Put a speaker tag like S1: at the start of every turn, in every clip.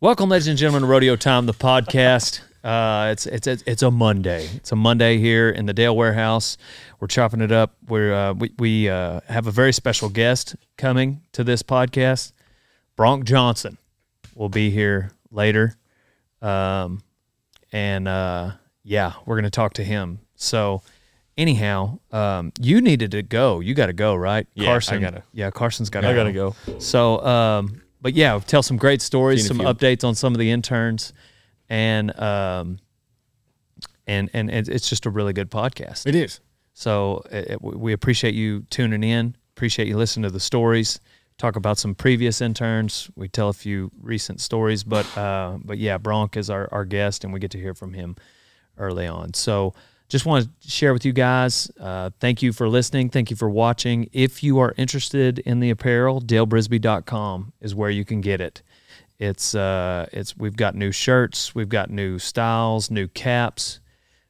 S1: Welcome, ladies and gentlemen, to Rodeo Time, the podcast. Uh, it's it's it's it's a Monday. It's a Monday here in the Dale Warehouse. We're chopping it up. We're uh, we we uh, have a very special guest coming to this podcast. Bronk Johnson will be here later, um, and uh, yeah, we're gonna talk to him. So, anyhow, um, you needed to go. You got to go, right?
S2: Yeah, I
S1: Carson.
S2: gotta-
S1: Yeah, Carson's got.
S2: I gotta go.
S1: So, um, but yeah, tell some great stories,
S2: Seen
S1: some
S2: a few.
S1: updates on some of the interns, and um, and and it's it's just a really good podcast.
S2: It is.
S1: So uh, it, it- we appreciate you tuning in. Appreciate you listening to the stories. Talk about some previous interns. We tell a few recent stories, but uh, but yeah, Bronk is our, our guest, and we get to hear from him early on. So just want to share with you guys. Uh, thank you for listening. Thank you for watching. If you are interested in the apparel, dalebrisby.com is where you can get it. It's uh, it's we've got new shirts, we've got new styles, new caps.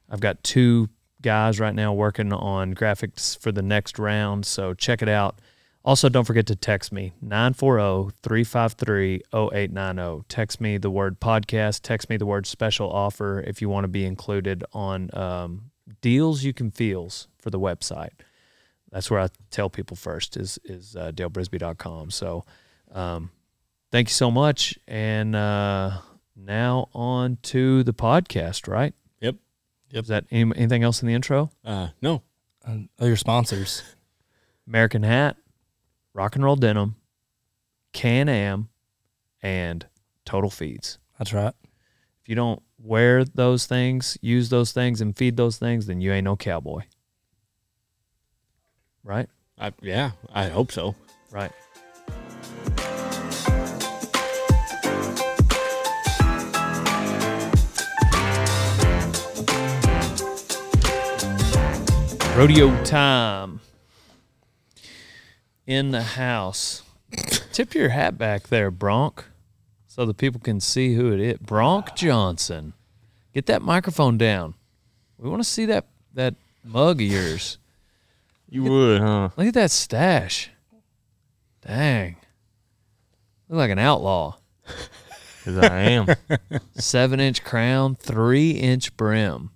S1: I've got two guys right now working on graphics for the next round, so check it out. Also, don't forget to text me 940 353 0890. Text me the word podcast, text me the word special offer if you want to be included on um, deals you can feels for the website. That's where I tell people first is is uh, dalebrisby.com. So, um, thank you so much, and uh, now on to the podcast. Right?
S2: Yep.
S1: Is that any, anything else in the intro?
S2: Uh, no.
S3: and other sponsors.
S1: American Hat, Rock and Roll Denim, Can Am, and Total Feeds.
S3: That's right.
S1: If you don't wear those things, use those things, and feed those things, then you ain't no cowboy. Right?
S2: I, yeah, I hope so.
S1: Right. Rodeo time in the house. Tip your hat back there, Bronk, so the people can see who it is. Bronk Johnson, get that microphone down. We want to see that that mug of yours.
S2: You would, huh?
S1: Look at that stash. Dang. Look like an outlaw.
S2: Because I am.
S1: Seven inch crown, three inch brim.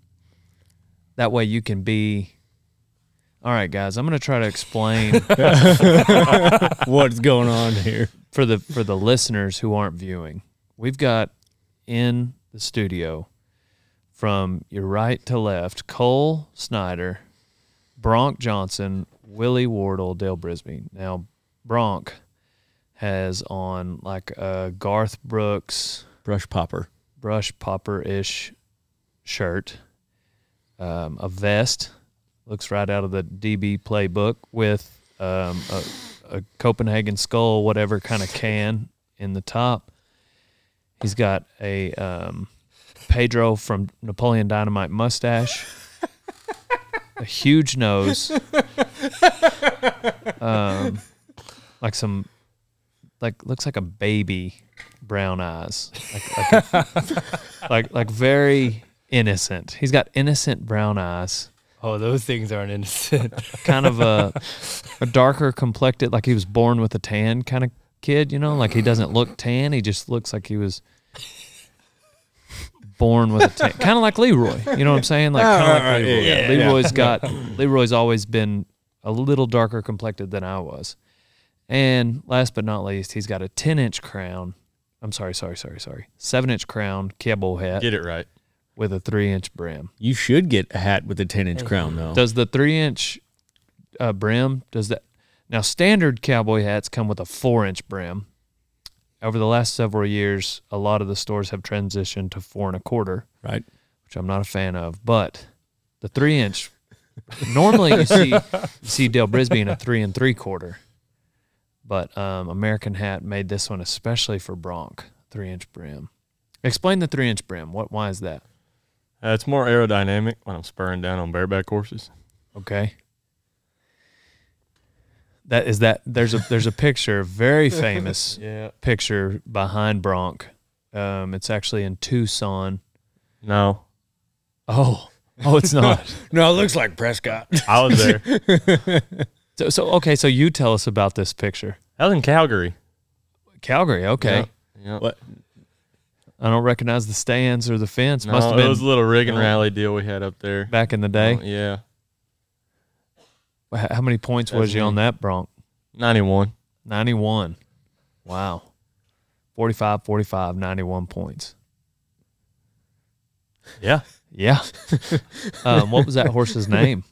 S1: That way you can be. All right, guys, I'm gonna try to explain
S2: What's going on here?
S1: for the for the listeners who aren't viewing. We've got in the studio from your right to left, Cole Snyder, Bronk Johnson, Willie Wardle, Dale Brisby. Now Bronk has on like a Garth Brooks
S2: Brush popper.
S1: brush popper ish shirt, um, a vest, looks right out of the DB playbook with um, a, a Copenhagen skull, whatever kind of can in the top. He's got a um, Pedro from Napoleon Dynamite mustache, a huge nose, um, like some, like looks like a baby brown eyes, like like, a- like like very innocent. He's got innocent brown eyes,
S3: Oh, those things aren't innocent.
S1: kind of a a darker complected, like he was born with a tan kind of kid. You know, like he doesn't look tan. He just looks like he was born with a tan, kind of like Leroy. You know what I'm saying? Like kind of like
S2: Oh, right,
S1: Leroy.
S2: yeah, yeah,
S1: Leroy's got Leroy's always been a little darker complected than I was. And last but not least, he's got a 10 inch crown. I'm sorry, sorry, sorry, sorry. Seven inch crown cowboy hat
S2: Get it right.
S1: with a three inch brim.
S2: You should get a hat with a 10 inch crown, though.
S1: Does the three inch uh, brim does that? Now standard cowboy hats come with a four inch brim. Over the last several years, a lot of the stores have transitioned to four and a quarter,
S2: right.
S1: which I'm not a fan of. But the three inch, normally you see you see Dale Brisby in a three and three quarter, but um, American Hat made this one especially for Bronc three inch brim. Explain the three inch brim. What? Why is that?
S4: Uh, it's more aerodynamic when I'm spurring down on bareback horses.
S1: Okay. That is that there's a there's a picture, very famous
S4: Yeah.
S1: picture behind Bronk. Um, it's actually in Tucson.
S4: No,
S1: Oh, oh, it's not.
S2: No, it looks like Prescott.
S4: I was there.
S1: so, so okay, so you tell us about this picture,
S4: I was in Calgary.
S1: Calgary. Okay,
S4: Yeah.
S2: what?
S1: I don't recognize the stands or the fence. Must have
S4: No, it
S1: been
S4: was a little rig and
S1: No.
S4: rally deal we had up there.
S1: back in the day.
S4: Oh, yeah,
S1: H- How many points was
S4: That's
S1: you on
S4: me.
S1: that Bronc?
S4: 91.
S1: 91. Wow. 45, 45, 91 points.
S4: Yeah,
S1: Yeah. um, what was that horse's name?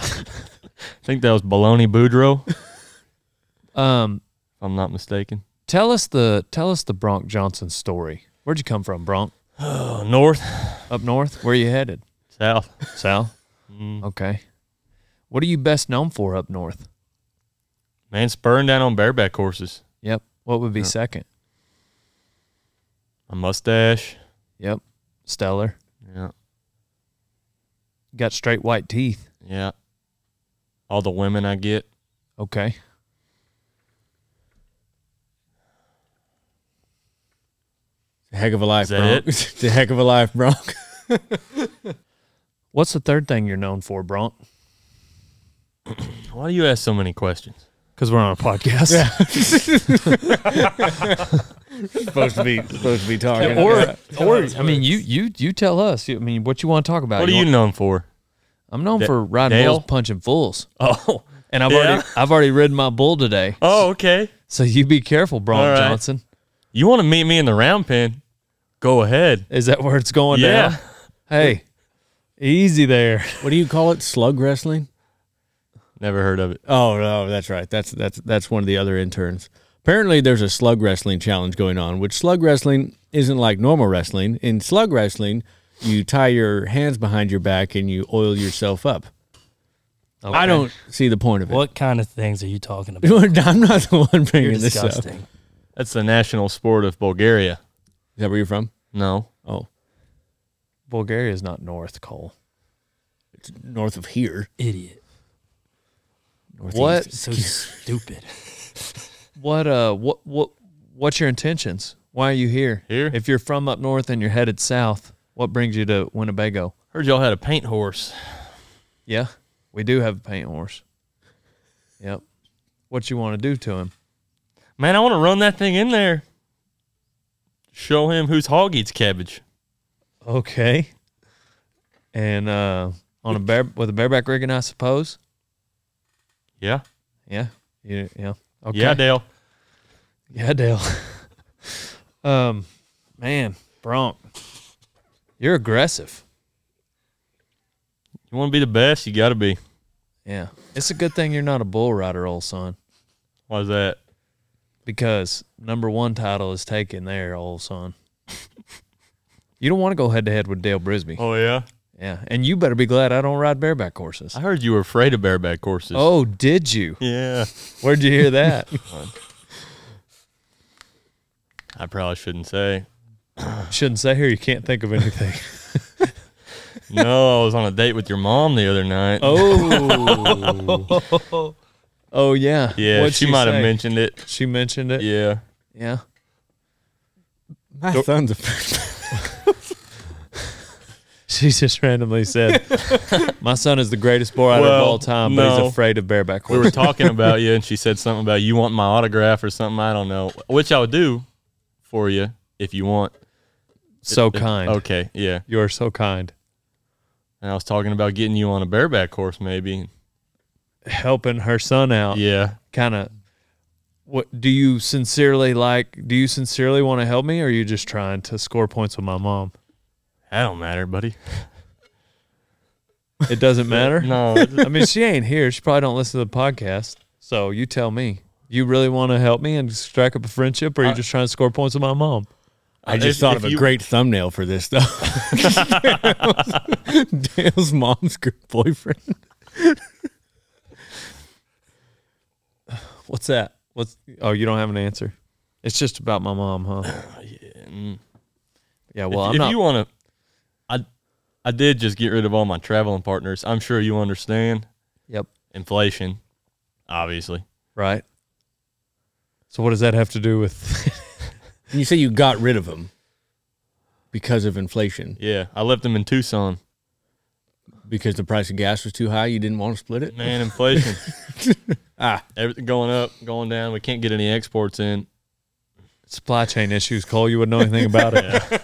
S4: I think that was Baloney Boudreaux, if
S1: Um,
S4: I'm not mistaken.
S1: tell us the tell us the Bronc Johnson story. Where'd you come from, Bronc? Uh,
S4: Oh, north,
S1: Up north? Where you headed?
S4: south.
S1: South? Mm-hmm.
S4: Mm.
S1: Okay. What are you best known for up north?
S4: Man, spurring down on bareback horses.
S1: Yep. What would be
S4: Yeah.
S1: second?
S4: A mustache.
S1: Yep. Stellar.
S4: Yeah,
S1: Got straight white teeth.
S4: yeah. All the women I get.
S1: Okay.
S2: Heck of a life,
S4: Is that
S2: Bronc.
S4: it?
S2: it's a heck of a life, Bronc.
S1: What's the third thing you're known for, Bronc?
S4: Why do you ask so many questions?
S1: Because we're on a podcast.
S2: supposed to be supposed to be talking.
S1: or or I mean, you you you tell us. I mean, what Uh, you want to talk about?
S4: What are you
S1: want-
S4: known for?
S1: I'm known
S4: Da-
S1: for riding
S4: Dale?
S1: bulls, punching fools,
S4: Oh,
S1: and I've
S4: Yeah?
S1: already I've already ridden my bull today.
S4: oh, okay.
S1: So you be careful, Bronc
S4: All right.
S1: Johnson.
S4: You want to meet me in the round pen? Go ahead.
S1: Is that where it's going
S4: yeah.
S1: down? Hey, easy there.
S2: what do you call it? Slug wrestling?
S4: Never heard of it.
S2: Oh no, that's right. That's that's that's one of the other interns. Apparently, there's a slug wrestling challenge going on, which slug wrestling isn't like normal wrestling. In slug wrestling, you tie your hands behind your back and you oil yourself up. I
S1: Okay.
S2: don't see the point of it.
S3: What kind of things are you talking about?
S2: I'm not the one bringing
S3: You're
S2: this up. Is
S3: disgusting.
S4: That's the national sport of Bulgaria.
S2: that where you're from?
S4: No.
S2: Oh,
S1: Bulgaria is not north, Cole.
S2: it's north of here.
S3: Idiot.
S1: What
S3: So stupid.
S1: what uh what what what's your intentions? Why are you here?
S4: Here?
S1: If you're from up north and you're headed south, what brings you to Winnebago?
S4: Heard y'all had a paint horse.
S1: Yeah, we do have a paint horse. Yep. What you want to do to him?
S4: Man, I want to run that thing in there. Show him whose hog eats cabbage.
S1: Okay. And uh on a bear with a bareback rigging, I suppose.
S4: Yeah.
S1: Yeah. Yeah. Yeah. Okay.
S4: Yeah, Dale.
S1: Yeah, Dale. um, man, Bronk, you're aggressive.
S4: You want to be the best? You got to be.
S1: Yeah, it's a good thing you're not a bull rider, old son,
S4: Why's that?
S1: because number one title is taken there, old son. you don't want to go head to head with Dale Brisby.
S4: Oh, yeah.
S1: Yeah, and you better be glad I don't ride bareback horses.
S4: I heard you were afraid of bareback horses.
S1: Oh, did you?
S4: Yeah.
S1: Where'd you hear that?
S4: I probably shouldn't say.
S1: Shouldn't say here. You can't think of anything.
S4: No, I was on a date with your mom the other night.
S1: Oh. oh yeah.
S4: yeah.
S1: What'd
S4: she might
S1: say?
S4: have mentioned it.
S1: She mentioned it.
S4: Yeah.
S1: yeah.
S2: My son's a.
S1: She just randomly said, "My son is the greatest bull rider
S4: Well,
S1: of all time, but
S4: no.
S1: he's afraid of bareback
S4: We
S1: horses."
S4: were talking about you, and she said something about you want my autograph or something. I don't know, which I would do for you if you want.
S1: so
S4: If- if-
S1: kind.
S4: okay. Yeah.
S1: You are so kind.
S4: And I was talking about getting you on a bareback horse, maybe.
S1: Helping her son out,
S4: Yeah.
S1: kind of. What do you sincerely like? Do you sincerely want to help me, or are you just trying to score points with my mom?
S4: That don't matter, buddy.
S1: It doesn't matter.
S4: No. it's-
S1: I mean, she ain't here. She probably don't listen to the podcast. So you tell me. You really want to help me and strike up a friendship, or you are just trying to score points with my mom?
S2: I just
S4: If-
S2: thought
S4: if
S2: of a
S4: you-
S2: great thumbnail for this though. Dale's, Dale's mom's good boyfriend.
S1: What's that? What's oh, you don't have an answer. It's just about my mom, huh?
S4: mm.
S1: Yeah, well,
S4: if
S1: I'm not.
S4: you want to, I, I did just get rid of all my traveling partners. I'm sure you understand
S1: yep.
S4: inflation, obviously.
S1: Right. So what does that have to do with?
S2: And you say you got rid of him because of inflation.
S4: Yeah. I left them in Tucson.
S2: because the price of gas was too high. You didn't want to split it.
S4: Man, inflation.
S2: Ah.
S4: Everything going up, going down. We can't get any exports in.
S1: Supply chain issues, Cole. You wouldn't know anything about it.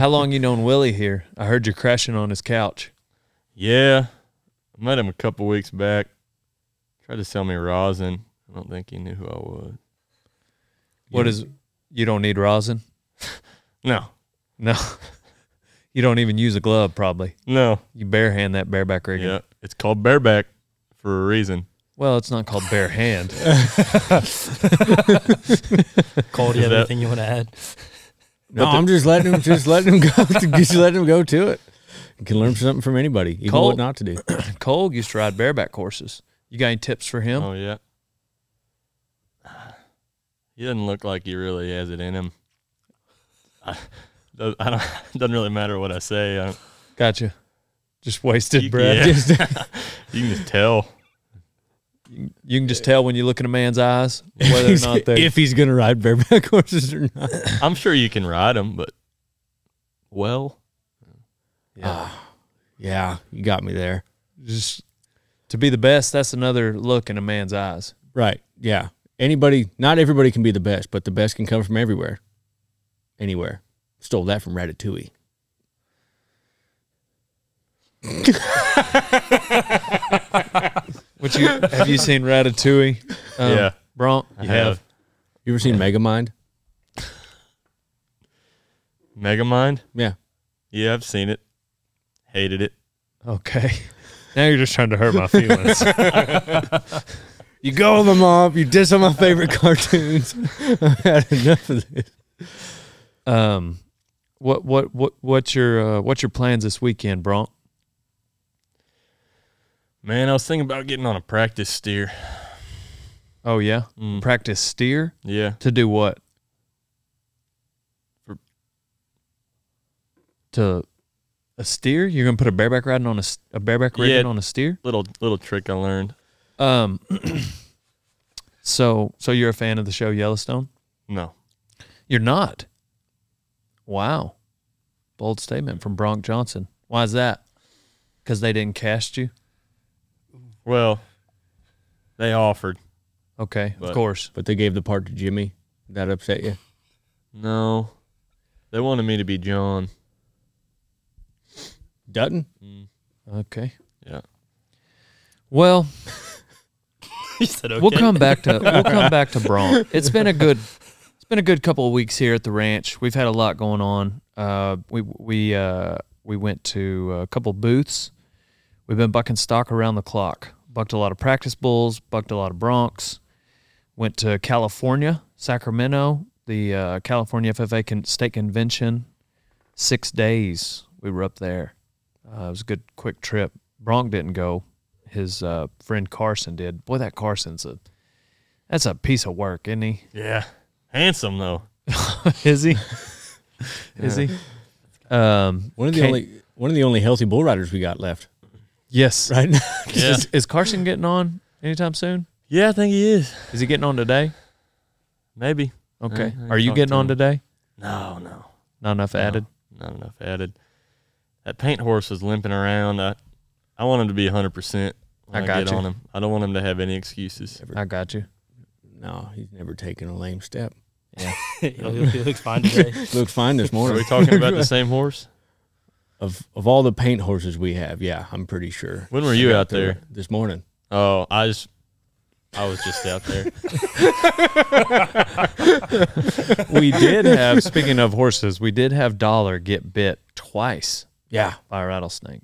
S1: How long you known Willie here? I heard you crashing on his couch.
S4: Yeah. I met him a couple weeks back. Tried to sell me rosin. I don't think he knew who I was.
S1: What is? You don't need rosin.
S4: No.
S1: No, you don't even use a glove. Probably
S4: No.
S1: you bare hand that bareback rigging.
S4: Yeah. It's called bareback for a reason.
S1: Well, it's not called bare hand.
S3: Cole, do
S4: Is
S3: you have
S4: that-
S3: anything you want to add?
S2: No,
S4: But the-
S2: I'm just letting him just letting him go. To, just letting him go to it. You can learn something from anybody, even
S1: Cole-
S2: what not to do.
S1: Cole used to ride bareback horses. You got any tips for him?
S4: Oh, yeah. He doesn't look like he really has it in him. I, does- I don't, it doesn't really matter what I say. I don't,
S1: Gotcha. Just wasted
S4: You-
S1: breath.
S4: yeah.
S2: Just-
S4: you can just tell.
S1: You can just tell when you look in a man's eyes whether or not they.
S2: if he's gonna ride bareback horses or not.
S4: I'm sure you can ride him, but well,
S2: Yeah, you got me there.
S1: just to be the best that's another look in a man's eyes
S2: Right. Yeah. Anybody, not everybody can be the best, but the best can come from everywhere, anywhere. Stole that from Ratatouille.
S1: What you have you seen ratatouille um,
S4: Yeah.
S1: bronk you have
S2: You ever seen Megamind?
S4: Megamind.
S2: Yeah.
S4: Yeah, I've seen it. Hated it.
S1: okay now you're just trying to hurt my feelings
S2: You go with them off. You diss on my favorite cartoons. I've had enough of this.
S1: um what what what what's your uh, what's your plans this weekend bronk
S4: Man, I was thinking about getting on a practice steer.
S1: oh yeah
S4: Mm,
S1: practice steer
S4: yeah,
S1: to do what
S4: For-
S1: to a steer you're gonna put a bareback riding on a, s- a bareback
S4: Yeah.
S1: riding on a steer
S4: little little trick I learned.
S1: um so so you're a fan of the show yellowstone
S4: No,
S1: You're not. Wow. Bold statement from Bronk Johnson. Why is that? Because they didn't cast you?
S4: well, they offered.
S1: Okay, of
S4: But-
S1: course.
S2: But they gave the part to Jimmy. That upset you?
S4: No, they wanted me to be John.
S2: Dutton?
S1: Okay.
S4: Yeah,
S1: Well,
S3: he said, okay.
S1: we'll come back to we'll come back to Bronk. It's been a good it's been a good couple of weeks here at the ranch. We've had a lot going on. Uh, we we uh, we went to a couple booths. We've been bucking stock around the clock. Bucked a lot of practice bulls. Bucked a lot of Bronx. Went to California, Sacramento, the uh, California FFA con- State Convention. Six days we were up there. Uh, it was a good quick trip. Bronk didn't go. His uh, friend Carson did. Boy, that Carson's a that's a piece of work, isn't he?
S4: yeah, handsome though.
S1: Is he? Is he? Um,
S2: One of the
S1: Ca-
S2: only one of the only healthy bull riders we got left
S1: yes.
S2: right now.
S4: Yeah,
S1: Is, is Carson getting on anytime soon?
S4: yeah, I think he is.
S1: Is he getting on today?
S4: Maybe.
S1: Okay.
S4: I- I
S1: Are you
S4: talked
S1: getting
S4: to
S1: on
S4: him.
S1: today?
S4: No, no,
S1: Not enough added.
S4: not enough added. That paint horse was limping around. I, I want him to be 100 percent.
S1: I got
S4: get
S1: you.
S4: on him. I don't want him to have any excuses.
S1: I got you.
S2: No, he's never taken a lame step.
S3: He'll- he'll- he looks fine today.
S2: Looked fine this
S4: Are
S2: morning.
S4: we talking about the same horse?
S2: of of all the paint horses we have, yeah, I'm pretty sure.
S4: When were you
S2: I got
S4: out there?
S2: this morning?
S4: Oh, I just, I was just out there.
S1: We did have, speaking of horses, we did have Dollar get bit twice
S2: Yeah,
S1: by a rattlesnake.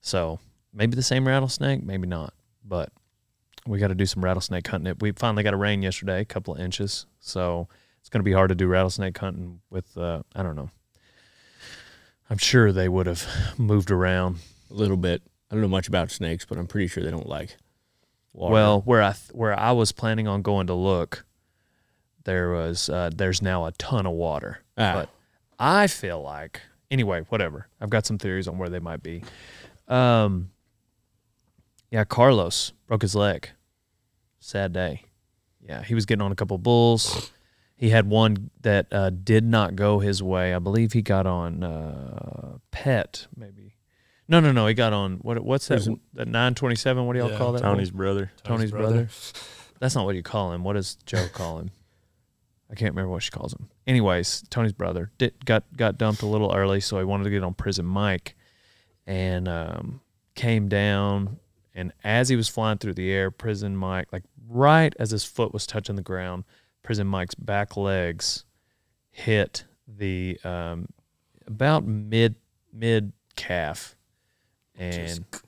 S1: So maybe the same rattlesnake, maybe not. But we got to do some rattlesnake hunting. We finally got a rain yesterday, a couple of inches. So it's going to be hard to do rattlesnake hunting with, uh, I don't know. I'm sure they would have moved around.
S2: a little bit. I don't know much about snakes, but I'm pretty sure they don't like. Water.
S1: Well, where I th- where I was planning on going to look, there was uh, there's now a ton of water.
S2: Ah.
S1: But I feel like anyway, whatever. I've got some theories on where they might be. Um, yeah, Carlos broke his leg. Sad day. Yeah, he was getting on a couple bulls. He had one that uh, did not go his way. I believe he got on uh, Pet, maybe. No, no, no. He got on what? What's that?
S2: Who's-
S1: That nine twenty seven. What do y'all
S3: Yeah,
S1: call that? one?
S4: Tony's brother.
S1: Tony's brother. That's not what you call him. What does Joe call him? I can't remember what she calls him. Anyways, Tony's brother did, got got dumped a little early, so he wanted to get on prison Mike, and um, came down. And as he was flying through the air, prison Mike, like right as his foot was touching the ground, prison Mike's back legs hit the um, about mid mid calf, and
S3: Just-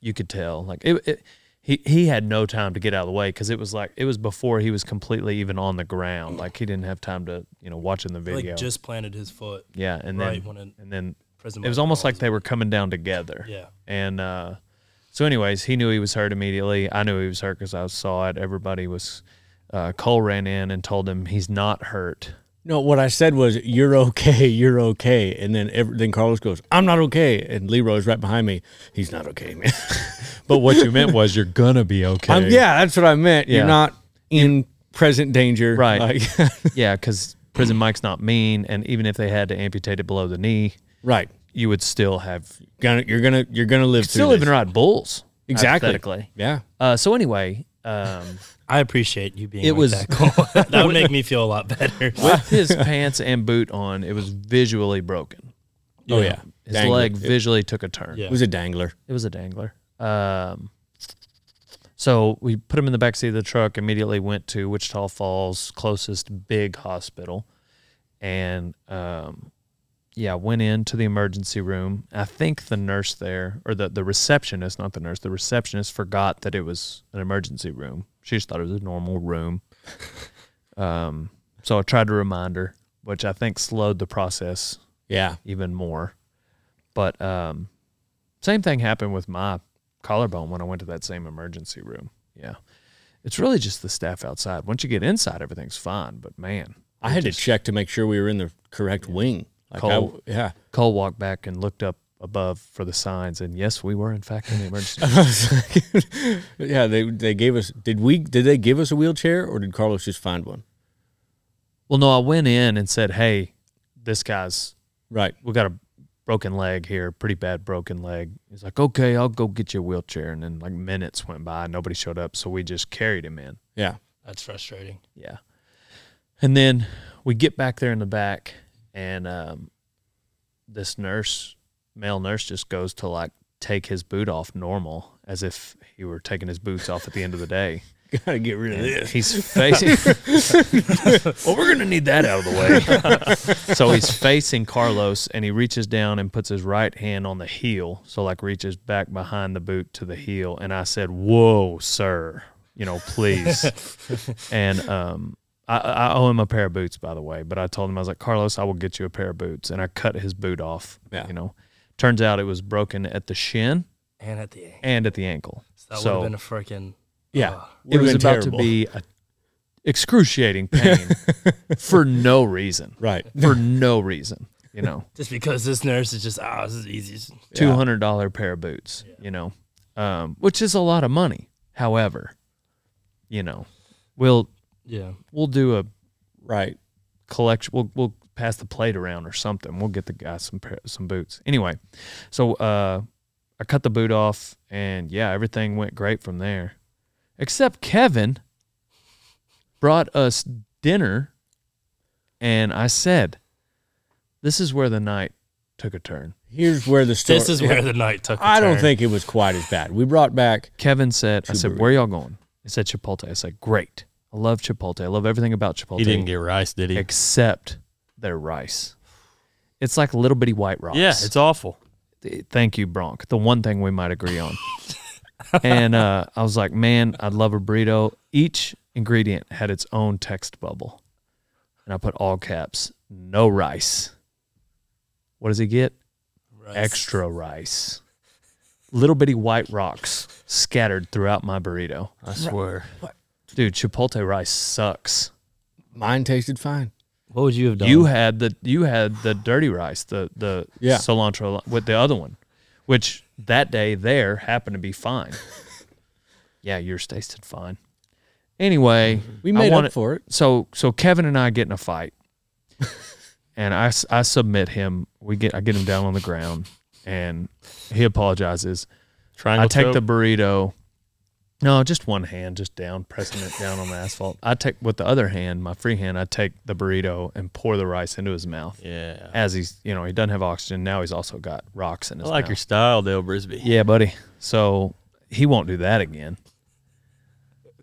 S1: you could tell like it, it he he had no time to get out of the way because it was like it was before he was completely even on the ground like he didn't have time to you know watching the video
S3: like just planted his foot
S1: yeah and
S3: right
S1: then
S3: when it,
S1: and then
S3: prison.
S1: it was almost like they were coming down together
S3: Yeah.
S1: and uh so anyways he knew he was hurt immediately i knew he was hurt because i saw it everybody was uh cole ran in and told him he's not hurt
S2: No, what I said was, "You're okay, you're okay," and then ev then Carlos goes, "I'm not okay," and Leroy's right behind me. He's not okay, man.
S4: But what you meant was you're gonna be okay.
S2: I'm, yeah, that's what I meant.
S1: Yeah.
S2: You're not in present danger,
S1: Right.
S2: Like-
S1: yeah because prison mike's not mean and even if they had to amputate it below the knee
S2: right.
S1: you would still have
S2: Gonna, you're gonna you're gonna live.
S1: still
S2: through
S1: even
S2: this.
S1: ride bulls
S2: Exactly.
S1: hypothetically.
S2: Yeah.
S1: Uh, so anyway, um,
S3: I appreciate you being.
S1: It
S3: It
S1: was-
S3: was that, Cole. that would make me feel a lot better.
S1: with his pants and boot on, it was visually broken.
S2: Oh yeah.
S1: His
S2: Dangler.
S1: leg
S2: It
S1: visually took a turn.
S3: Yeah.
S2: was a dangler.
S1: It was a dangler. Um, so we put him in the back seat of the truck. Immediately went to Wichita Falls, closest big hospital, and um, yeah, went into the emergency room. I think the nurse there, or the the receptionist, not the nurse, the receptionist forgot that it was an emergency room. She just thought it was a normal room. um, so I tried to remind her, which I think slowed the process
S2: Yeah.
S1: even more. But um, same thing happened with my collarbone when I went to that same emergency room. Yeah. It's really just the staff outside. Once you get inside, everything's fine. But man,
S2: I had to check to make sure we were in the correct wing. Like I-
S1: Cold.
S2: yeah.
S1: Cole walked back and looked up above for the signs. And yes, we were, in fact, in the emergency room.
S2: yeah, they they gave us did we did they give us a wheelchair or did Carlos just find one?
S1: Well, no, I went in and said, hey, this guy's,
S2: Right.
S1: we got a broken leg here, pretty bad broken leg. He's like, okay, I'll go get you a wheelchair. And then like minutes went by, nobody showed up. So we just carried him in.
S2: Yeah.
S3: That's frustrating.
S1: Yeah. And then we get back there in the back, and um, this nurse, male nurse, just goes to like take his boot off normal as if he were taking his boots off at the end of the day.
S2: Gotta get rid of
S1: And
S2: this.
S1: he's facing. well, we're gonna need that out of the way. so he's facing Carlos, and he reaches down and puts his right hand on the heel. So like reaches back behind the boot to the heel, and I said, "Whoa, sir, you know, please." and um, I, I owe him a pair of boots, by the way. But I told him I was like, Carlos, I will get you a pair of boots, and I cut his boot off.
S2: Yeah.
S1: You know, turns out it was broken at the shin
S3: And at the end,
S1: and at the ankle.
S3: that
S1: so
S3: would have been a freaking.
S2: Yeah.
S3: uh,
S1: it
S2: Would've
S1: was
S2: been
S1: about
S2: terrible.
S1: to be a excruciating pain for no reason
S2: right.
S1: for no reason you know
S3: just because this nurse is just ah, this is easy.
S1: $200 pair of boots you know um, which is a lot of money however you know we'll
S3: Yeah,
S1: we'll do a
S2: Right.
S1: collection. We'll we'll pass the plate around or something. We'll get the guy some pair- some boots. Anyway, so uh, I cut the boot off, and yeah, everything went great from there. Except Kevin brought us dinner, and I said, "This is where the night took a turn."
S2: Here's where the story
S3: this is where the night took. I
S2: I don't think it was quite as bad. We brought back
S1: Kevin said, "I
S2: Subaru.
S1: said, where y'all going?" He said, "Chipotle." I said, "Great. I love Chipotle. I love everything about Chipotle."
S4: He didn't get rice, did he?
S1: except their rice. It's like little bitty white rocks.
S4: Yeah, it's awful.
S1: thank you, Bronk. The one thing we might agree on. and uh, I was like, man, I'd love a burrito. Each ingredient had its own text bubble. And I put all caps, no rice. What does he get? Extra rice. Little bitty white rocks scattered throughout my burrito.
S4: I swear.
S1: Dude, Chipotle rice sucks.
S2: mine tasted fine.
S3: What would you have done?
S1: You had the you had the dirty rice, the the
S2: Yeah.
S1: cilantro li- with the other one, which that day there happened to be fine. yeah, yours tasted fine, Anyway,
S2: Mm-hmm. We
S1: I
S2: made
S1: wanna-
S2: up for it.
S1: so so Kevin and I get in a fight, and I, s- I submit him. We get I get him down on the ground, and he apologizes.
S4: Triangle
S1: I take
S4: choke.
S1: the burrito. No, just one hand, just down, pressing it down on the asphalt. I take with the other hand, my free hand. I take the burrito and pour the rice into his mouth.
S4: Yeah.
S1: As he's, you know, he doesn't have oxygen. Now he's also got rocks in
S4: I
S1: his
S4: like
S1: mouth.
S4: your style, Dale Brisby.
S1: Yeah, buddy. So he won't do that again.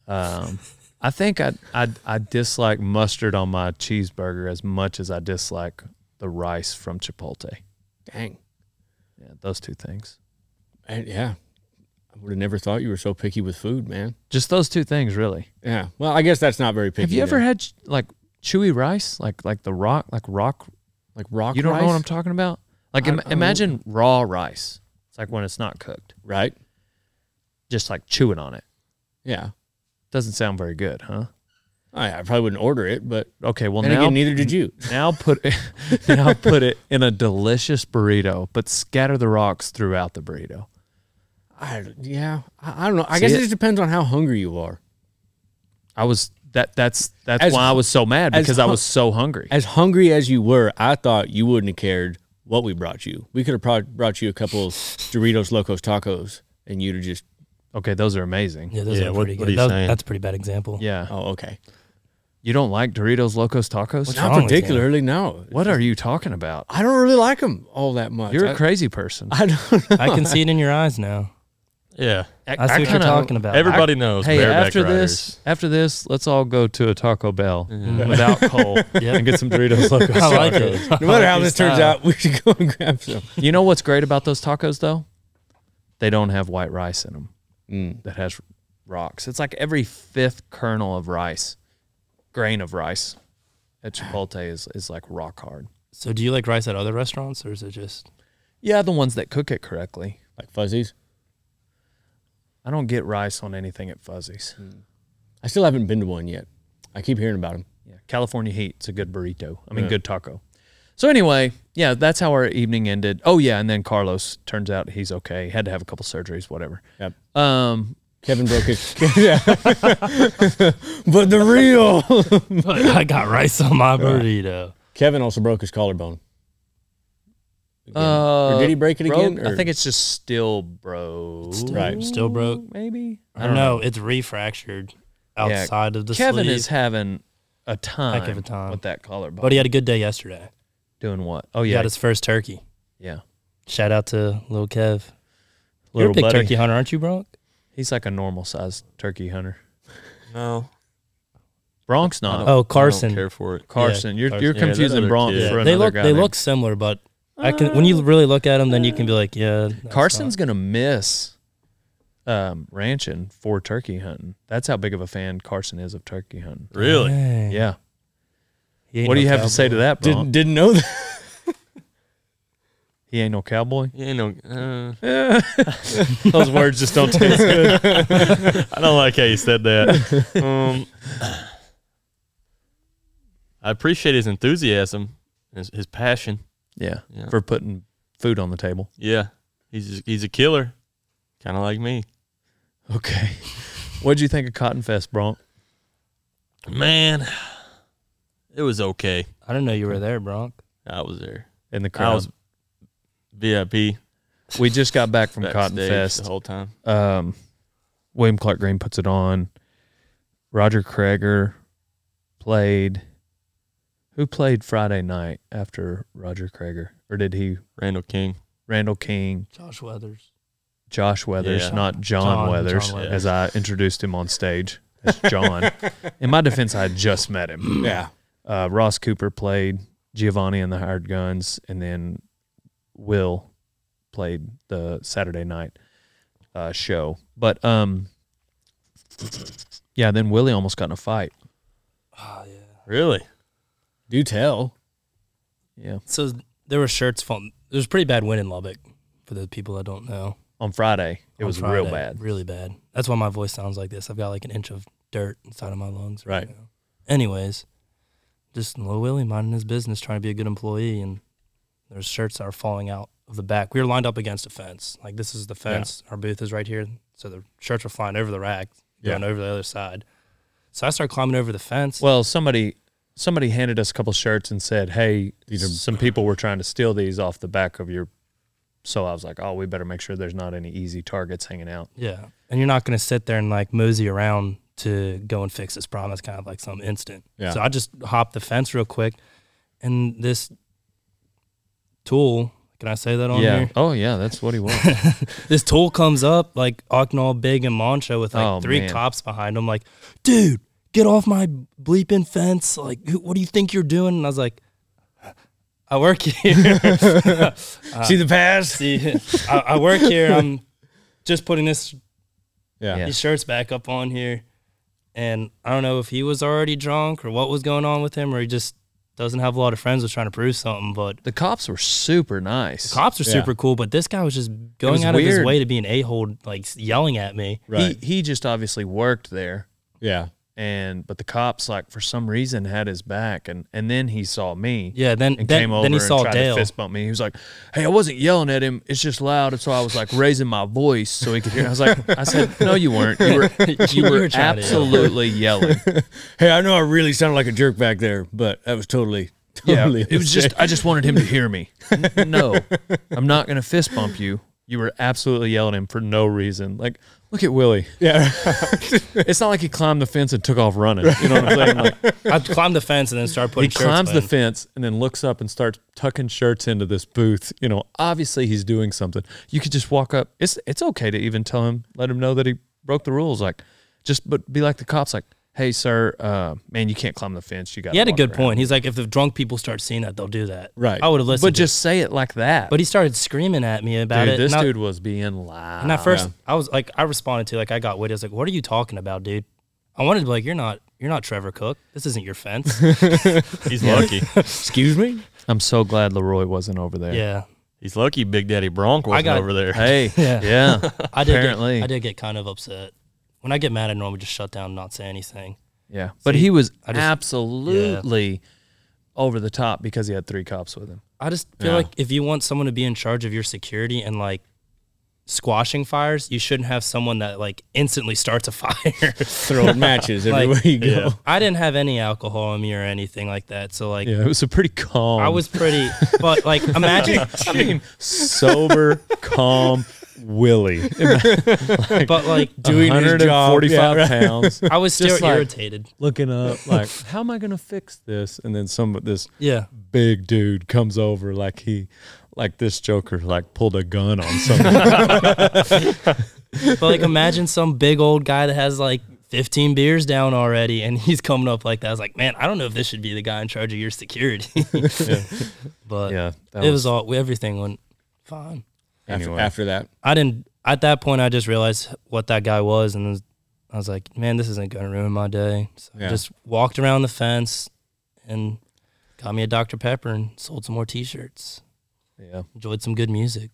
S1: Um, I think I, I I dislike mustard on my cheeseburger as much as I dislike the rice from Chipotle.
S2: Dang.
S1: Yeah, those two things.
S2: And yeah. I would have never thought you were so picky with food, man.
S1: Just those two things, really.
S2: Yeah. Well, I guess that's not very picky.
S1: Have you ever
S2: then.
S1: had like chewy rice, like like the rock, like rock?
S2: like rock
S1: You don't
S2: rice?
S1: know what I'm talking about? Like
S2: I-
S1: im-
S2: I don't-
S1: imagine raw rice. It's like when it's not cooked,
S2: right?
S1: just like chewing on it.
S2: Yeah.
S1: Doesn't sound very good, huh?
S2: I, I probably wouldn't order it, but
S1: Okay, well
S2: and
S1: now
S2: again, neither did you.
S1: Now put it, now put it in a delicious burrito, but scatter the rocks throughout the burrito.
S2: I, yeah, I, I don't know. I
S1: See
S2: guess it,
S1: it?
S2: just depends on how hungry you are.
S1: I was that that's that's
S2: As
S1: why I was so mad
S2: as
S1: because I
S2: hu-
S1: was so hungry.
S2: As hungry as you were, I thought you wouldn't have cared what we brought you. We could have probably brought you a couple of Doritos Locos Tacos, and you'd have just
S1: Okay, those are amazing.
S3: Yeah, those
S4: Yeah,
S3: are
S4: what-
S3: pretty
S4: what
S3: good.
S4: are you
S3: That was-
S4: saying?
S3: that's a pretty bad example.
S1: Yeah.
S2: oh okay.
S1: You don't like Doritos Locos Tacos?
S3: wrong
S2: Not
S3: with you?
S2: particularly no.
S1: What are you talking about?
S2: I don't really like them all that much.
S1: You're
S2: I-
S1: a crazy person.
S2: I don't know.
S3: I can see it in your eyes now.
S4: Yeah.
S3: Uh, I see what you're
S1: kinda-
S3: talking about.
S4: Everybody knows.
S1: Hey,
S4: bareback
S1: after
S4: riders.
S1: this, after this, let's all go to a Taco Bell
S4: Yeah.
S1: without Cole and get some Doritos Locos
S3: I like
S1: Tacos.
S3: it.
S2: No matter how this turns out, we should go and grab some.
S1: You know what's great about those tacos though? They don't have white rice in them.
S2: Mm.
S1: that has rocks. It's like every fifth kernel of rice, grain of rice at Chipotle is, is like rock hard.
S3: So, do you like rice at other restaurants, or is it just
S1: Yeah, the ones that cook it correctly.
S2: Like fuzzies.
S1: I don't get rice on anything at Fuzzy's.
S2: I still haven't been to one yet. I keep hearing about them.
S1: Yeah, California Heat. It's a good burrito. I mean, good taco. So anyway, yeah, that's how our evening ended. Oh yeah, and then Carlos turns out he's okay. Had to have a couple surgeries, whatever.
S2: Yep.
S1: Um,
S2: Kevin broke his. yeah. but the real
S3: But I got rice on my burrito.
S2: Kevin also broke his collarbone. Again.
S1: uh,
S2: or did he break it
S1: bro-
S2: again?
S1: I think it's just still bro.
S2: Right.
S3: Still broke.
S1: maybe.
S3: I don't know. It's refractured
S1: Yeah,
S3: outside of the
S1: Kevin
S3: sleeve.
S1: is having a time,
S3: Heck of a time.
S1: with that collarbone.
S3: but he had a good day yesterday.
S1: doing what? Oh
S3: He
S1: yeah,
S3: got his first turkey.
S1: yeah.
S3: Shout out to little Kev. You're
S1: Little
S3: a big
S1: buddy.
S3: turkey hunter, aren't you, Bronk?
S1: He's like a normal sized turkey hunter.
S4: No.
S1: Bronx not
S3: Oh,
S4: I
S3: Carson.
S4: don't care for it.
S1: Carson. you're you're
S4: Carson. Yeah, that
S1: confusing
S4: other
S1: Bronx
S4: kid.
S1: for
S4: Yeah.
S1: another
S3: They look
S1: guy.
S3: they
S1: named-
S3: look similar, but I can when you really look at them, then you can be like, yeah. that's
S1: Carson's gonna miss um, ranching for turkey hunting. That's how big of a fan Carson is of turkey hunting.
S3: not-
S4: Really?
S3: Dang.
S1: Yeah.
S3: He ain't
S1: What do
S3: no
S1: you have to say
S3: cowboy.
S1: to that, Bronx?
S2: Didn't didn't know that.
S1: he ain't no cowboy.
S4: You know, uh,
S1: Those words just don't taste good.
S4: I don't like how you said that. um, I appreciate his enthusiasm, his, his passion.
S1: Yeah,
S4: Yeah.
S1: for putting food on the table.
S4: Yeah, he's he's a killer, kind of like me.
S1: Okay. What'd you think of Cotton Fest, Bronx?
S4: Man, it was okay.
S3: I didn't know you were there, Bronk.
S4: I was there.
S1: In the
S4: I
S1: crowd.
S4: was VIP
S1: we just got back from Cotton
S4: backstage
S1: Fest.
S4: the whole time.
S1: um, William Clark Green puts it on. Roger Krager played. Who played Friday night after Roger Krager? Or did he?
S4: Randall King.
S1: Randall King,
S3: Josh Weathers.
S1: Josh Weathers,
S4: Yeah.
S1: not John,
S3: John-
S1: Weathers,
S3: John
S1: as I introduced him on stage. That's John. In my defense, I had just met him.
S2: yeah.
S1: Uh, Ross Cooper played Giovanni and the Hired Guns, and then Will played the Saturday night uh, show. But um, yeah, then Willie almost got in a fight.
S3: Oh yeah.
S4: Really?
S2: Do tell.
S1: Yeah,
S3: So there were shirts falling. There was pretty bad wind in Lubbock. For the people that don't know,
S1: on Friday it
S3: On
S1: was
S3: Friday,
S1: real bad.
S3: really bad. That's why my voice sounds like this. I've got like an inch of dirt inside of my lungs.
S1: Right.
S3: now. Anyways, just little Willie minding his business, trying to be a good employee, and there's shirts that are falling out of the back. We were lined up against a fence. Like this is the fence. Our booth is right here, so the shirts were flying over the rack, going over the other side. So I start climbing over the fence.
S1: Well, somebody somebody handed us a couple shirts and said, "Hey,
S2: These are-
S1: some people were trying to steal these off the back of your." So I was like, "Oh, we better make sure there's not any easy targets hanging out."
S3: yeah. And you're not going to sit there and like mosey around to go and fix this problem. It's kind of like some instant.
S2: Yeah.
S3: So I just hopped the fence real quick. And this tool, can I say that on
S1: yeah.
S3: here?
S1: Oh yeah, that's what he was.
S3: this tool comes up like acting all big and mancha with like
S1: Oh,
S3: three
S1: man.
S3: cops behind him like dude get off my bleeping fence like who, what do you think you're doing and i was like i work here
S2: See the past?
S3: see I, I work here i'm just putting this
S2: Yeah.
S1: Yeah.
S3: these shirts back up on here and i don't know if he was already drunk or what was going on with him or he just doesn't have a lot of friends was trying to prove something but
S1: the cops were super nice.
S3: cops are
S2: Yeah.
S3: super cool but this guy was just going
S1: was
S3: out of his
S1: weird.
S3: way to be an a-hole like yelling at me
S2: Right.
S1: He he just obviously worked there.
S2: yeah.
S1: and but the cops like for some reason had his back and and then he saw me
S3: Yeah, then
S1: and
S3: then,
S1: came over
S3: then he saw
S1: and tried
S3: Dale.
S1: to fist bump me he was like hey i wasn't yelling at him it's just loud and so i was like raising my voice so he could hear i was like i said no you weren't you were you
S3: were
S1: were,
S3: trying to yell.
S1: absolutely yelling
S2: Hey, I know I really sounded like a jerk back there, but that was totally,
S1: yeah
S2: totally.
S1: it was just i just wanted him to hear me N- no i'm not gonna fist bump you you were absolutely yelling at him for no reason like look at willie
S2: yeah.
S1: it's not like he climbed the fence and took off running you know what i'm saying like
S3: I climbed the fence and then started putting
S1: he
S3: shirts
S1: climbs the
S3: in.
S1: fence and then looks up and starts tucking shirts into this booth. You know, obviously he's doing something. You could just walk up. It's it's okay to even tell him, let him know that he broke the rules. Like, just but be like the cops. Like, hey, sir, uh, man, you can't climb the fence. You got.
S3: He had a good point. He's like, if the drunk people start seeing that, they'll do that.
S2: Right.
S3: I would have listened.
S1: But
S3: But,
S1: just say it like that.
S3: but he started screaming at me about
S1: dude,
S3: it.
S1: this
S3: and I,
S1: dude was being loud.
S3: And at first,
S2: Yeah.
S3: I was like, I responded to like I got witty. I was like, what are you talking about, dude? I wanted to be like, you're not, you're not Trevor Cook. This isn't your fence.
S4: He's lucky.
S2: Excuse me?
S1: I'm so glad Leroy wasn't over there.
S3: yeah,
S4: He's lucky Big Daddy Bronk wasn't
S3: got-
S4: over there.
S1: Hey.
S3: Yeah.
S1: Yeah. Yeah.
S3: I did.
S1: Apparently.
S3: get, I did get kind of upset. When I get mad, I normally just shut down, and not say anything.
S1: But he was
S3: I just-
S1: absolutely over the top because he had three cops with him.
S3: I just feel
S2: Yeah.
S3: like if you want someone to be in charge of your security and like squashing fires, you shouldn't have someone that like instantly starts a fire.
S2: Throwing matches
S3: Like,
S2: everywhere you go.
S3: I didn't have any alcohol on me or anything like that. So like
S1: Yeah. It was a pretty calm.
S3: I was pretty but like imagine
S1: sober, calm Willie,
S3: but like
S2: Doing his job.
S1: 145
S2: Yeah, right.
S1: pounds,
S3: I was still
S1: Just like-
S3: irritated.
S1: looking up like, how am I gonna fix this? And then some this
S3: Yeah.
S1: big dude comes over like he, like this Joker like pulled a gun on someone.
S3: But like imagine some big old guy that has like 15 beers down already and he's coming up like that. I was like, "Man, I don't know if this should be the guy in charge of your security." But
S1: yeah, that
S3: it was all everything went fine.
S2: After,
S1: Anyway.
S2: after that.
S3: I didn't. At that point, I just realized what that guy was, and was- I was like, "Man, this isn't going to ruin my day." So I
S2: Yeah.
S3: just walked around the fence and got me a Dr Pepper and sold some more T-shirts.
S1: yeah.
S3: Enjoyed some good music.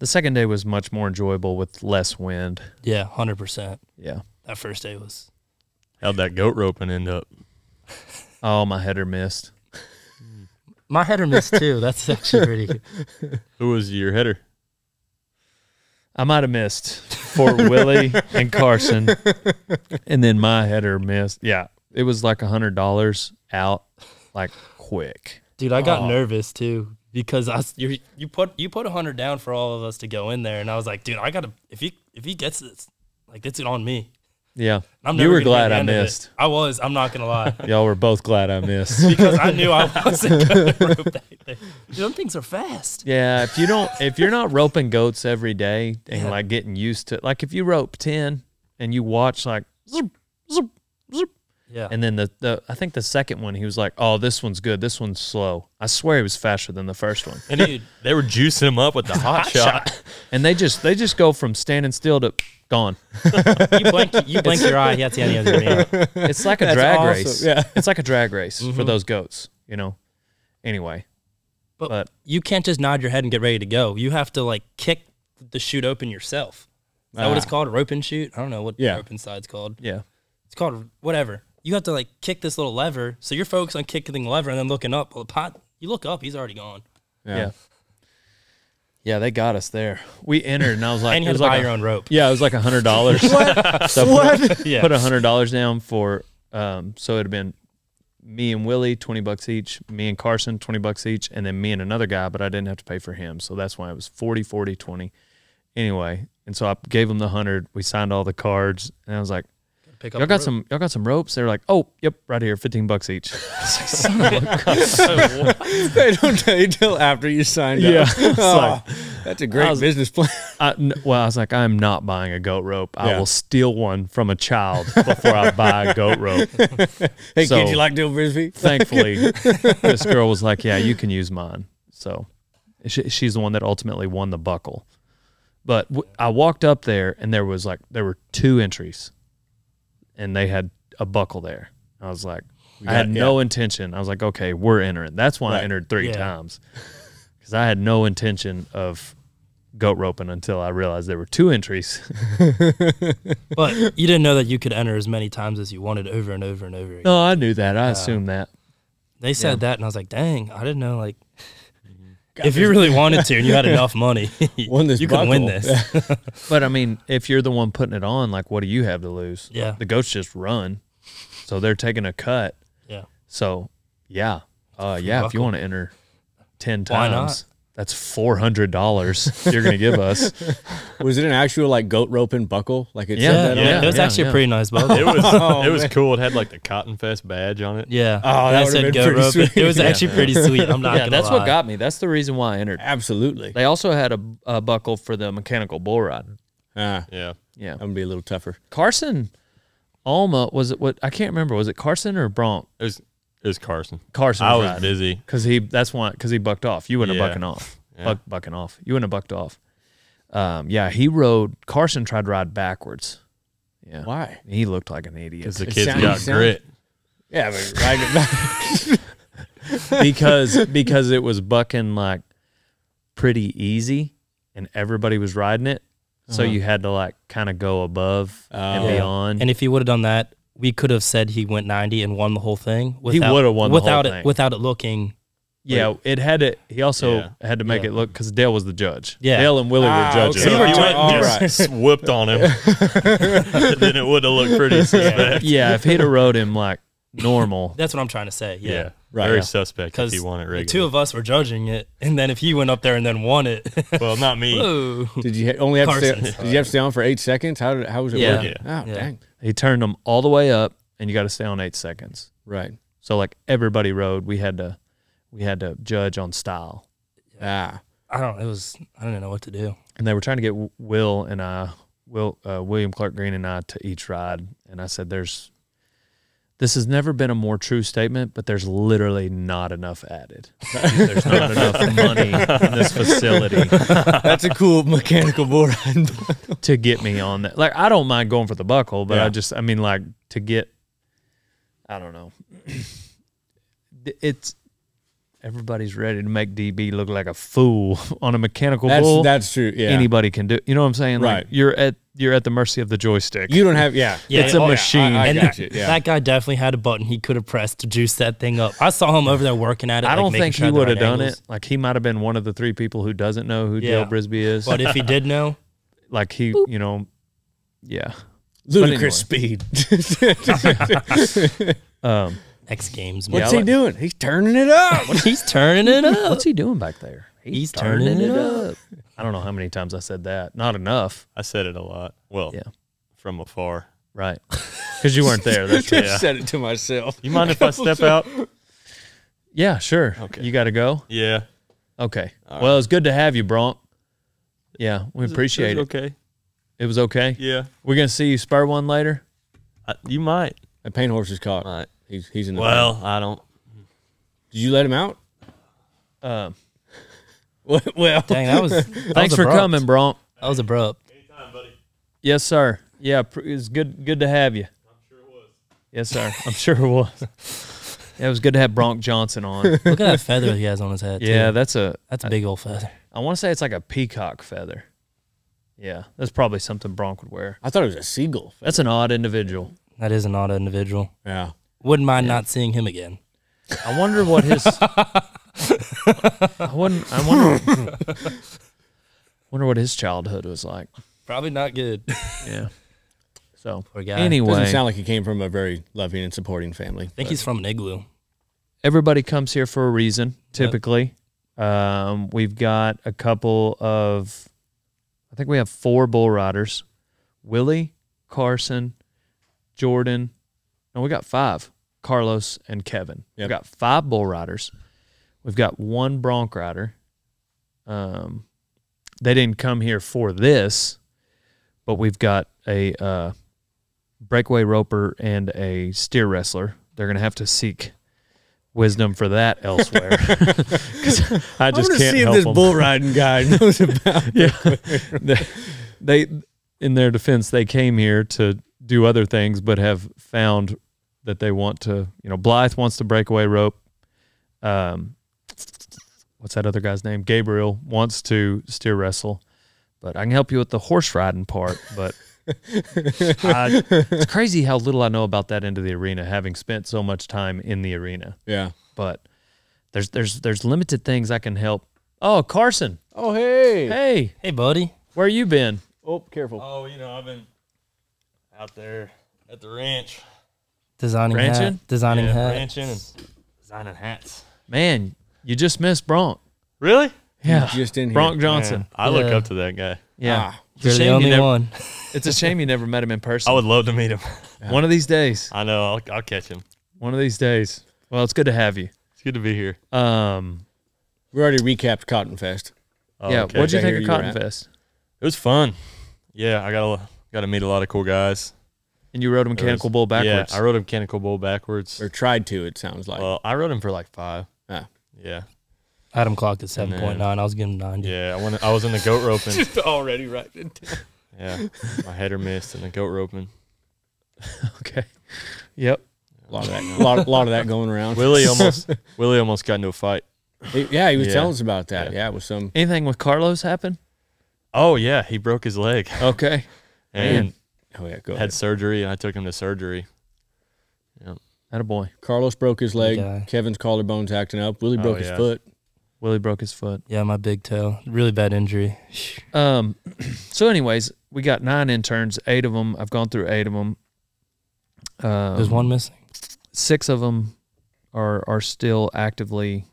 S1: The second day was much more enjoyable with less wind.
S3: Yeah, hundred percent.
S1: Yeah.
S3: That first day was.
S4: How'd that goat roping end up?
S1: Oh, my header missed.
S3: My header missed too. That's actually pretty.
S4: Who was your header?
S1: I might have missed for Willie and Carson, and then my header missed. Yeah, it was like a hundred dollars out, like quick.
S3: Dude, I got nervous too because I you you put you put a hundred down for all of us to go in there, and I was like, "Dude, I gotta if he if he gets this, like it's on me."
S1: Yeah,
S3: And I'm
S1: you
S3: never
S1: were
S3: gonna be at
S1: glad
S3: the
S1: I
S3: end of it.
S1: missed.
S3: I was. I'm not gonna lie.
S1: Y'all were both glad I missed.
S3: because I knew I wasn't going to rope that thing. Dude, them things are fast.
S1: yeah, if you don't, if you're not roping goats every day and
S3: Yeah.
S1: like getting used to, like if you rope ten and you watch like, zoop, zoop, zoop,
S3: Yeah.
S1: and then the the I think the second one he was like, oh this one's good, this one's slow. I swear he was faster than the first one.
S3: And dude,
S4: They were juicing him up with the hot, shot.
S1: And they just they just go from standing still to gone.
S3: you blink, you blink your eye. He had the end of the green.
S1: It's like a drag
S2: awesome.
S1: race.
S2: Yeah.
S1: it's like a drag race for
S3: Mm-hmm.
S1: those goats. You know. Anyway,
S3: But,
S1: But-
S3: you can't just nod your head and get ready to go. You have to like kick the shoot open yourself. Is that what it's
S2: Ah.
S3: called? A rope and shoot? I don't know what
S2: Yeah.
S3: rope and side's called.
S1: yeah,
S3: It's called whatever. You have to like kick this little lever. So you're focused on kicking the lever and then looking up. Well, the pot, you look up, he's already gone.
S1: yeah. Yeah, they got us there. We entered, and I was like,
S3: and you
S1: it
S3: had to
S1: was
S3: buy
S1: like a-
S3: your own rope.
S1: Yeah, it was like a hundred dollars. what? So what? Put,
S3: Yeah.
S1: put a hundred dollars down for. Um, so it'd have been me and Willie, twenty bucks each. Me and Carson, twenty bucks each, and then me and another guy, but I didn't have to pay for him. So that's why it was 40, 40, 20. Anyway, and so I gave him the hundred. We signed all the cards, and I was like,
S3: Pick up
S1: "Y'all
S3: a
S1: got
S3: rope.
S1: some? Y'all got some ropes?" They were like, "Oh, yep, right here, fifteen bucks each." I was like, "Son of a
S2: they don't tell you till after you signed up.
S1: Yeah. It's like-
S2: Oh, that's a great
S1: I was-
S2: business plan.
S1: I, n- well, I was like, I'm not buying a goat rope. I
S2: Yeah.
S1: will steal one from a child before I buy a goat rope.
S2: Hey,
S1: So-
S2: kid, you like doing frisbee?
S1: Thankfully, this girl was like, Yeah, you can use mine. So she, she's the one that ultimately won the buckle. But w- I walked up there and there was like, there were two entries and they had a buckle there. I was like, I had
S2: yeah.
S1: no intention. I was like, okay, we're entering. That's why
S2: Right.
S1: I entered three
S3: Yeah.
S1: times because I had no intention of goat roping until I realized there were two entries.
S3: But you didn't know that you could enter as many times as you wanted over and over and over again.
S1: No, I knew that. I assumed that.
S3: They said that, and I was like, dang, I didn't know. Like, if you really wanted to and you had enough money,
S2: Won this
S3: you could win
S2: buckle.
S3: this.
S1: But I mean, if you're the one putting it on, like, what do you have to lose?
S3: Yeah.
S1: The goats just run. So they're taking a cut.
S3: Yeah.
S1: So, yeah. Uh, yeah. If you
S3: buckle.
S1: want to enter 10
S3: Why
S1: times,
S3: not?
S1: that's $400 you're going to give us.
S2: Was it an actual like goat rope and buckle? Like it
S1: Yeah.
S2: said that on
S3: yeah,
S1: yeah,
S3: it was
S1: yeah,
S3: actually
S1: yeah.
S3: a pretty nice boat.
S4: It was
S2: Oh,
S4: it was
S2: man.
S4: cool. It had like the Cotton Fest badge on it.
S3: yeah.
S2: Oh, that
S3: And I
S2: would've
S3: said
S2: been
S3: go
S2: pretty
S3: rope. It,
S2: sweet.
S3: it was actually pretty sweet. I'm not
S1: yeah.
S3: gonna
S1: That's
S3: lie.
S1: what got me. That's the reason why I entered.
S2: Absolutely.
S1: They also had a, a buckle for the mechanical bull ride.
S2: Ah,
S4: Yeah.
S1: Yeah.
S2: I'm gonna be a little tougher.
S1: Carson Alma, was it what? I can't remember. Was it Carson or Bronk?
S4: It was it was Carson.
S1: Carson.
S4: I was
S1: riding.
S4: busy.
S1: because he that's why because he bucked off. You wouldn't
S4: Yeah.
S1: have bucking off,
S4: Yeah.
S1: buck bucking off. You wouldn't have bucked off. Um, yeah, he rode. Carson tried to ride backwards. Yeah,
S2: Why?
S1: he looked like an idiot
S4: Because the
S2: It
S4: kids
S2: sound-
S4: got
S2: sound-
S4: grit.
S2: Yeah, but riding it back.
S1: because because it was bucking like pretty easy, and everybody was riding it. So you had to like kind of go above and
S2: Oh. Yeah.
S1: beyond.
S3: And if he would have done that, we could have said he went 90 and won the whole thing.
S1: He would've won the whole
S3: without it,
S1: thing.
S3: without it looking.
S1: yeah, it had to. He also
S4: Yeah.
S1: had to make
S3: Yeah.
S1: it look because Dale was the judge.
S3: Yeah.
S1: Dale and Willie
S2: Ah,
S1: were judges.
S2: okay.
S4: So
S2: You
S4: if
S2: were
S4: you
S2: doing
S4: went
S2: all
S4: and just whooped on him, then it would have looked pretty suspect.
S1: Yeah, if he'd have rode him like normal,
S3: That's what I'm trying to say.
S4: Yeah.
S3: Yeah.
S2: Right,
S4: Very
S2: yeah.
S4: suspect if
S3: Because
S4: he won it
S3: the
S4: regularly.
S3: two of us were judging it, and then if he went up there and then won it,
S4: well, not me.
S3: whoa.
S2: Did you ha- only have to
S3: Carson's
S2: stay? Did you have to stay on for eight seconds? How did? How was it
S1: Yeah.
S2: working?
S4: Yeah.
S2: Oh,
S3: Yeah.
S2: dang.
S1: He turned them all the way up, and you got to stay on eight seconds.
S2: Right.
S1: So like everybody rode, we had to we had to judge on style,
S2: Ah.
S3: I don't. It was. I don't know what to do.
S1: and they were trying to get W- Will and I, Will uh, William Clark Green and I to each ride, and I said, "There's this has never been a more true statement, but there's literally not enough added. there's not enough money in this facility
S2: That's a cool mechanical bull ride.
S1: to get me on that. Like I don't mind going for the buckle, but
S2: Yeah.
S1: I just I mean like to get I don't know. it's everybody's ready to make DB look like a fool on a mechanical
S2: That's
S1: bull.
S2: that's true. Yeah.
S1: Anybody can do. You know what I'm saying?
S2: Right.
S1: Like you're at you're at the mercy of the joystick.
S2: You don't have. Yeah.
S3: Yeah,
S1: it's a
S3: oh, yeah,
S1: machine.
S2: I, I
S3: and
S2: got
S3: that,
S2: you. Yeah.
S3: that guy definitely had a button he could have pressed to juice that thing up. I saw him over there working at it.
S1: I
S3: like,
S1: don't
S3: making
S1: think
S3: sure
S1: he
S3: I had the
S1: would have
S3: right
S1: done
S3: angles.
S1: it. Like he might have been one of the three people who doesn't know who
S3: Yeah.
S1: Dale Brisby is.
S3: But if he did know,
S1: like he, you know, yeah.
S2: Ludicrous speed.
S1: Um,
S3: X Games. man.
S2: What's he doing? He's turning it up.
S3: He's turning it up.
S1: what's he doing back there?
S3: He's turning it
S1: up. I don't know how many times I said that. Not enough.
S4: I said it a lot. Well,
S1: Yeah.
S4: from afar.
S1: Right. Because you weren't there. That's right.
S2: Just said it to myself.
S4: You mind if I step out?
S1: Yeah, sure.
S4: Okay.
S1: You got to go?
S4: Yeah.
S1: Okay. Well, it's good to have you, Bronk. Yeah, we appreciate it.
S4: Okay.
S1: It was okay.
S4: Yeah.
S1: We're going to see you spur one later.
S4: I, you might.
S2: The paint horse is caught.
S4: Might.
S2: Uh, He's he's in the.
S4: Well, I don't.
S2: Did you let him out?
S1: Um,
S2: well.
S3: Dang, that was. that was
S1: thanks for
S3: abrupt.
S1: coming, Bronk.
S3: That was abrupt.
S1: Yes, sir. Yeah, pr- it was good good to have you. I'm sure it was. Yes, sir. I'm sure it was. Yeah, it was good to have Bronk Johnson on.
S3: Look at that feather he has on his head.
S1: yeah,
S3: too.
S1: that's a
S3: that's a big old feather.
S1: I want to say it's like a peacock feather. Yeah, that's probably something Bronk would wear.
S2: I thought it was a seagull.
S1: That's an odd individual.
S3: That is an odd individual.
S2: Yeah.
S3: Wouldn't mind not seeing him again.
S1: I wonder what his. I wouldn't. I wonder. Wonder what his childhood was like.
S3: Probably not good.
S1: Yeah. So
S3: Poor guy.
S1: anyway,
S2: Doesn't sound like he came from a very loving and supporting family.
S3: I think he's from an igloo.
S1: everybody comes here for a reason. Typically, um, we've got a couple of, I think we have four bull riders: Willie, Carson, Jordan, and we got five: Carlos and Kevin.
S2: Yep.
S1: We've got five bull riders. We've got one bronc rider. Um, they didn't come here for this, but we've got a uh, breakaway roper and a steer wrestler. They're gonna have to seek wisdom for that elsewhere. 'Cause I just
S2: I'm
S1: can't
S2: gonna see if
S1: help
S2: this
S1: them.
S2: bull riding guy knows about.
S1: yeah, they, in their defense, they came here to do other things, but have found that they want to. You know, Blythe wants to breakaway rope. Um, what's that other guy's name? Gabriel wants to steer wrestle, but I can help you with the horse riding part. But I, it's crazy how little I know about that end of the arena, having spent so much time in the arena
S2: Yeah.
S1: but there's there's there's limited things I can help. Oh, Carson.
S2: Oh hey.
S1: Hey,
S3: Hey, buddy.
S1: where you been?
S2: Oh, careful.
S4: Oh, you know, I've been out there at the ranch.
S3: Designing
S1: Ranching?
S3: hat. Designing
S4: Yeah,
S3: hat.
S4: ranching and designing hats.
S1: Man, you just missed Bronk.
S4: Really?
S1: Yeah.
S2: Just in here.
S1: Bronk Johnson.
S4: Man, I look
S3: Yeah.
S4: up to that guy.
S1: Yeah.
S2: Ah,
S1: It's, a
S3: You're the
S1: shame you
S3: only
S1: never,
S3: one.
S1: it's a shame you never met him in person.
S4: I would love to meet him.
S1: One of these days.
S4: I know. I'll, I'll catch him.
S1: One of these days. Well, it's good to have you.
S4: It's good to be here.
S1: Um
S2: We already recapped Cotton Fest.
S4: Oh,
S1: yeah,
S4: okay.
S1: what'd you
S2: I
S1: think
S2: hear
S1: of
S2: you were
S1: Cotton
S2: at.
S1: Fest?
S4: It was fun. Yeah, I got to got to meet a lot of cool guys.
S1: And you rode a
S4: There
S1: mechanical
S4: was-
S1: bull backwards.
S4: Yeah, I rode a mechanical bull backwards.
S2: Or tried to, it sounds like.
S4: Well, I rode him for like five.
S2: Ah.
S4: Yeah,
S3: Adam clocked at 7.9. I was giving him 9. dude.
S4: yeah. I went. I was in the goat roping.
S1: already right.
S4: Yeah, my header missed and the goat roping.
S1: Okay. Yep.
S2: a lot of that, a lot, lot of that going around.
S4: Willie almost. Willie almost got into a fight.
S2: He- yeah, he was
S4: Yeah.
S2: telling us about that.
S4: Yeah.
S2: Yeah, it was some.
S1: Anything with Carlos happen?
S4: Oh yeah, he broke his leg
S1: Okay.
S4: and
S2: Oh yeah, go ahead.
S4: had surgery. And I took him to surgery.
S1: Had a boy.
S2: Carlos broke his leg.
S3: guy.
S2: Kevin's collarbone's acting up. Willie
S4: Oh,
S2: broke
S4: yeah.
S2: his foot.
S1: Willie broke his foot.
S3: Yeah, my big toe. Really bad injury.
S1: Um, so, anyways, we got nine interns. Eight of them, I've gone through eight of them. Um,
S3: There's one missing.
S1: Six of them are are still actively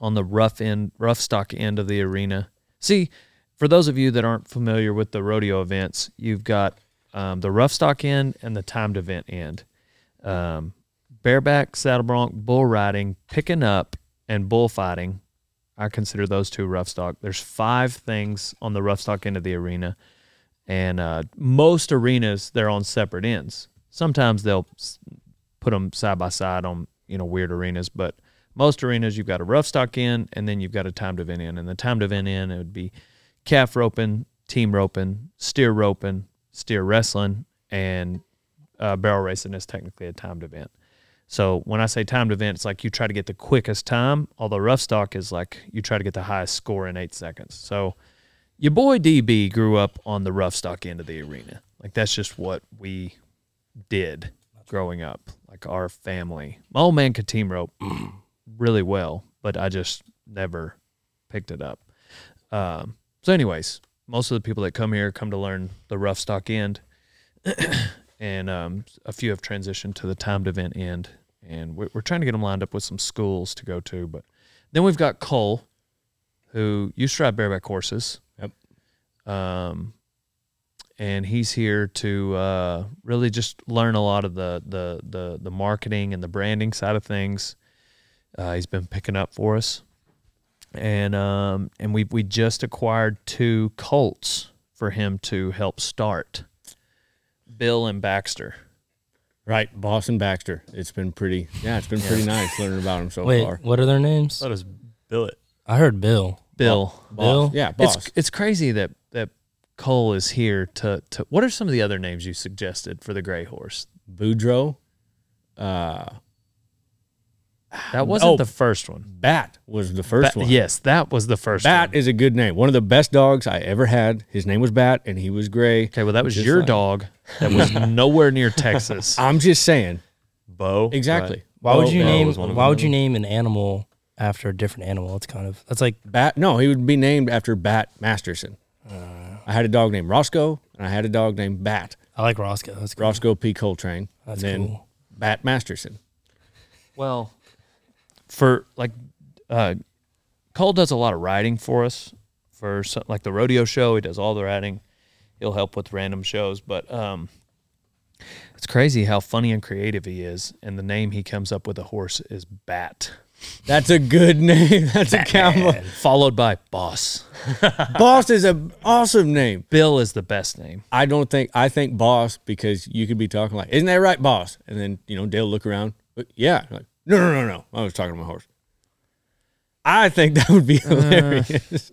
S1: on the rough end, rough stock end of the arena. See, for those of you that aren't familiar with the rodeo events, you've got um, the rough stock end and the timed event end. Um, bareback, saddle bronc, bull riding, picking up, and bullfighting. I consider those two rough stock. There's five things on the rough stock end of the arena, and uh, most arenas they're on separate ends. Sometimes they'll s- put them side by side on you know weird arenas, but most arenas you've got a rough stock end and then you've got a timed event end, and the timed event end it would be calf roping, team roping, steer roping, steer wrestling, and uh, barrel racing is technically a timed event. So when I say timed event, it's like you try to get the quickest time, although rough stock is like you try to get the highest score in eight seconds. So your boy DB grew up on the rough stock end of the arena. Like that's just what we did growing up, like our family. My old man could team rope really well, but I just never picked it up. Um, so, anyways, most of the people that come here come to learn the rough stock end, and um, a few have transitioned to the timed event end. And we're, we're trying to get them lined up with some schools to go to. But then we've got Cole, who used to ride bareback horses.
S2: Yep.
S1: Um, and he's here to uh, really just learn a lot of the, the the the marketing and the branding side of things. Uh, he's been picking up for us, and um, and we we just acquired two colts for him to help start. Bill and Baxter.
S2: Right, Boston Baxter. It's been pretty. Yeah, it's been pretty nice learning about him so
S3: Wait,
S2: far.
S3: what are their
S1: Uh,
S3: names?
S4: Let us bill it.
S3: I heard Bill.
S1: Bill,
S3: Bill?
S2: Yeah, boss.
S1: it's it's crazy that that Cole is here to to. What are some of the other names you suggested for the gray horse?
S2: Boudreaux. Uh,
S1: That wasn't
S2: Oh,
S1: the first one.
S2: Bat was the first
S1: Ba-
S2: one.
S1: Yes, that was the first
S2: Bat
S1: one.
S2: is a good name. One of the best dogs I ever had. His name was Bat, and he was gray.
S1: Okay, well, that was
S2: Just
S1: your
S2: like-
S1: dog that was nowhere near Texas.
S2: I'm just saying.
S4: Bo.
S2: Exactly.
S3: Why would you
S4: Bo
S3: name
S4: was one of
S3: why
S4: them.
S3: would you name an animal after a different animal? It's kind of that's like
S2: Bat? No, he would be named after Bat Masterson. I had a dog named Roscoe, and I had a dog named Bat.
S3: I like Roscoe. That's cool.
S2: Roscoe P. Coltrane.
S3: That's
S2: and then
S3: cool.
S2: Bat Masterson.
S1: Well, for like, uh, Cole does a lot of writing for us for so- like the rodeo show. He does all the writing. He'll help with random shows, but um, it's crazy how funny and creative he is. And the name he comes up with a horse is Bat,
S2: That's a good name. That's a cowboy.
S1: followed by Boss.
S2: Boss is an awesome name.
S1: Bill is the best name.
S2: I don't think I think boss because you could be talking like, isn't that right, boss? And then you know Dale look around, "Uh, yeah, like no, no, no, no. I was talking to my horse. I think that would be hilarious.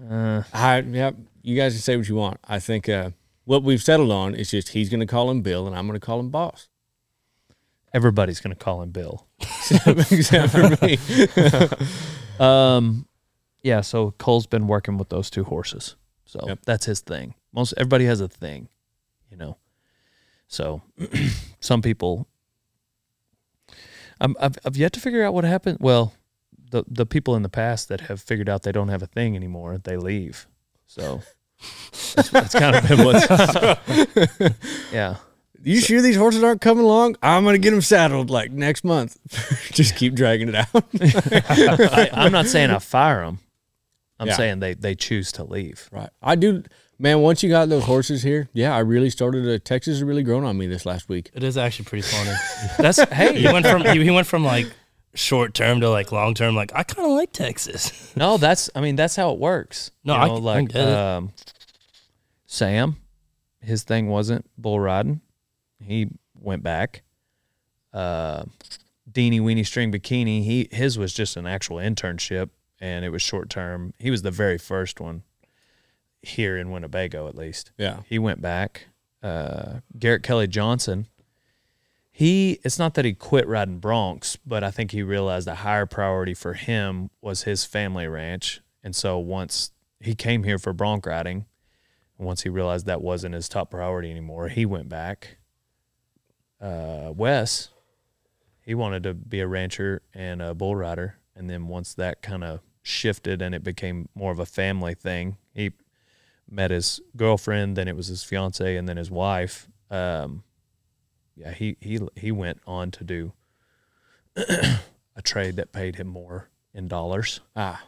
S2: I yeah, you guys can say what you want. I think uh, what we've settled on is just he's going to call him Bill and I'm going to call him boss,
S1: Everybody's gonna call him Bill.
S2: except for me.
S1: Um, yeah. So Cole's been working with those two horses. So
S2: Yep.
S1: that's his thing. Most everybody has a thing, you know. So some people, I'm, I've I've yet to figure out what happened. Well, the the people in the past that have figured out they don't have a thing anymore, they leave. So that's, that's kind of been what's. yeah.
S2: You sure these horses aren't coming along? I'm going to get them saddled like next month. just keep dragging it out.
S1: I, I'm not saying I fire them. I'm
S2: Yeah.
S1: saying they they choose to leave.
S2: Right. I do, man. Once you got those horses here, yeah, I really started. To, Texas has really grown on me this last week.
S3: It is actually pretty funny.
S1: That's hey,
S3: he went from he, he went from like short term to like long term. Like I kind of like Texas.
S1: No, that's I mean that's how it works.
S3: No,
S1: You
S3: I
S1: know,
S3: can- I
S1: like
S3: get it.
S1: um, Sam, his thing wasn't bull riding. He went back. Uh, Deenie Weenie String Bikini. He his was just an actual internship, and it was short term. He was the very first one here in Winnebago, at least.
S2: Yeah.
S1: He went back. Uh, Garrett Kelly Johnson. He it's not that he quit riding Bronx, but I think he realized the higher priority for him was his family ranch. And so once he came here for bronc riding, and once he realized that wasn't his top priority anymore, he went back. Uh, Wes, he wanted to be a rancher and a bull rider, and then once that kind of shifted and it became more of a family thing, he met his girlfriend, then it was his fiance, and then his wife. Um, yeah, he he he went on to do a trade that paid him more in dollars.
S2: Ah.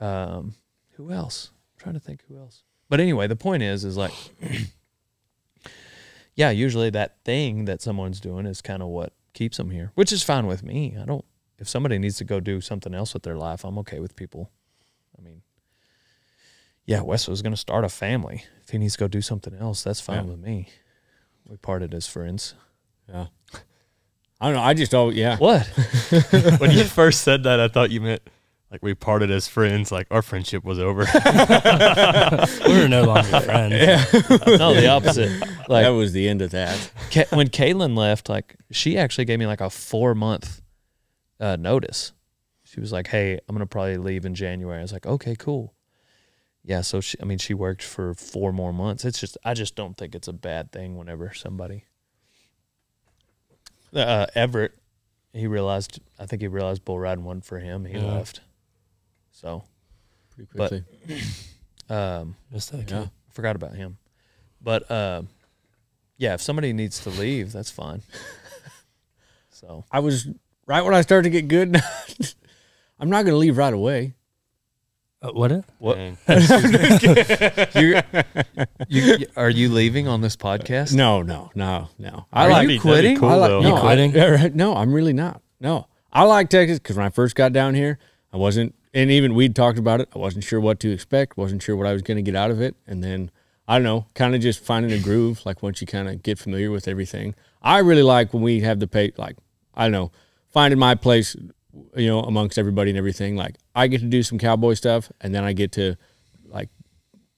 S1: Um, who else? I'm trying to think who else. But anyway, the point is, is like, yeah, usually that thing that someone's doing is kind of what keeps them here, which is fine with me. I don't. If somebody needs to go do something else with their life, I'm okay with people. I mean, yeah, Wes was going to start a family. If he needs to go do something else, that's fine with me. We parted as friends.
S2: Yeah. I don't know. I just always yeah.
S1: What?
S4: when you first said that, I thought you meant like we parted as friends, like our friendship was over.
S3: We were no longer friends.
S1: no, the opposite. Like
S2: that was the end of that.
S1: Ka- when Kaylin left, like she actually gave me like a four month uh, notice. She was like, "Hey, I'm gonna probably leave in January." I was like, "Okay, cool." Yeah, so she, I mean, she worked for four more months. It's just, I just don't think it's a bad thing whenever somebody. Uh, Everett, he realized, I think he realized bull riding wasn't for him. He
S3: Yeah.
S1: left. So,
S2: Pretty
S1: But-
S2: quickly.
S1: um,
S3: Just that
S2: yeah.
S3: kid.
S1: forgot about him. But uh, yeah, if somebody needs to leave, that's fine. so
S2: I was right when I started to get good. I'm not going to leave right away.
S3: Uh, what? it-
S1: What-
S4: And
S1: you, you are you leaving on this podcast?
S2: No, no, no, no.
S1: Are
S2: I like.
S1: you quitting?
S4: Cool,
S2: I like
S4: though.
S2: no,
S3: You quitting?
S2: I- no, I'm really not. No, I like Texas because when I first got down here, I wasn't, and even we'd talked about it. I wasn't sure what to expect. wasn't sure what I was going to get out of it, and then I don't know, kind of just finding a groove. Like once you kind of get familiar with everything, I really like when we have the pay. Like I don't know, finding my place, you know, amongst everybody and everything. Like I get to do some cowboy stuff, and then I get to like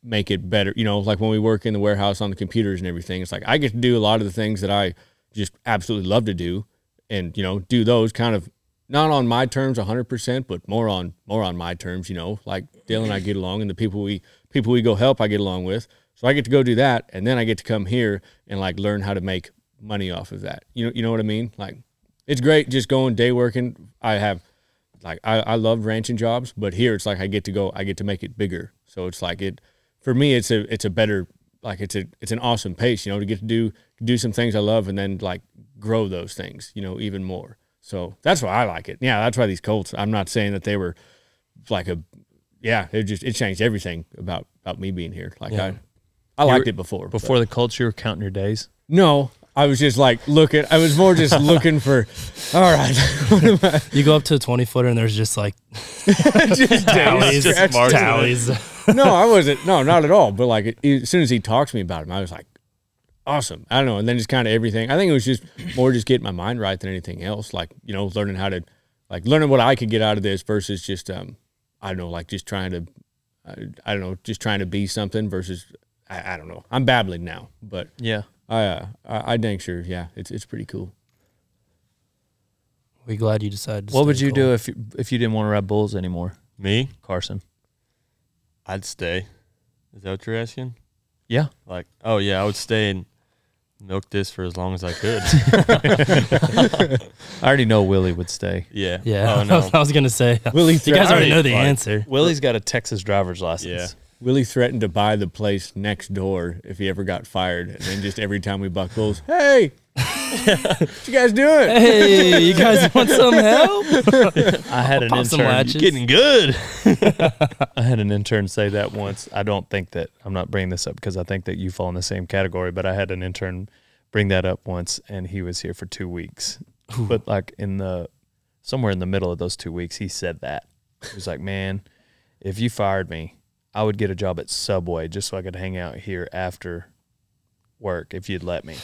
S2: make it better. You know, like when we work in the warehouse on the computers and everything, it's like I get to do a lot of the things that I just absolutely love to do and, you know, do those kind of not on my terms 100%, but more on more on my terms, you know, like Dale and I get along and the people we people we go help I get along with. So I get to go do that and then I get to come here and like learn how to make money off of that. You know, you know what I mean? Like it's great just going day working. I have like I, I love ranching jobs, but here it's like I get to go, I get to make it bigger. So it's like it for me, it's a it's a better like it's a it's an awesome pace. You know, to get to do do some things I love and then like grow those things. You know, even more. So that's why I like it. Yeah, that's why these Colts. I'm not saying that they were like a yeah. It just it changed everything about about me being here. Like I. I liked it before. but-
S1: Before the culture, you were counting your days.
S2: no, I was just like looking. I was more just looking for. All right,
S3: You go up to a 20 footer and there's just like
S2: just
S3: tallies,
S2: scratched it.
S3: tallies.
S2: No, I wasn't. No, not at all. But like as soon as he talked to me about him, I was like, awesome. I don't know. And then just kind of everything. I think it was just more just getting my mind right than anything else. Like you know, learning how to, like learning what I could get out of this versus just um, I don't know, like just trying to, uh, I, I don't know, just trying to be something versus I, I don't know. I'm babbling now, but
S1: Yeah.
S2: I uh, I, I dang sure, yeah, it's it's pretty cool.
S3: We glad you decided. To
S1: What would you do if you, if you didn't want to ride bulls anymore,
S4: Me?
S1: Carson?
S4: I'd stay. Is that what you're asking?
S1: Yeah.
S4: Like, oh yeah, I would stay and milk this for as long as I could.
S1: I already know Willie would stay.
S4: yeah.
S3: Yeah,
S4: Oh no.
S3: I was gonna say.
S2: Willie,
S3: You guys
S2: threatened-
S3: already know the
S4: Like-
S3: answer.
S1: Willie's got a Texas driver's license.
S4: Yeah.
S2: Willie threatened to buy the place next door if he ever got fired, and then just every time we buck bulls, hey, what you guys doing?
S3: Hey, you guys want some help?
S1: I had an
S3: Pop some
S1: intern.
S3: latches.
S1: Getting good. I had an intern say that once. I don't think that I'm not bringing this up because I think that you fall in the same category. But I had an intern bring that up once, and he was here for two weeks. But like in the somewhere in the middle of those two weeks, he said that he was like, "Man, if you fired me, I would get a job at Subway just so I could hang out here after work if you'd let me."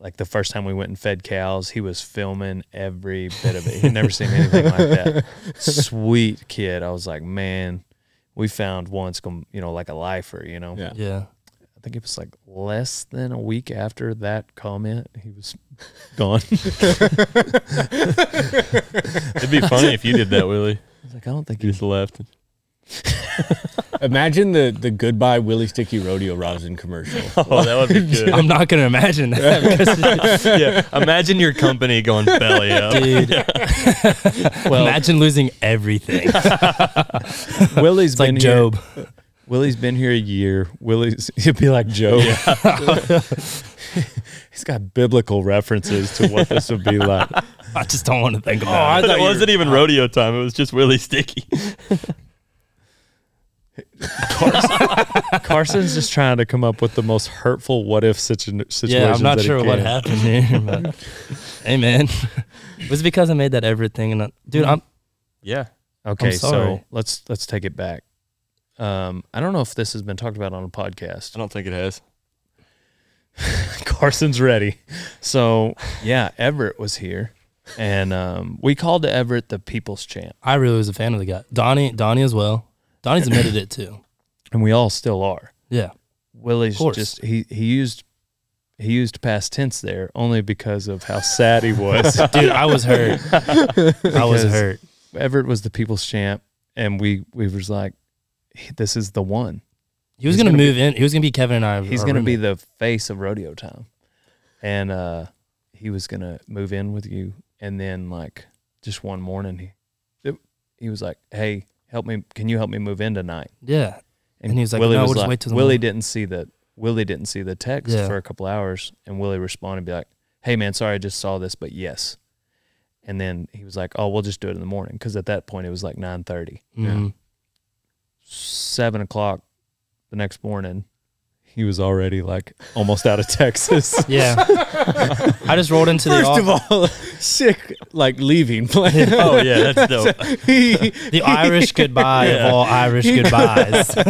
S1: Like the first time we went and fed cows, he was filming every bit of it. He'd never seen anything like that. Sweet kid. I was like, man, we found one's going, you know, like a lifer, you know?
S2: Yeah.
S3: Yeah.
S1: I think it was like less than a week after that comment, he was gone. I
S4: It'd be funny if you did that, Willie.
S1: was like, I don't think
S4: You
S1: you.
S4: just left.
S2: Imagine the the goodbye Willie Sticky Rodeo Rosin commercial.
S4: Oh, that would be good.
S3: I'm not gonna imagine that.
S4: yeah. Imagine your company going belly up.
S3: Dude. imagine losing everything. It's
S1: Willie's
S3: like
S1: been
S3: Job.
S1: Here, Willie's been here a year. Willie's he'd be like Joe. He's got biblical references to what this would be like.
S3: I just don't want to think about it.
S4: That wasn't even rodeo time. It was just Willie Sticky.
S1: Carson's just trying to come up with the most hurtful what if situ- situations.
S3: Yeah, I'm not
S1: that he
S3: sure what
S1: can.
S3: happened here, but hey man. It was because I made that everett thing and I, dude, I'm
S4: Yeah.
S1: Okay, so
S3: sorry.
S1: let's let's take it back. Um, I don't know if this has been talked about on a podcast.
S4: I don't think it has.
S1: Carson's ready. So yeah, Everett was here, and um, we called Everett the People's Champ,
S3: I really was a fan of the guy. Donnie Donnie as well. Donnie's admitted it too.
S1: and we all still are.
S3: Yeah.
S1: Willie's
S3: Of course.
S1: just he he used he used past tense there only because of how sad he was.
S3: Dude, I was hurt. I was
S1: Because-
S3: hurt.
S1: Everett was the People's Champ, and we we was like, this is the one.
S3: He was
S1: He's
S3: gonna,
S1: gonna
S3: move in. He was gonna be Kevin and I.
S1: he's going to be the face of rodeo time and uh he was going to move in with you and then like just one morning he it- he was like hey help me can you help me move in tonight
S3: yeah. And he was like, "No, we'll just wait till the
S1: willie
S3: morning."
S1: didn't see the willie didn't see the text
S3: Yeah.
S1: for a couple hours and willie responded be like hey man sorry i just saw this but yes and then he was like oh we'll just do it in the morning because at that point it was like 9.30
S3: Mhm.
S1: seven o'clock the next morning he was already like almost out of texas
S3: Yeah. I just rolled into the
S2: First
S3: office.
S2: of all, sick like leaving plan.
S4: Oh yeah, that's dope.
S2: he
S3: the Irish goodbye of all Irish goodbyes.
S2: he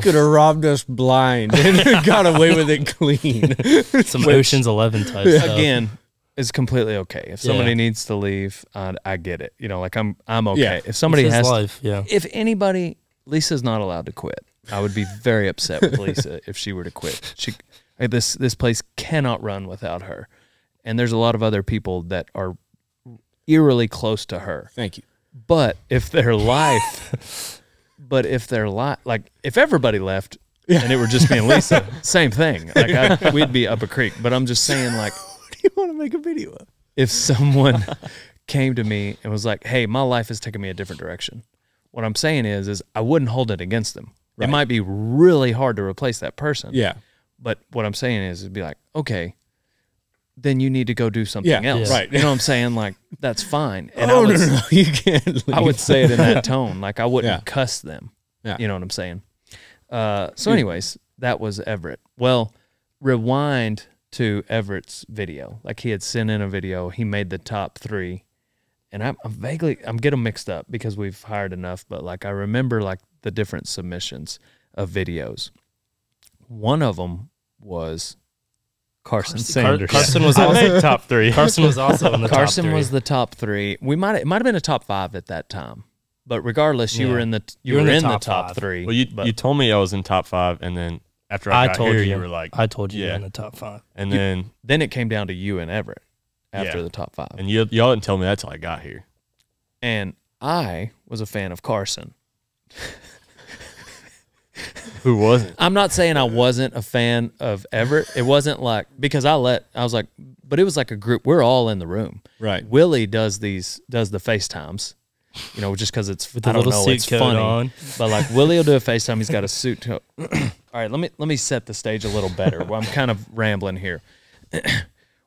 S2: could have robbed us blind and got away with it clean.
S3: Some Ocean's Eleven type stuff.
S1: again it's completely okay if somebody
S3: Yeah.
S1: needs to leave I, I get it you know like i'm i'm okay
S2: Yeah.
S1: if somebody
S3: It's
S1: has
S3: his
S1: to,
S3: life. yeah.
S1: if anybody lisa's not allowed to quit i would be very upset with lisa if she were to quit she like, this this place cannot run without her and there's a lot of other people that are eerily close to her
S2: Thank you.
S1: but if their life but if their life like if everybody left and it were just me and lisa same thing like I, we'd be up a creek but i'm just saying like
S2: You want to make a video? of?
S1: if someone came to me and was like, "Hey, my life has taken me a different direction." What I'm saying is is I wouldn't hold it against them. It might be really hard to replace that person.
S2: Yeah.
S1: But what I'm saying is, it'd be like, okay, then you need to go do something
S2: Yeah,
S1: else.
S2: right.
S1: You know what I'm saying? Like, that's fine. And
S2: oh
S1: I,
S2: no,
S1: would,
S2: no, no, you can't.
S1: I would say it in that tone. Like, I wouldn't
S2: Yeah.
S1: cuss them.
S2: Yeah.
S1: You know what I'm saying? Uh, so, anyways, that was Everett. Well, rewind to Everett's video. Like, he had sent in a video, he made the top three. And I'm, I'm vaguely, I'm getting mixed up because we've hired enough, but like, I remember like the different submissions of videos. One of them was Carson, Sanders.
S3: Carson was
S4: I
S3: also
S4: made top three.
S3: Carson was also in the
S1: Carson
S3: top three.
S1: was the top three. We might it might have been a top five at that time, but regardless, you
S3: Yeah.
S1: were in the you
S3: You're
S1: were
S3: in the
S1: in the
S3: top
S1: top,
S3: five.
S1: three.
S4: Well, you,
S1: but
S4: you told me I was in top five, and then after I,
S3: I
S4: got
S3: told
S4: here,
S3: you.
S4: you. were like,
S3: I told you you were
S4: Yeah.
S3: in the top five.
S4: and then
S1: then it came down to you and Everett after
S4: Yeah.
S1: the top five,
S4: and you y'all didn't tell me that till I got here.
S1: and I was a fan of Carson.
S4: Who wasn't?
S1: I'm not saying I wasn't a fan of Everett. It wasn't like because I let I was like, but it was like a group. We're all in the room.
S2: Right.
S1: Willie does these does the FaceTimes, you know, just because it's
S3: With
S1: I
S3: a
S1: don't
S3: little
S1: know,
S3: suit
S1: it's
S3: coat
S1: funny.
S3: on.
S1: But like Willie will do a FaceTime. He's got a suit. coat. all right, let me let me set the stage a little better. Well, I'm kind of rambling here.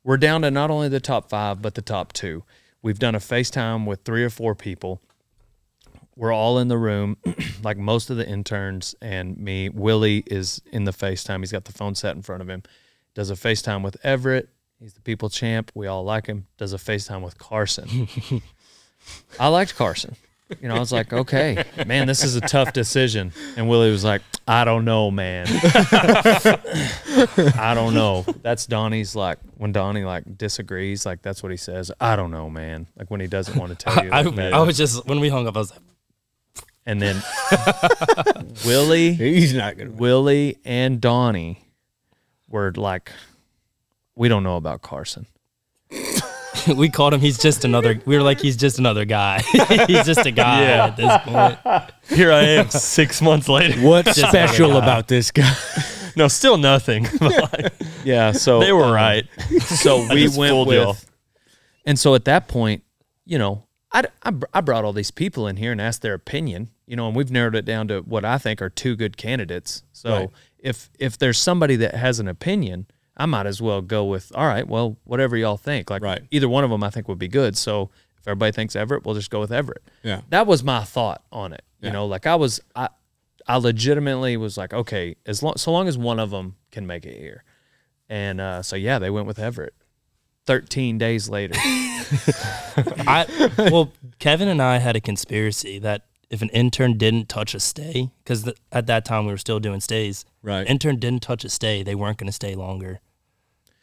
S1: We're down to not only the top five but the top two. We've done a FaceTime with three or four people. We're all in the room, like most of the interns and me. Willie is in the FaceTime. He's got the phone set in front of him. Does a FaceTime with Everett. He's the people champ. We all like him. Does a FaceTime with Carson. I liked Carson. You know, I was like, okay, man, this is a tough decision. And Willie was like, I don't know, man. I don't know. That's Donnie's like when Donnie like disagrees, like that's what he says. I don't know, man. Like when he doesn't want to tell you.
S3: I,
S1: like, man.
S3: I was just when we hung up, I was like,
S1: and then Willie,
S2: He's not gonna.
S1: Willie and Donnie were like, we don't know about Carson.
S3: we called him. He's just another. We were like, he's just another guy. he's just a guy at this point.
S4: Here I am six months later.
S2: What's special about this guy?
S4: No, still nothing. Like,
S1: Yeah, so
S4: they were right.
S1: so
S4: I
S1: we
S4: just
S1: went
S4: fooled
S1: with,
S4: y'all.
S1: and so at that point, you know, I, I, br- I brought all these people in here and asked their opinion, you know, and we've narrowed it down to what I think are two good candidates. So
S2: Right.
S1: if if there's somebody that has an opinion, I might as well go with all right, well, whatever y'all think. Like
S2: Right.
S1: either one of them, I think would be good. So if everybody thinks Everett, we'll just go with Everett.
S2: Yeah.
S1: that was my thought on it. You know, like I was I. I legitimately was like, okay, as long so long as one of them can make it here, and uh, so yeah, they went with Everett. Thirteen days later,
S3: I well, Kevin and I had a conspiracy that if an intern didn't touch a stay, because at that time we were still doing stays,
S2: Right.
S3: Intern didn't touch a stay, they weren't going to stay longer,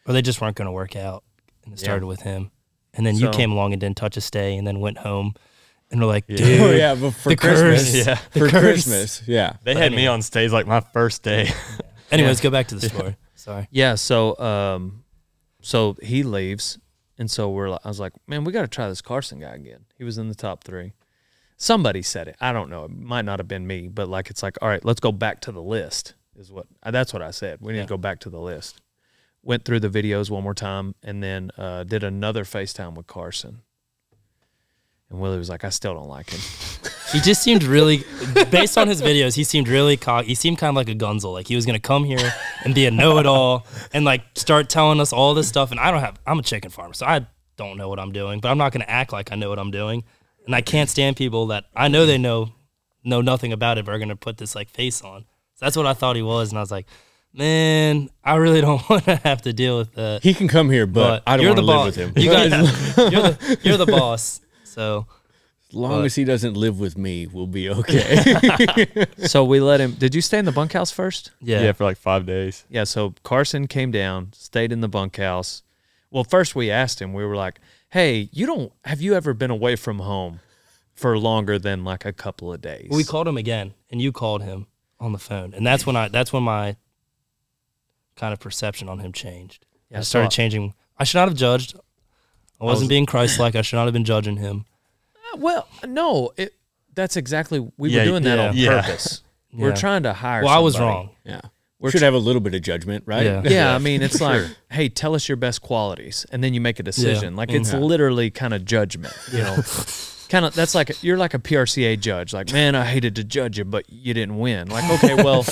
S3: or they just weren't going to work out. And it started with him, and then you
S1: So-
S3: came along and didn't touch a stay, and then went home, and we're like, dude,
S2: Oh yeah, but for
S3: the
S2: Christmas.
S3: curse. Yeah, the
S2: for
S3: curse.
S2: Christmas. Yeah.
S4: They had me on stage like my first day.
S3: Anyways, go back to the story. Sorry.
S1: yeah. So, um, so he leaves, and so we're. Like, I was like, man, we got to try this Carson guy again. He was in the top three. Somebody said it. I don't know. It might not have been me, but like, it's like, all right, let's go back to the list. Is what uh, that's what I said. We need to go back to the list. Went through the videos one more time, and then uh, did another FaceTime with Carson. And Willie was like, I still don't like him.
S3: He just seemed really, based on his videos, he seemed really cocky. He seemed kind of like a gunzel. Like he was going to come here and be a know it all and like start telling us all this stuff. And I don't have, I'm a chicken farmer, so I don't know what I'm doing, but I'm not going to act like I know what I'm doing. And I can't stand people that I know they know, know nothing about it, but are going to put this like face on. So that's what I thought he was. And I was like, man, I really don't want to have to deal with that.
S2: He can come here, but, I don't
S3: you're
S2: want to live
S3: the
S2: with
S3: boss.
S2: him.
S3: You guys, you're, the, you're the boss. So
S2: as long as he doesn't live with me, we'll be okay.
S1: so we let him. Did you stay in the bunkhouse first?
S3: yeah.
S4: yeah, for like five days.
S1: Yeah. So Carson came down, stayed in the bunkhouse. Well, first we asked him. We were like, "Hey, you don't have you ever been away from home for longer than like a couple of days?"
S3: We called him again, and you called him on the phone, and that's when I that's when my kind of perception on him changed.
S1: Yeah,
S3: I started
S1: so-
S3: changing. I should not have judged. I wasn't being Christ-like. I should not have been judging him.
S1: Uh, well, no, it, that's exactly we
S4: Yeah,
S1: were doing that
S3: yeah.
S1: on
S4: Yeah.
S1: purpose. We're
S3: Yeah.
S1: trying to hire.
S3: Well, I was
S1: somebody.
S3: wrong.
S2: yeah.
S1: We're
S2: Should
S1: tr-
S2: have a little bit of judgment, right?
S3: Yeah.
S1: Yeah, I mean, it's like, hey, tell us your best qualities, and then you make a decision. Like it's literally kind of judgment, you know. kind of that's like you're like a PRCA judge. Like, man, I hated to judge you, but you didn't win. Like, okay, well,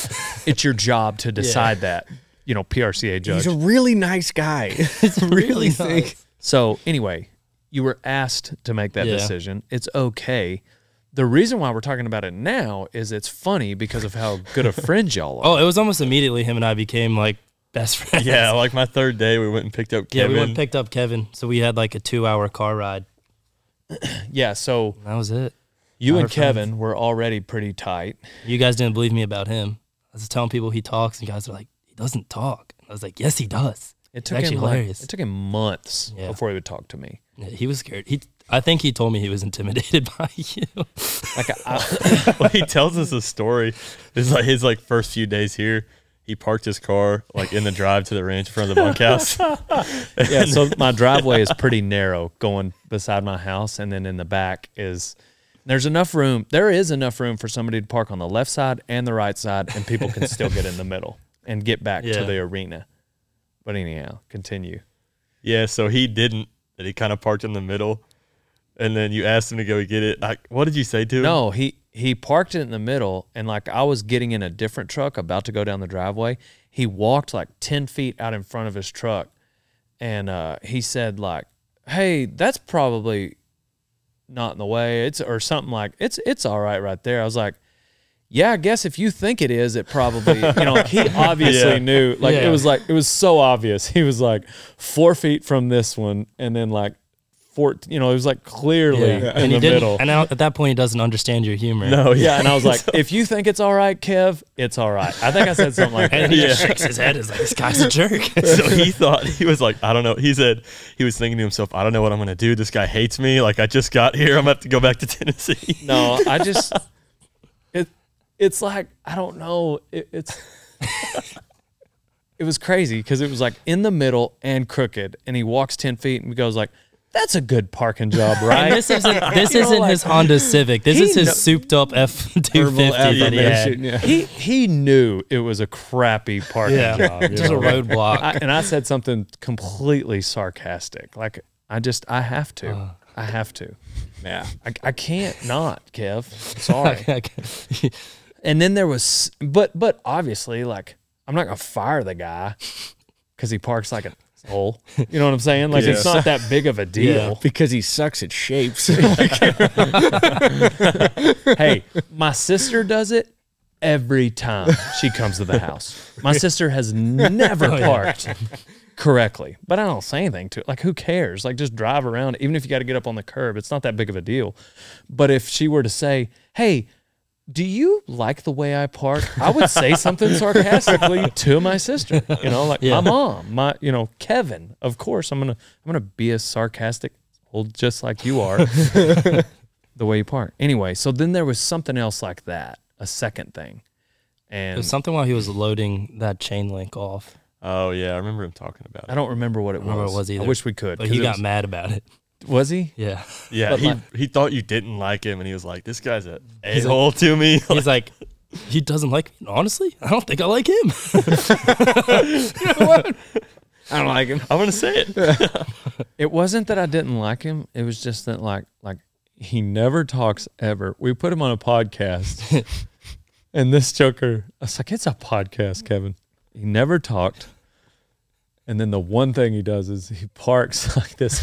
S1: it's your job to decide that. You know, PRCA judge.
S2: He's a really nice guy. It's really sick.
S1: So anyway, you were asked to make that
S3: Yeah.
S1: decision. It's okay. The reason why we're talking about it now is it's funny because of how good of friends y'all are.
S3: Oh, it was almost immediately him and I became like best friends.
S4: Yeah, like my third day, we went and picked up
S3: Yeah,
S4: Kevin.
S3: we went and picked up Kevin, so we had like a two-hour car ride.
S1: Yeah, so
S3: That was it.
S1: you
S3: Our
S1: and
S3: friends.
S1: Kevin were already pretty tight.
S3: You guys didn't believe me about him. I was telling people he talks, and you guys are like, he doesn't talk. And I was like, yes, he does.
S1: It
S3: It's
S1: took
S3: actually
S1: him like,
S3: hilarious.
S1: it took him months
S3: Yeah.
S1: before he would talk to me.
S3: Yeah, he was scared. He, I think he told me he was intimidated by you.
S1: Like I,
S4: well, he tells us a story. This is like his like first few days here. He parked his car like in the drive to the ranch in front of the bunkhouse.
S1: yeah, so my driveway is pretty narrow going beside my house and then in the back is there's enough room. There is enough room for somebody to park on the left side and the right side and people can still get in the middle and get back
S3: Yeah.
S1: to the arena. But anyhow, continue.
S4: yeah, so he didn't. And he kind of parked in the middle. And then you asked him to go get it. I, what did you say to him?
S1: No, he he parked it in the middle, and like I was getting in a different truck, about to go down the driveway. He walked like ten feet out in front of his truck, and uh, he said like, "Hey, that's probably not in the way. It's or something like it's it's all right right there." I was like. Yeah, I guess if you think it is, it probably you know like, he obviously
S4: Yeah.
S1: knew. Like it
S3: Yeah.
S1: was like it was so obvious. He was like four feet from this one, and then like four. You know, it was like clearly
S3: Yeah.
S1: in
S3: and he
S1: the
S3: didn't,
S1: middle.
S3: And now, at that point, he doesn't understand your humor.
S4: No,
S1: Yeah, and I was like, if you think it's all right, Kev, it's all right. I think I said something like that.
S3: And he just shakes his head. Is like, this guy's a jerk.
S4: so he thought he was like, I don't know. He said he was thinking to himself, I don't know what I'm gonna do. This guy hates me. Like I just got here. I'm gonna have to go back to Tennessee.
S1: No, I just it it's like I don't know. It, it's it was crazy because it was like in the middle and crooked, and he walks ten feet and goes like, "That's a good parking job, right?"
S3: And this isn't this isn't
S1: like-
S3: his Honda Civic. This
S1: He
S3: is his
S1: kno-
S3: souped up F two
S2: Verbal
S3: fifty that he had.
S2: affirmation, yeah.
S1: he he knew it was a crappy parking job.
S3: Yeah,
S1: you
S3: just a
S1: know?
S3: roadblock.
S1: I, and I said something completely sarcastic. Like I just I have to.
S3: Uh.
S1: I have to.
S2: Yeah.
S1: I, I can't not, Kev. Sorry.
S3: Okay.
S1: and then there was, but but obviously, like I'm not gonna fire the guy because he parks like a hole. You know what I'm saying? Like it's
S4: Yeah.
S1: not that big of a deal.
S2: Because he sucks at shapes.
S1: hey, my sister does it every time she comes to the house. My sister has never parked correctly, but I don't say anything to it. Like, who cares? Like, just drive around. Even if you got to get up on the curb, it's not that big of a deal. But if she were to say, hey, do you like the way I park? I would say something sarcastically to my sister, you know, like my
S3: Yeah.
S1: mom, my, you know, Kevin. Of course, I'm gonna, I'm gonna be a sarcastic, well, just like you are the way you park. Anyway, so then there was something else like that, a second thing,
S3: It
S1: and
S3: was something while he was loading that chain link off,
S4: Oh yeah, I remember him talking about
S1: I
S4: it.
S1: don't remember what it was.
S3: remember what it was
S1: I
S3: either.
S1: wish we could.
S3: but
S1: 'cause
S3: he
S1: it
S3: got
S1: was,
S3: mad about it.
S1: was he?
S3: Yeah,
S4: Yeah,
S1: But
S4: he
S1: my-
S4: he thought you didn't like him, and he was like, this guy's a a hole to me.
S3: he's like, he doesn't like me. Honestly, I don't think I like him.
S2: I don't like him.
S4: I'm gonna say it.
S1: It wasn't that I didn't like him. It was just that like like he never talks ever. We put him on a podcast, and this joker, I was like, it's a podcast, Kevin. He never talked, and then the one thing he does is he parks like this,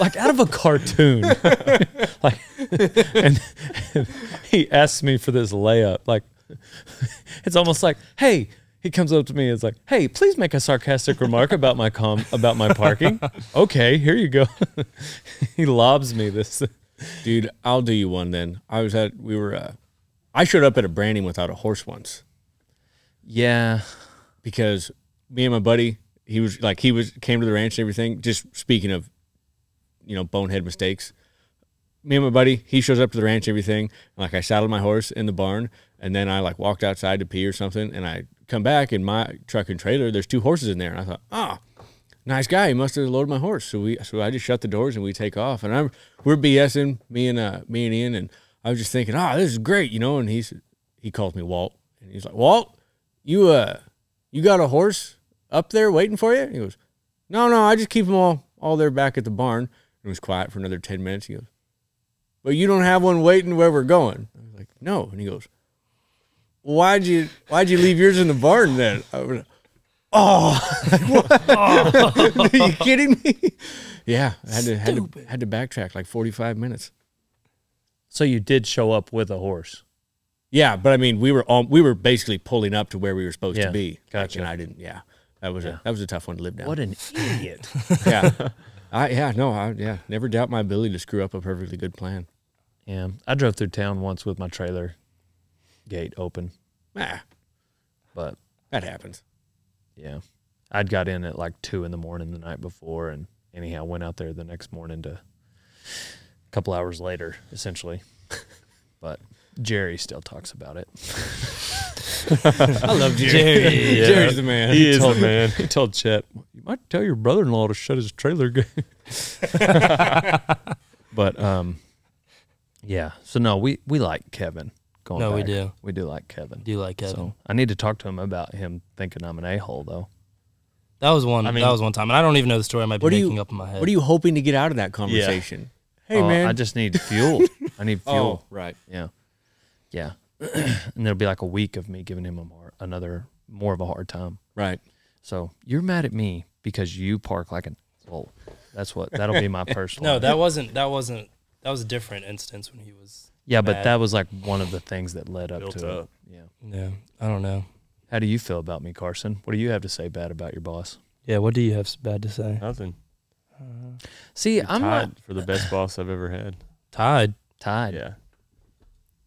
S1: like out of a cartoon, like, and, and he asks me for this layup. Like, it's almost like, hey. He comes up to me and is like, "Hey, please make a sarcastic remark about my com about my parking." okay, here you go. he lobs me this.
S2: Dude, I'll do you one then. I was at, we were, uh, I showed up at a branding without a horse once.
S1: Yeah,
S2: because me and my buddy, he was like he was came to the ranch and everything. Just speaking of, you know, bonehead mistakes. Me and my buddy, he shows up to the ranch, and everything. And, like I saddled my horse in the barn, and then I like walked outside to pee or something, and I come back in my truck and trailer. There's two horses in there, and I thought, ah, nice guy. He must have loaded my horse. So we, so I just shut the doors and we take off. And I'm we're BSing me and uh me and Ian, and I was just thinking, ah, this is great, you know. And he's he calls me Walt, and he's like, Walt, you uh you got a horse up there waiting for you? And he goes, no, no, I just keep them all, all there back at the barn. And it was quiet for another 10 minutes. He goes, but you don't have one waiting where we're going. I was like, no. And he goes, why'd you why'd you leave yours in the barn then? I was, oh, like, what? are you kidding me? Yeah, I had to had to, had to backtrack like forty five minutes.
S1: So you did show up with a horse.
S2: Yeah, but I mean, we were all, we were basically pulling up to where we were supposed
S1: Yeah,
S2: to be. Like,
S1: gotcha.
S2: And I didn't. Yeah, that was a that was a tough one to live down.
S1: What an idiot.
S2: yeah. I yeah no I yeah never doubt my ability to screw up a perfectly good plan.
S1: yeah. I drove through town once with my trailer gate open,
S2: Ah,
S1: but
S2: that happens.
S1: yeah. I'd got in at like two in the morning the night before and anyhow went out there the next morning to a couple hours later, essentially. but Jerry still talks about it.
S2: I love Jerry.
S3: Jerry.
S2: Jerry's the man.
S4: He is the man.
S1: He told Chet, "You might tell your brother-in-law to shut his trailer gate." but um, yeah. So no, we we like Kevin. Going
S3: No, we
S1: back.
S3: do.
S1: We do like Kevin.
S3: Do you like Kevin?
S1: So I need to talk to him about him thinking I'm an a-hole, though.
S3: That was one.
S4: I mean-
S3: that was one time, and I don't even know the story. I might be
S2: What do you-
S3: making up in my head.
S2: What are you hoping to get out of that conversation? Hey
S1: Oh,
S2: man.
S1: I just need fuel. I need
S2: oh
S1: fuel.
S2: right.
S1: Yeah, yeah. and there'll be like a week of me giving him a more another more of a hard time.
S2: Right.
S1: So you're mad at me because you park like an asshole. That's what that'll be my personal.
S3: No, that wasn't. That wasn't. That was a different instance when he was.
S1: Yeah, but
S3: bad.
S1: that was like one of the things that led up
S4: Built
S1: to
S4: up.
S1: it. Yeah.
S3: Yeah, I don't know.
S1: How do you feel about me, Carson? What do you have to say bad about your boss?
S3: Yeah, what do you have bad to say?
S4: Nothing.
S1: See, I'm
S4: tied
S1: not
S4: for the best boss I've ever had.
S3: Tied.
S1: tied.
S4: Yeah.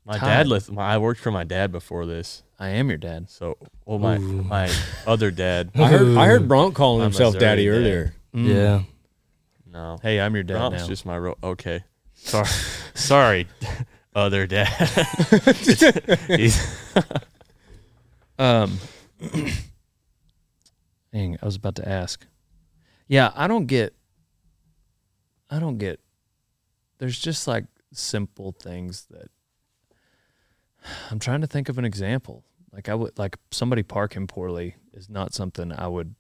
S4: My
S1: Tied.
S4: dad left. My, I worked for my dad before this,
S1: I am your dad.
S4: so well, my
S3: Ooh.
S4: my other dad.
S2: I heard I heard Bronk calling
S4: I'm
S2: himself
S4: Missouri
S2: daddy
S4: dad.
S2: earlier.
S3: Yeah.
S4: No,
S1: Hey, I'm your dad
S4: Rob's
S1: now.
S4: just my ro- okay. Sorry, sorry, other dad. He's-
S1: um, dang, I was about to ask. Yeah, I don't get. I don't get. There's just like simple things that. I'm trying to think of an example. Like I would like somebody parking poorly is not something I would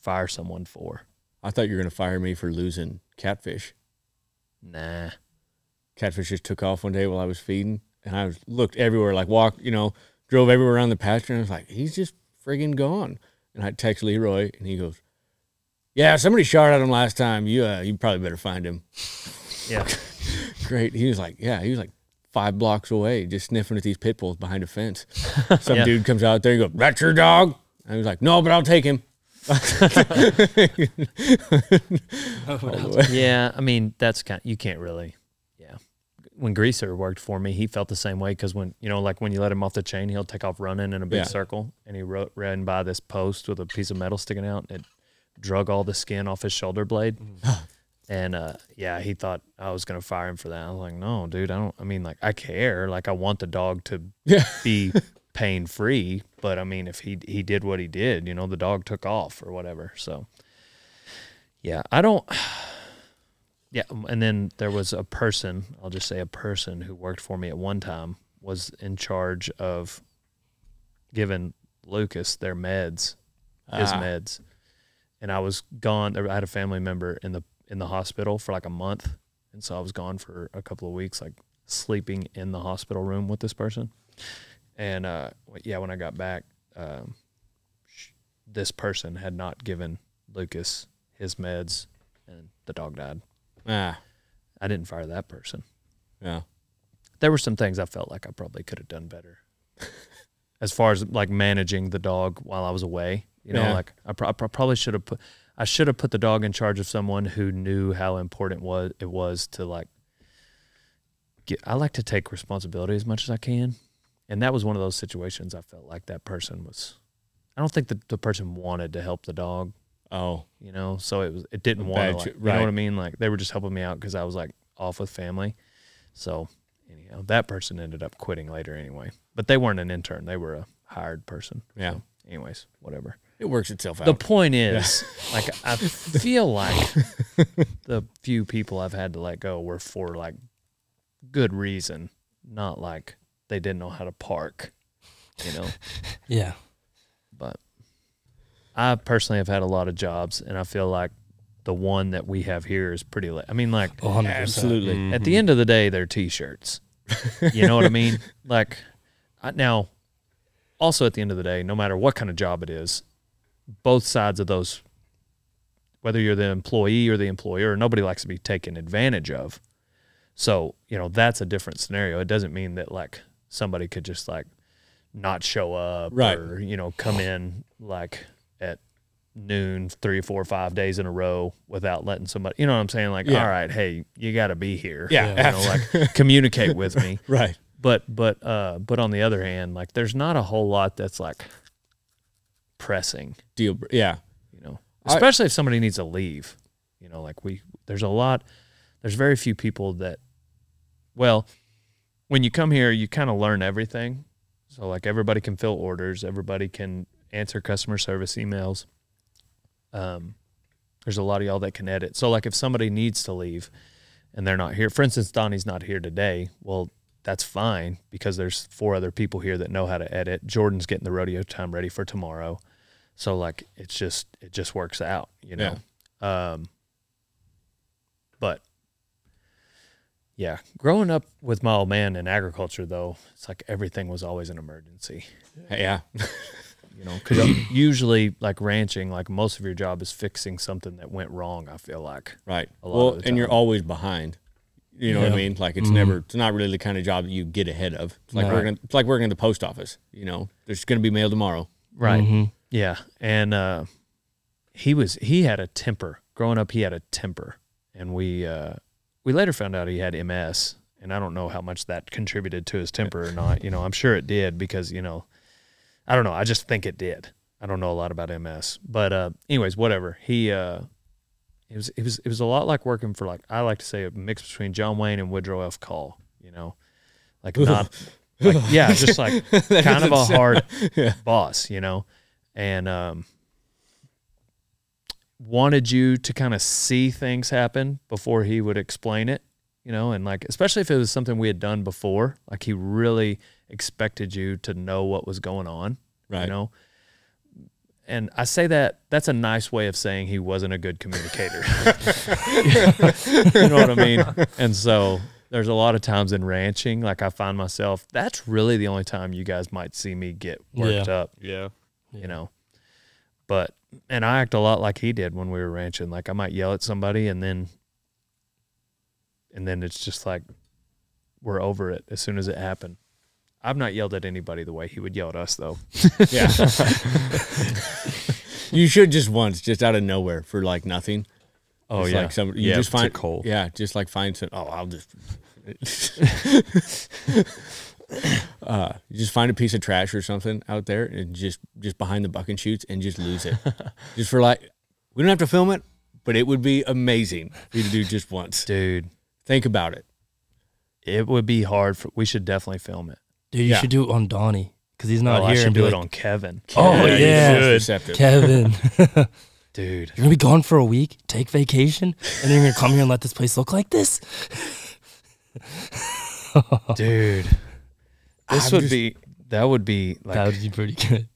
S1: fire someone for.
S2: I thought you were gonna fire me for losing catfish.
S1: Nah.
S2: Catfish just took off one day while I was feeding, and I was, looked everywhere, like walked, you know, drove everywhere around the pasture, and I was like, he's just friggin' gone. And I text Leroy, and he goes, "Yeah, somebody shot at him last time. You, uh, you probably better find him."
S1: Yeah.
S2: Great. He was like, "Yeah, he was like five blocks away, just sniffing at these pit bulls behind a fence." Some
S1: Yeah.
S2: dude comes out there and goes, "That's your dog." And I was like, "No, but I'll take him."
S1: yeah, I mean that's kind. you can't really. Yeah, when Greaser worked for me, he felt the same way because when you know, like when you let him off the chain, he'll take off running in a big
S2: Yeah.
S1: circle, and he ro- ran by this post with a piece of metal sticking out, and it drug all the skin off his shoulder blade. and uh, yeah, he thought I was gonna fire him for that. I was like, no, dude, I don't. I mean, like I care. Like I want the dog to
S2: Yeah.
S1: be pain free, but I mean, if he he did what he did, you know, the dog took off or whatever. So. Yeah, I don't. Yeah, um, and then there was a person, I'll just say a person who worked for me at one time was in charge of giving Lucas their meds, his
S2: Ah.
S1: meds. And I was gone. there- I had a family member in the in the hospital for like a month, and so I was gone for a couple of weeks, like sleeping in the hospital room with this person. And uh, w- yeah, when I got back, um, sh- this person had not given Lucas his meds, and the dog died.
S2: Ah,
S1: I didn't fire that person.
S2: yeah.
S1: There were some things I felt like I probably could have done better, as far as like managing the dog while I was away. You know,
S2: Yeah.
S1: like I, pro- I pro- probably should have put, I should have put the dog in charge of someone who knew how important was it was to like. Get, I like to take responsibility as much as I can, and that was one of those situations I felt like that person was. I don't think the, the person wanted to help the dog
S2: Oh,
S1: you know so it was it didn't want to
S2: bad
S1: like,
S2: cho-
S1: you know what i
S2: right.
S1: mean like they were just helping me out because i was like off with family so anyhow that person ended up quitting later anyway but they weren't an intern they were a hired person
S2: Yeah.
S1: So, anyways whatever
S2: it works itself out.
S1: the point is like i feel like the few people i've had to let go were for like good reason not like they didn't know how to park you know
S3: Yeah.
S1: but I personally have had a lot of jobs, and I feel like the one that we have here is pretty. Li- I mean, like
S3: 100%.
S2: Absolutely.
S1: at the end of the day, they're t-shirts. You know what I mean? Like I, now, also at the end of the day, no matter what kind of job it is, both sides of those, whether you're the employee or the employer, nobody likes to be taken advantage of. So you know that's a different scenario. It doesn't mean that like somebody could just like not show up
S2: Right.
S1: or you know come in like at noon three, four, five days in a row without letting somebody. You know what I'm saying? Like,
S2: Yeah.
S1: all right, hey, you got to be here.
S2: Yeah,
S1: you know, like communicate with me.
S2: Right.
S1: But but uh, but on the other hand, like there's not a whole lot that's like pressing.
S2: Deal. br- Yeah.
S1: You know,
S2: I-
S1: especially if somebody needs to leave. You know, like we there's a lot. There's very few people that. Well, when you come here, you kind of learn everything. So like everybody can fill orders, everybody can answer customer service emails. Um, there's a lot of y'all that can edit. So like if somebody needs to leave and they're not here, for instance, Donnie's not here today. Well, that's fine because there's four other people here that know how to edit. Jordan's getting the rodeo time ready for tomorrow. So like it's just it just works out, you know. Um but yeah, growing up with my old man in agriculture though, it's like everything was always an emergency
S2: Yeah.
S1: you know because usually like ranching like most of your job is fixing something that went wrong i feel like
S2: Right.
S1: A lot
S2: well,
S1: of the
S2: and you're
S1: time. Mm-hmm.
S2: always behind. You know what I mean? Like it's never. It's not really the kind of job that you get ahead of. It's like
S3: No.
S2: working. It's like working at the post office. You know, there's going to be mail tomorrow.
S1: right yeah and uh he was he had a temper growing up he had a temper and we uh we later found out he had ms and i don't know how much that contributed to his temper or not you know i'm sure it did because you know i don't know i just think it did i don't know a lot about ms but uh anyways whatever he uh it was it was it was a lot like working for like I like to say a mix between John Wayne and Woodrow F. Call, you know, like not like, yeah, just like kind of a
S2: doesn't
S1: hard
S2: yeah.
S1: boss, you know, and um wanted you to kind of see things happen before he would explain it, you know, and like especially if it was something we had done before, like he really expected you to know what was going on
S2: Right.
S1: you know and i say that that's a nice way of saying he wasn't a good communicator you know what i mean and so there's a lot of times in ranching like i find myself that's really the only time you guys might see me get worked
S3: Yeah.
S1: up
S4: Yeah.
S1: you know but and i act a lot like he did when we were ranching like i might yell at somebody and then and then it's just like we're over it as soon as it happened i've not yelled at anybody the way he would yell at us though
S2: Yeah. you should just once, just out of nowhere, for like nothing.
S1: Oh,
S2: Just
S1: yeah.
S2: Like some, you
S4: Yeah,
S2: just
S4: to
S2: find
S4: Cole.
S2: Yeah, just like find some. Oh, I'll just. uh, you just find a piece of trash or something out there, and just just behind the buck and shoots, and just lose it. just for like, we don't have to film it, but it would be amazing if you to do just once.
S1: dude
S2: Think about it.
S1: it would be hard for we should definitely film it
S3: Dude, you
S2: Yeah.
S3: should do it on Donnie because he's not
S1: oh,
S3: here.
S1: i should
S3: and be
S1: do it
S3: like,
S1: on kevin
S3: Oh
S4: Yeah,
S3: yeah,
S4: you should.
S2: Receptive.
S3: Kevin, you're
S1: dude
S3: gonna be gone for a week. Take vacation, and then you're gonna come here and let this place look like this.
S1: dude Oh. this
S2: I'm
S1: would
S2: just-
S1: be that would be like
S3: that would be pretty good.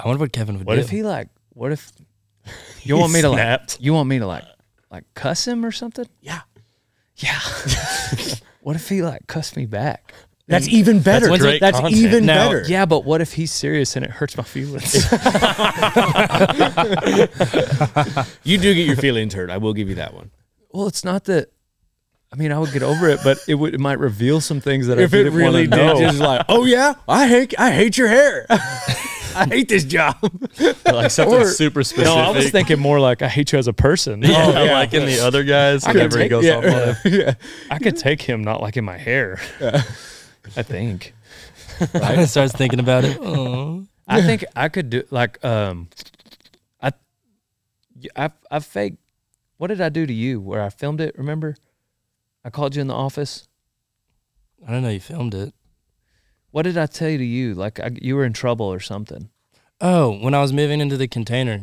S3: I wonder what Kevin would
S1: what
S3: do.
S1: if he like what if you want me to like
S4: snapped.
S1: you want me to like like cuss him or something
S2: Yeah,
S1: yeah what if he like cussed me back
S2: that's even better. That's,
S4: great content.
S2: even
S3: Now-
S2: better.
S1: yeah but what if he's serious and it hurts my feelings
S2: You do get your feelings hurt. I will give you that one.
S1: well it's not that i mean i would get over it but it would it might reveal some things that
S2: if
S1: i
S2: it
S1: didn't
S2: really
S1: really
S2: did,
S1: know
S2: just like, oh yeah, I hate, I hate your hair. I hate this job.
S4: Like something
S1: Or-
S4: super specific.
S1: no i was thinking more like i hate you as a person
S4: Yeah,
S2: yeah.
S4: like in the other guys,
S1: I
S4: whenever he
S1: take-
S4: goes
S1: yeah.
S4: off on it.
S2: yeah,
S1: I could take him not liking my hair. I think.
S3: starts thinking about it? Aw.
S1: I think I could do like um, I, I, I faked. What did I do to you? Where I filmed it? Remember? I called you in the office.
S3: I don't know. You filmed it.
S1: What did I tell you to you? Like I, you were in trouble or something.
S3: Oh, when I was moving into the container,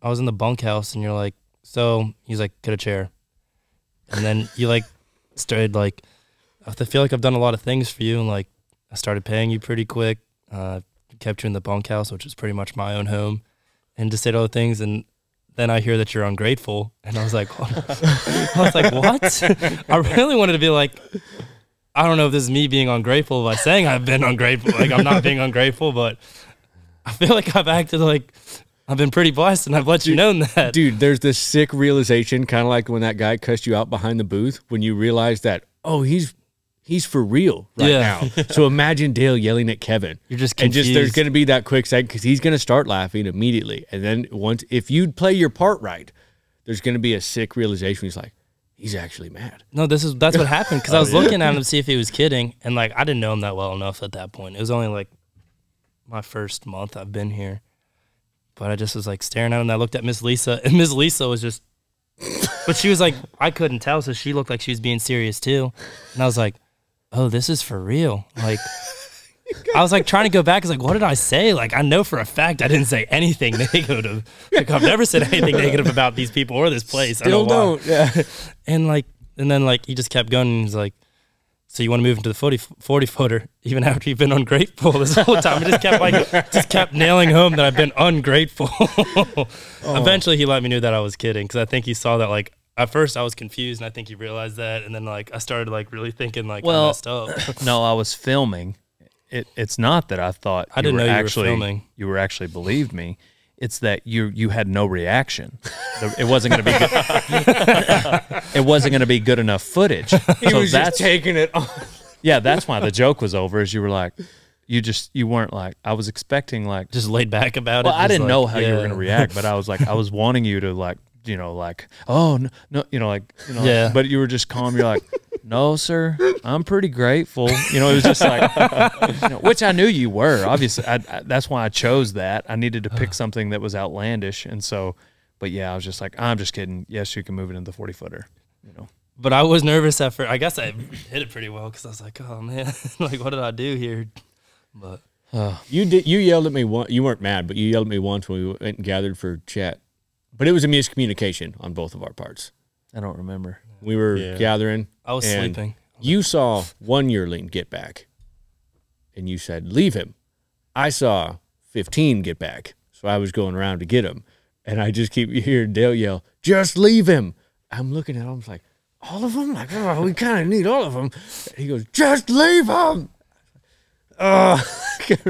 S3: I was in the bunkhouse, and you're like, so he's like, get a chair, and then you like started like, I feel like I've done a lot of things for you, and like I started paying you pretty quick. Uh, kept you in the bunkhouse, which is pretty much my own home, and just said all the things, and Then I hear that you're ungrateful, and I was like, I was like, what? I really wanted to be like, I don't know if this is me being ungrateful by saying I've been ungrateful. Like I'm not being ungrateful, but I feel like I've acted like I've been pretty blessed, and I've let you know that.
S2: Dude, there's this sick realization, kind of like when that guy cussed you out behind the booth, when you realize that, oh, he's he's for real right
S3: Yeah.
S2: now. so imagine Dale yelling at Kevin.
S3: You're just
S2: and just there's
S3: confused.
S2: going to be that quick second because he's going to start laughing immediately, and then once if you play your part right, there's going to be a sick realization. He's like, he's actually mad.
S3: No, this is that's what happened because I was looking at him to see if he was kidding, and like I didn't know him that well enough at that point. It was only like my first month I've been here, but I just was like staring at him. And I looked at Miss Lisa, and Miss Lisa was just, but she was like I couldn't tell, so she looked like she was being serious too, and I was like, oh, this is for real, like. I was like trying to go back. I was like, what did I say? Like, I know for a fact I didn't say anything negative. Like, I've never said anything negative about these people or this place. I don't know why.
S2: Yeah.
S3: And like, and then like he just kept going. And he's like, "So you want to move into the 40, 40 footer, even after you've been ungrateful this whole time?" I just kept like, just kept nailing home that I've been ungrateful.
S1: Oh.
S3: Eventually, he let me know that I was kidding because I think he saw that like. At first, I was confused, and I think he realized that. And then, like, I started like really thinking like I
S1: Well,
S3: messed up.
S1: no, I was filming. It, it's not that I thought
S3: I didn't know you were
S1: actually
S3: filming.
S1: you were actually believed me. It's that you you had no reaction. The- It wasn't going to be good. it wasn't going to be good enough footage.
S2: He
S1: so
S2: was
S1: that's
S2: just taking it on.
S1: yeah, that's why the joke was over. Is you were like, you just you weren't like I was expecting like
S3: just laid back about
S1: well,
S3: it.
S1: I
S3: just,
S1: didn't
S3: like,
S1: know how you were
S3: yeah.
S1: going to react, but I was like, I was wanting you to like, you know, like, oh no, no you know, like, you know, like-
S3: Yeah.
S1: but you were just calm. You're like, no, sir, I'm pretty grateful. You know, it was just like, you know, which I knew you were. Obviously, I, I, that's why I chose that. I needed to pick something that was outlandish, and so, but yeah, I was just like, I'm just kidding. Yes, you can move it into the 40 footer. You know,
S3: But I was nervous at first. I guess I hit it pretty well because I was like, "Oh man, like what did I do here?" But
S2: You did. You yelled at me. One, you weren't mad, but you yelled at me once when we went and gathered for chat. But it was a miscommunication on both of our parts.
S1: I don't remember.
S2: We were
S4: Yeah.
S2: gathering.
S3: I was
S2: and
S3: sleeping.
S2: You saw one yearling get back, and you said leave him. I saw fifteen get back, so I was going around to get him, and I just keep hearing Dale yell, "Just leave him." I'm looking at him like, all of them. Like, oh, we kind of need all of them. And he goes, "Just leave him." Uh,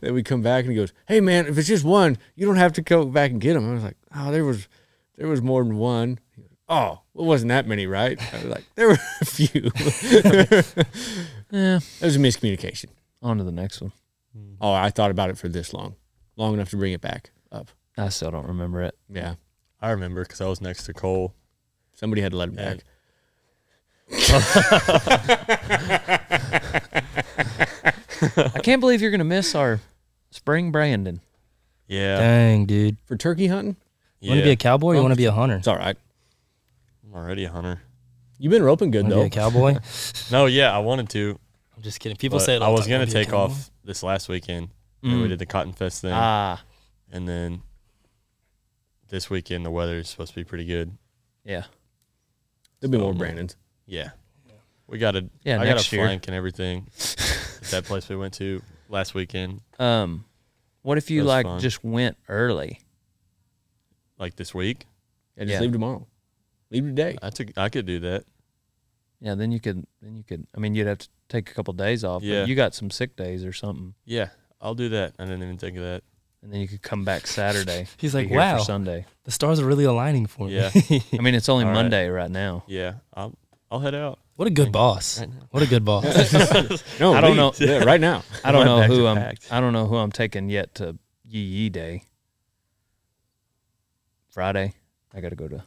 S2: then we come back and he goes, "Hey man, if it's just one, you don't have to go back and get him." I was like, "Oh, there was, there was more than one." He goes, oh, well, it wasn't that many, right? I was like, "There were a few."
S1: Yeah,
S2: It was a miscommunication.
S1: on to the next one.
S2: Oh, I thought about it for this long, long enough to bring it back up.
S1: I still don't remember it.
S2: Yeah,
S4: I remember because I was next to Cole.
S2: somebody had to let him back.
S1: I can't believe you're going to miss our spring Brandon.
S4: Yeah.
S3: Dang, dude.
S2: For turkey hunting,
S3: You want to be
S4: yeah.
S3: a cowboy? Or you want to be a hunter?
S2: it's all right.
S4: I'm already a hunter.
S2: You've been roping good
S3: Want to be
S2: though.
S3: a cowboy?
S4: No, yeah, I wanted to.
S3: I'm just kidding. People
S4: but
S3: say it
S4: I
S3: all the
S4: was
S3: time,
S4: gonna
S3: "Wanna be a
S4: take
S3: cowboy?"
S4: off this last weekend. And we did the Cotton Fest thing,
S1: Ah.
S4: and then this weekend the weather is supposed to be pretty good.
S1: Yeah.
S2: There'll be
S3: Oh,
S2: more Brandons.
S4: Yeah, we got a.
S1: Yeah,
S4: I got
S1: next
S4: a
S1: year.
S4: flank and everything. at that place we went to last weekend,
S1: Um, what if you
S4: That's
S1: like
S4: fine.
S1: just went early?
S4: like this week,
S2: Yeah, just
S1: Yeah.
S2: leave tomorrow. Leave today.
S4: I took. I could do that.
S1: Yeah, then you could. Then you could. I mean, you'd have to take a couple days off.
S4: Yeah.
S1: But you got some sick days or something,
S4: Yeah, I'll do that. I didn't even think of that.
S1: and then you could come back Saturday.
S3: He's
S1: be
S3: like,
S1: here
S3: "Wow."
S1: for Sunday.
S3: The stars are really aligning for me.
S4: Yeah.
S1: I mean, it's only
S4: All right.
S1: Monday right. now.
S4: Yeah, I'll. I'll head out.
S3: what a good boss. What a good boss.
S2: No,
S1: I don't
S2: leave.
S1: know.
S2: Yeah, right now.
S1: I don't
S4: Right
S1: know
S4: back
S1: who
S4: to
S1: I'm.
S4: packed.
S1: I don't know who I'm taking yet to Yee Yee Day. Friday, I got to go to.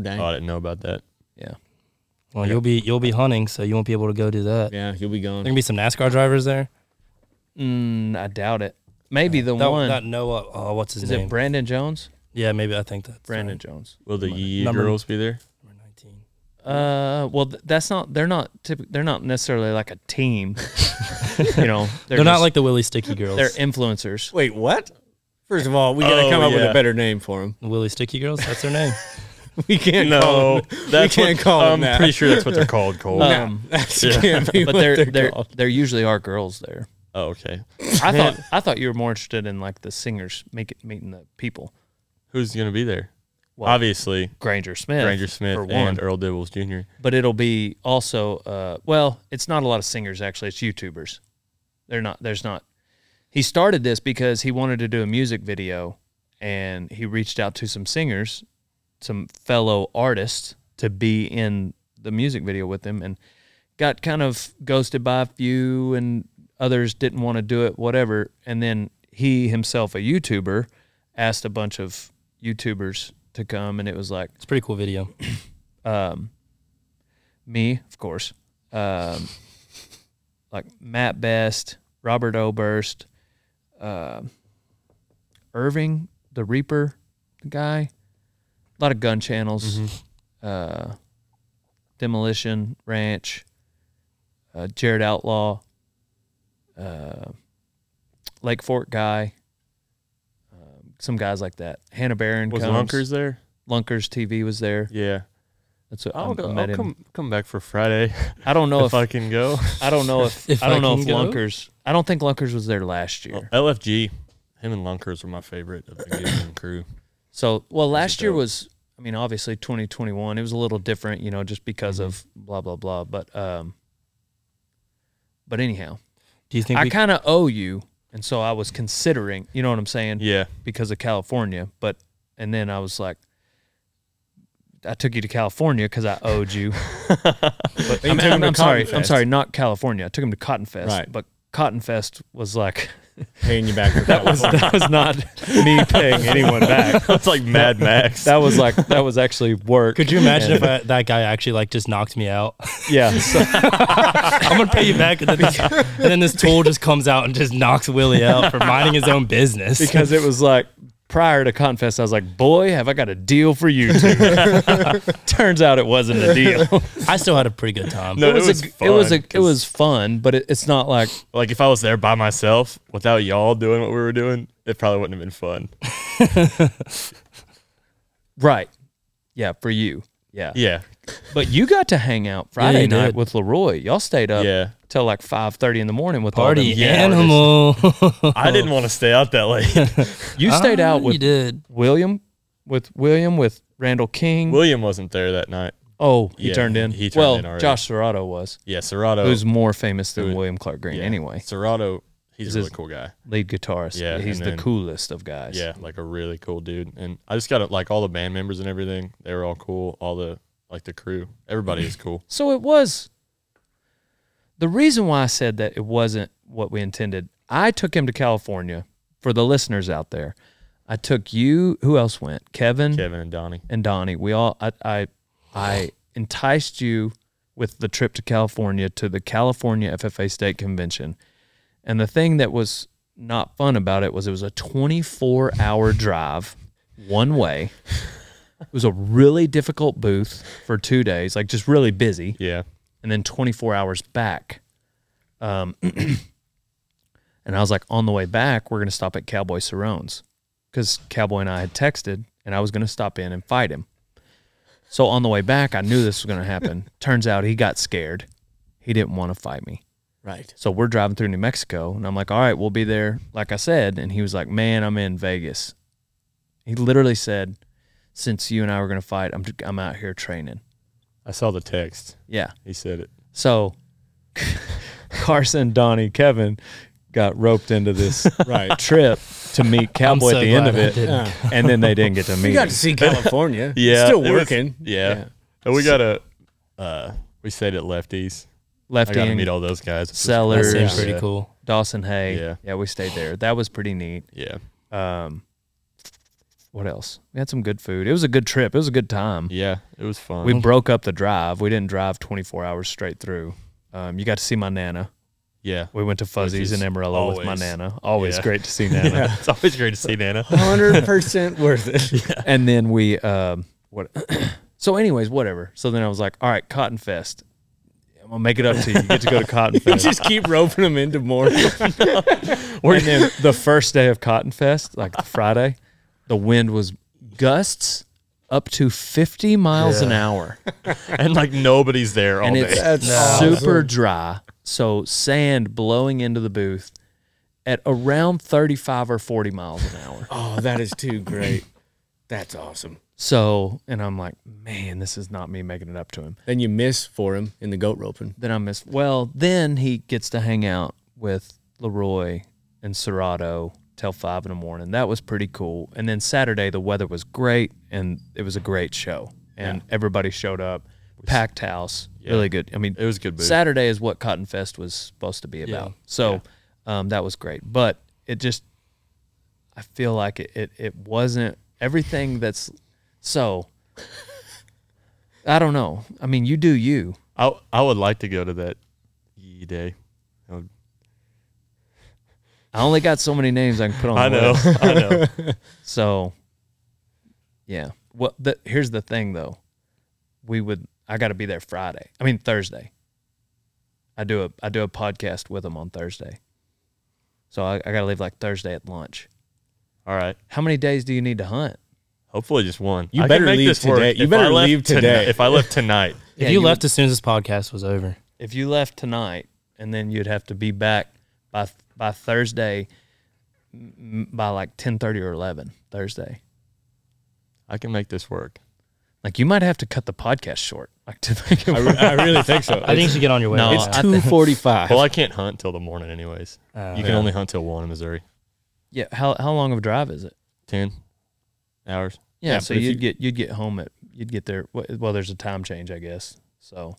S2: dang.
S1: Uh,
S4: Oh, I didn't know about that.
S1: Yeah.
S3: well, you'll be you'll be hunting, so you won't be able to go do that.
S2: Yeah, you'll be
S3: There
S2: gone.
S3: gonna be some NASCAR drivers there.
S1: Mm, I doubt it. Maybe the
S3: Uh, That,
S1: one.
S3: that Noah. Oh, what's his
S1: is
S3: name?
S1: it Brandon Jones?
S3: yeah, maybe I think that's
S1: Brandon
S3: right.
S1: Jones.
S4: Will the Yee Yee
S3: Number-
S4: girls be there?
S3: Number 19.
S1: Uh, well, th- that's not. They're not. Typ- they're not necessarily like a team. you know,
S3: They're, not
S1: just-
S3: like the Willie Sticky girls.
S1: they're influencers.
S2: Wait, what? First of all, we gotta
S4: Oh,
S2: come up with a
S4: yeah.
S2: better name for him.
S3: the Willie Sticky girls. That's their name.
S2: We can't call
S4: No,
S2: him.
S4: that's
S2: can't
S4: what,
S2: call them
S4: I'm
S2: that.
S4: pretty sure that's what they're called, Cole.
S1: Um,
S2: That can't be
S1: but
S2: what
S1: there,
S2: they're
S1: there,
S2: called.
S1: there usually are girls there.
S4: oh, okay.
S1: I thought, I thought you were more interested in like the singers make meeting the people.
S4: Who's going to be there?
S1: Well,
S4: Obviously,
S1: Granger Smith.
S4: Granger Smith
S1: for one.
S4: and Earl Dibbles Jr.
S1: but it'll be also uh, well it's not a lot of singers actually it's youtubers they're not there's not he started this because he wanted to do a music video and he reached out to some singers some fellow artists to be in the music video with him and got kind of ghosted by a few and others didn't want to do it whatever and then he himself a youtuber asked a bunch of youtubers to come and it was like
S3: It's a pretty cool video.
S1: um, me, of course, um, like Matt Best, Robert Oberst, uh, Irving the Reaper guy, a lot of gun channels,
S4: Mm-hmm.
S1: uh, Demolition Ranch, uh, Jared Outlaw, uh, Lake Fork guy, um, some guys like that. Hannah Barron
S4: Was
S1: comes.
S4: Lunkers there?
S1: Lunkers TV was there.
S4: Yeah.
S1: That's what I,
S4: I'll, go,
S1: met
S4: I'll
S1: him.
S4: come, come back for Friday
S1: I don't know
S4: if,
S1: if
S4: I can go.
S1: I don't know if,
S3: If
S1: I don't
S3: I
S1: know
S3: can
S1: if
S3: go?
S1: Lunkers. I don't think Lunkers was there last
S4: Oh,
S1: year.
S4: LFG, him and Lunkers were my favorite of the Gibson crew.
S1: So well, last year
S4: dope.
S1: was. I mean, obviously, 2021. It was a little different, you know, just because of blah blah blah. But um, but anyhow,
S3: Do you think
S1: I
S3: we,
S1: kind of owe you, and so I was considering. You know what I'm saying?
S4: Yeah.
S1: Because of California, but and then I was like. I took you to California because I owed you. But- I'm,
S2: took him
S1: I'm-
S2: to
S1: I'm sorry.
S2: Cotton
S1: I'm
S2: Fest.
S1: sorry. Not California. I took him to Cotton Fest.
S2: Right.
S1: But Cotton Fest was like
S2: Paying you back for that
S1: was- that was not me paying anyone back.
S4: That's like Mad Max.
S1: That was like that was actually work.
S3: could you imagine if I, that guy actually like just knocked me out?
S1: Yeah. So,
S3: I'm gonna pay you back, and then, this, and then this tool just comes out and just knocks Willie out for minding his own business.
S1: because it was like prior to Confest, I was like, boy, have I got a deal for you two. Turns out it wasn't a deal.
S3: I still had a pretty good time.
S4: No, it was,
S1: a, it was a,
S4: fun,
S1: it was fun, but it, it's not like
S4: Like if I was there by myself without y'all doing what we were doing, it probably wouldn't have been fun.
S1: right. Yeah, for you. Yeah.
S4: Yeah.
S1: But you got to hang out Friday
S3: you
S1: night
S3: did.
S1: with Leroy. Y'all stayed up
S4: Yeah.
S1: till like five thirty in the morning with all
S3: Party
S1: them-
S3: animal.
S4: I didn't want to stay out that late.
S1: You
S4: Uh,
S1: stayed out
S3: you
S1: with
S3: did.
S1: William, with William, with Randall King.
S4: William wasn't there that night.
S1: Oh, he
S4: Yeah,
S1: turned in.
S4: he turned
S1: well,
S4: in already.
S1: Josh Serrato was,
S4: Yeah, Serato.
S1: who's more famous than
S4: Oh. Who-
S1: William Clark Green
S4: yeah.
S1: anyway.
S4: Serato,
S1: This
S4: he's a
S1: is-
S4: really cool guy.
S1: Lead guitarist.
S4: Yeah,
S1: he's
S4: and
S1: the
S4: then-
S1: coolest of guys.
S4: Yeah, like a really cool dude. And I just got to, like all the band members and everything. They were all cool. All the like the crew, everybody is cool.
S1: So it was. The reason why I said that it wasn't what we intended, I took him to California. For the listeners out there, I took you. Who else went? Kevin.
S4: Kevin and Donnie.
S1: and Donnie, we all I I, I enticed you with the trip to California to the California FFA State Convention. And the thing that was not fun about it was it was a 24 hour drive one way. It was a really difficult booth for two days, like just really busy,
S4: Yeah.
S1: and then 24 hours back. Um, and I was like, on the way back, we're going to stop at Cowboy Cerrone's because Cowboy and I had texted and I was going to stop in and fight him. So on the way back, I knew this was going to happen. Turns out he got scared. He didn't want to fight me.
S2: right.
S1: So we're driving through New Mexico and I'm like, all right, we'll be there. Like I said. And he was like, man, I'm in Vegas. He literally said, since you and I were going to fight, I'm, I'm out here training.
S4: I saw the text.
S1: Yeah.
S4: He said it.
S1: So Carson, Donnie, Kevin got roped into this
S2: Right.
S1: trip to meet
S3: I'm
S1: Cowboy
S3: so
S1: at the
S3: glad
S1: end of
S3: I
S1: it,
S3: didn't.
S1: and then they didn't get to meet.
S2: You
S1: him.
S2: got to see California. It's
S4: Yeah.
S2: Still
S4: it was-
S2: working.
S4: yeah. And we got a, uh, we stayed at Lefty's. I
S1: Lefty
S4: got to
S1: and
S4: meet all those guys. which is-
S3: That
S1: Sellers,
S3: seems
S1: yeah.
S4: uh,
S3: pretty cool.
S1: Dawson Hay.
S4: Yeah.
S1: we stayed there. That was pretty neat.
S4: Yeah.
S1: Um, what else? We had some good food. It was a good trip. It was a good time.
S4: Yeah. It was fun.
S1: We broke up the drive. We didn't drive 24 hours straight through. Um, you got to see my nana.
S4: yeah.
S1: We went to Fuzzies
S4: is
S1: in Amarillo with my
S4: always-
S1: nana. Always
S4: yeah.
S1: great to see nana.
S4: it's always great to see Nana.
S2: Hundred percent worth it.
S1: and then we um what so anyways whatever so then i was like all right cotton fest i'm gonna make it up to you you get to go to cotton fest
S2: Just keep roping them into more.
S1: and then the first day of cotton fest like the friday the wind was gusts up to 50 miles an hour
S4: and like nobody's there all
S1: and
S4: day.
S1: it's super dry so sand blowing into the booth at around 35 or 40 miles an hour
S2: Oh, that is too great. That's awesome.
S1: So, and I'm like, man, this is not me making it up to him.
S2: Then you miss for him in the goat roping.
S1: Then I miss. Well, then he gets to hang out with Leroy and Serato till five in the morning. That was pretty cool. And then Saturday, the weather was great, and it was a great show, and everybody showed up, packed house, really good. I mean,
S4: It was a good booth.
S1: Saturday is what Cotton Fest was supposed to be about. So, um, that was great, but it just, I feel like it, it, it wasn't everything that's so. I don't know. I mean, you do you.
S4: I I would like to go to that yee day. I, would-
S1: I only got so many names I can put on.
S4: I
S1: the
S4: know,
S1: list.
S4: I know.
S1: So, yeah. What the, here's the thing though, we would. I got to be there Friday. I mean Thursday. I do a I do a podcast with them on Thursday. So I, I got to leave like Thursday at lunch.
S4: All right.
S1: How many days do you need to hunt?
S4: Hopefully, just one.
S2: You
S4: I can
S2: better
S4: make
S2: leave
S4: this work.
S2: today. You
S4: If
S2: better
S4: I left
S2: leave
S4: tonight-
S2: today.
S4: If I left tonight,
S3: If
S1: Yeah, you
S3: you, left as soon as this podcast was over,
S1: If you left tonight and then you'd have to be back by by Thursday, m- by like ten thirty or eleven Thursday.
S4: I can make this work.
S1: Like you might have to cut the podcast short, like to make it
S2: I, re- I really think so.
S3: I think you should get on your way.
S1: No,
S3: It's-
S1: I-
S2: two forty five.
S4: Well, I can't hunt till the morning, anyways.
S3: uh,
S4: you can only hunt till one in Missouri.
S1: Yeah. How how long of a drive is it?
S4: Ten hours.
S1: Yeah.
S2: Yeah,
S1: so
S2: but if
S1: you'd
S2: you-
S1: get you'd get home at you'd get there. w- Well, there's a time change, I guess. So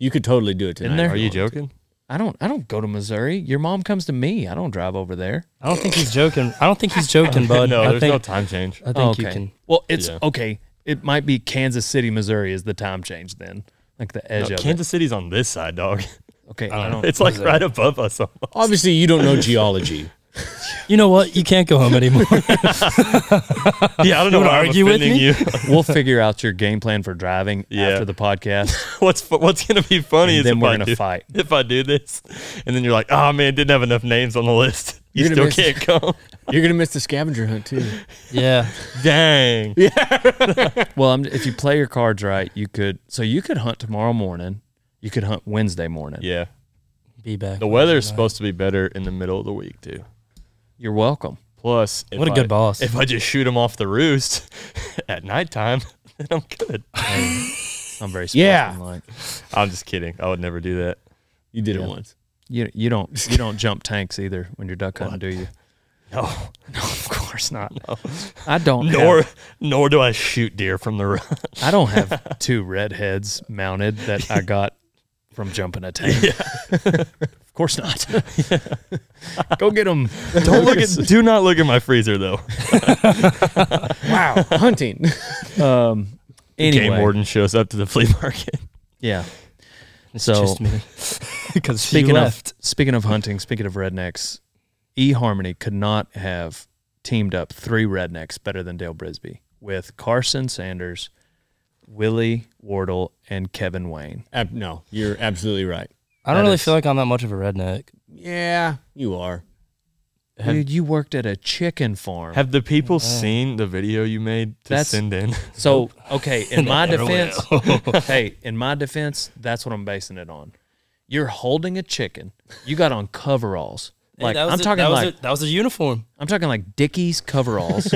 S2: You could totally do it
S1: Isn't
S2: tonight.
S1: there?
S2: if
S4: Are you
S2: wanted to.
S4: joking?
S1: I don't I don't go to Missouri. Your mom comes to me. I don't drive over there.
S3: I don't think he's joking. I don't think he's joking, bud.
S4: no,
S3: I
S4: there's
S3: think, uh,
S4: no time change.
S3: I think
S1: Oh,
S3: you
S1: okay.
S3: can.
S1: Well, it's
S4: Yeah.
S1: okay. It might be Kansas City, Missouri is the time change then, like the edge
S4: No,
S1: of it.
S4: Kansas City's on this side, dog.
S1: Okay,
S3: I
S1: I
S3: don't-
S1: don't.
S4: It's like right above us. almost.
S2: Obviously, you don't know geology.
S3: You know what? You can't go home anymore.
S4: Yeah, I don't know.
S3: wanna
S4: why I'm
S3: argue with
S4: offending
S3: me?
S4: you.
S1: we'll figure out your game plan for driving
S4: Yeah.
S1: after the podcast.
S4: what's fu- what's gonna be funny
S1: And
S4: is
S1: then
S4: if
S1: we're
S4: I
S1: gonna
S4: do-
S1: fight.
S4: If I do this, and then you're like, oh man, didn't have enough names on the list. You
S2: You're
S4: still
S2: gonna
S4: can't come.
S2: You're gonna miss the scavenger hunt too.
S3: yeah.
S4: Dang.
S1: Well, I'm, if you play your cards right, you could. So you could hunt tomorrow morning. You could hunt Wednesday morning.
S4: Yeah.
S3: Be back.
S4: The weather's supposed to be better in the middle of the week too.
S1: You're welcome.
S4: Plus, if
S3: What a
S4: I-
S3: good boss.
S4: If I just shoot them off the roost at nighttime, then I'm good.
S1: I'm very
S2: Yeah.
S1: Like.
S4: I'm just kidding. I would never do that.
S2: You did
S1: Yeah.
S2: it once.
S1: You you don't you don't jump tanks either when you're duck hunting, do you?
S4: No,
S1: No, of course not. I don't.
S4: nor
S1: have,
S4: nor do I shoot deer from the roost.
S1: I don't have two redheads mounted that I got from jumping a tank. of course not. Go get them.
S4: Don't look at. Do not look at my freezer though.
S2: Wow, hunting.
S1: Um. Anyway,
S4: Game warden shows up to the flea market.
S1: yeah.
S3: It's
S1: So-
S3: just me. Because she
S1: Speaking
S3: left.
S1: of speaking of hunting, speaking of rednecks, eHarmony could not have teamed up three rednecks better than Dale Brisby with Carson Sanders, Willie Wardle, and Kevin Wayne.
S2: Ab- no, you're absolutely right.
S3: I don't
S1: That
S3: really
S1: is-
S3: feel like I'm that much of a redneck.
S2: Yeah, you are.
S4: Have-
S1: Dude, you worked at a chicken farm.
S4: Have the people seen the video you made to
S1: That's-
S4: send in?
S1: so, okay, in my
S3: Never
S1: defense, hey, in my defense, that's what I'm basing it on. You're holding a chicken. You got on coveralls. Like I'm talking
S3: that was
S1: like
S3: a, that was a uniform.
S1: i I'm talking like Dickies coveralls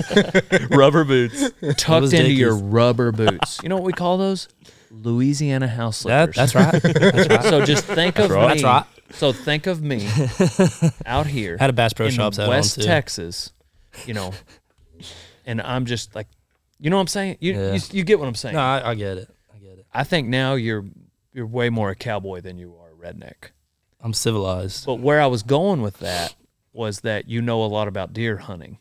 S4: Rubber boots.
S1: tucked
S3: was
S1: into your
S3: Dickies.
S1: rubber boots. You know what we call those? Louisiana house
S3: That,
S1: slippers.
S3: that's right.
S1: so just think of
S4: right.
S1: me.
S3: That's right.
S1: So think of me out here
S3: Had a Bass Pro
S1: in
S3: Shops hat
S1: West
S3: on too.
S1: Texas, you know, and I'm just like, you know what I'm saying? You
S3: Yeah.
S1: you, you get what I'm saying?
S3: No, I, I get it. I get it.
S1: I think now you're you're way more a cowboy than you are a redneck.
S3: I'm civilized.
S1: But where I was going with that was that you know a lot about deer hunting.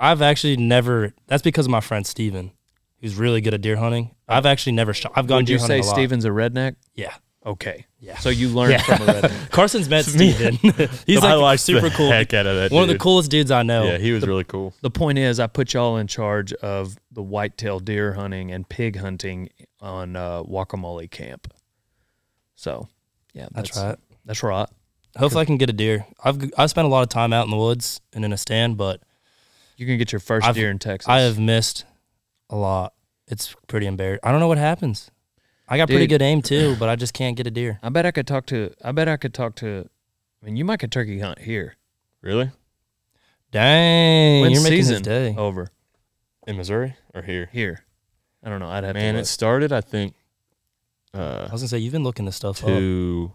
S3: I've actually never. That's because of my friend Steven, who's really good at deer hunting. I've actually never shot. I've gone
S1: Would
S3: deer
S1: you
S3: hunting
S1: say
S3: a lot.
S1: Steven's a redneck?
S3: Yeah.
S1: Okay.
S3: Yeah.
S1: So you learned
S3: Yeah.
S1: from a redneck.
S3: Carson's met Steven. He's
S4: I
S3: like
S4: liked
S3: super
S4: the
S3: cool.
S4: Heck out of that.
S3: One of the
S4: dude.
S3: coolest dudes I know.
S4: Yeah, he was really cool.
S1: The point is, I put y'all in charge of the whitetail deer hunting and pig hunting on uh, Guacamole Camp. So, yeah,
S3: That's, right.
S1: That's right.
S3: Hopefully, I can get a deer. I've I spent a lot of time out in the woods and in a stand, but
S1: You can get your 1st
S3: I've-
S1: deer in Texas.
S3: I have missed a lot. It's pretty embarrassing. I don't know what happens. I got pretty
S1: Dude.
S3: good aim too, but I just can't get a deer.
S1: I bet I could talk to. I bet I could talk to. I mean, you might could turkey hunt here.
S4: Really?
S3: Dang,
S1: When's
S3: you're making
S1: season Oh.
S3: his day.
S1: over?
S4: in Missouri or here?
S1: here. I don't know. I'd have
S4: Man,
S1: to.
S4: it
S1: look.
S4: started, I think, uh,
S3: I was gonna say you've been looking this stuff up.
S4: to.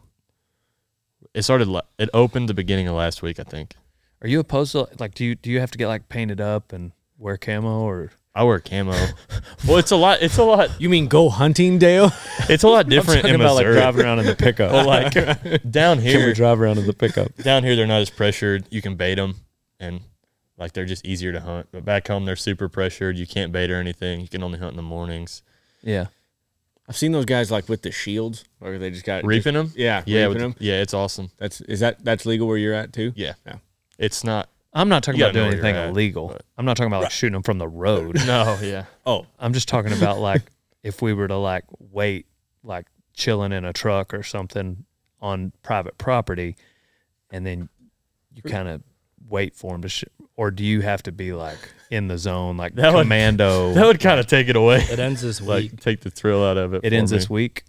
S4: It started. la- It opened the beginning of last week, I think.
S1: Are you opposed to like? Do you do you have to get like painted up and wear camo or?
S4: I wear camo. well, it's a lot. It's a lot.
S2: You mean go hunting, Dale?
S4: It's a lot different in
S2: like
S4: Missouri.
S2: driving around in the pickup.
S4: But, like down
S2: Can we
S4: here,
S2: drive around in the pickup?
S4: down here they're not as pressured. You can bait them, and like they're just easier to hunt. But back home they're super pressured. You can't bait or anything. You can only hunt in the mornings.
S1: Yeah.
S2: I've seen those guys like with the shields, or they just got
S4: Reaping them.
S2: yeah,
S4: Yeah,
S2: reaping
S4: with-
S2: 'em.
S4: yeah, it's awesome.
S2: That's is that that's legal where you're at too?
S4: Yeah,
S2: Yeah.
S4: it's not.
S1: I'm not talking
S4: You
S1: about
S4: gotta
S1: doing
S4: know where
S1: anything
S4: you're at,
S1: illegal. I'm not talking about like shooting them from the road.
S4: No, yeah,
S2: Oh,
S1: I'm just talking about like if we were to like wait, like chilling in a truck or something on private property, and then you kind of wait for them to, sh- or do you have to be like in the zone, like
S4: That would-
S1: commando?
S4: that would kind of take it away.
S3: It ends this week,
S4: Like take the thrill out of it.
S1: it
S4: for
S1: ends
S4: me.
S1: this week.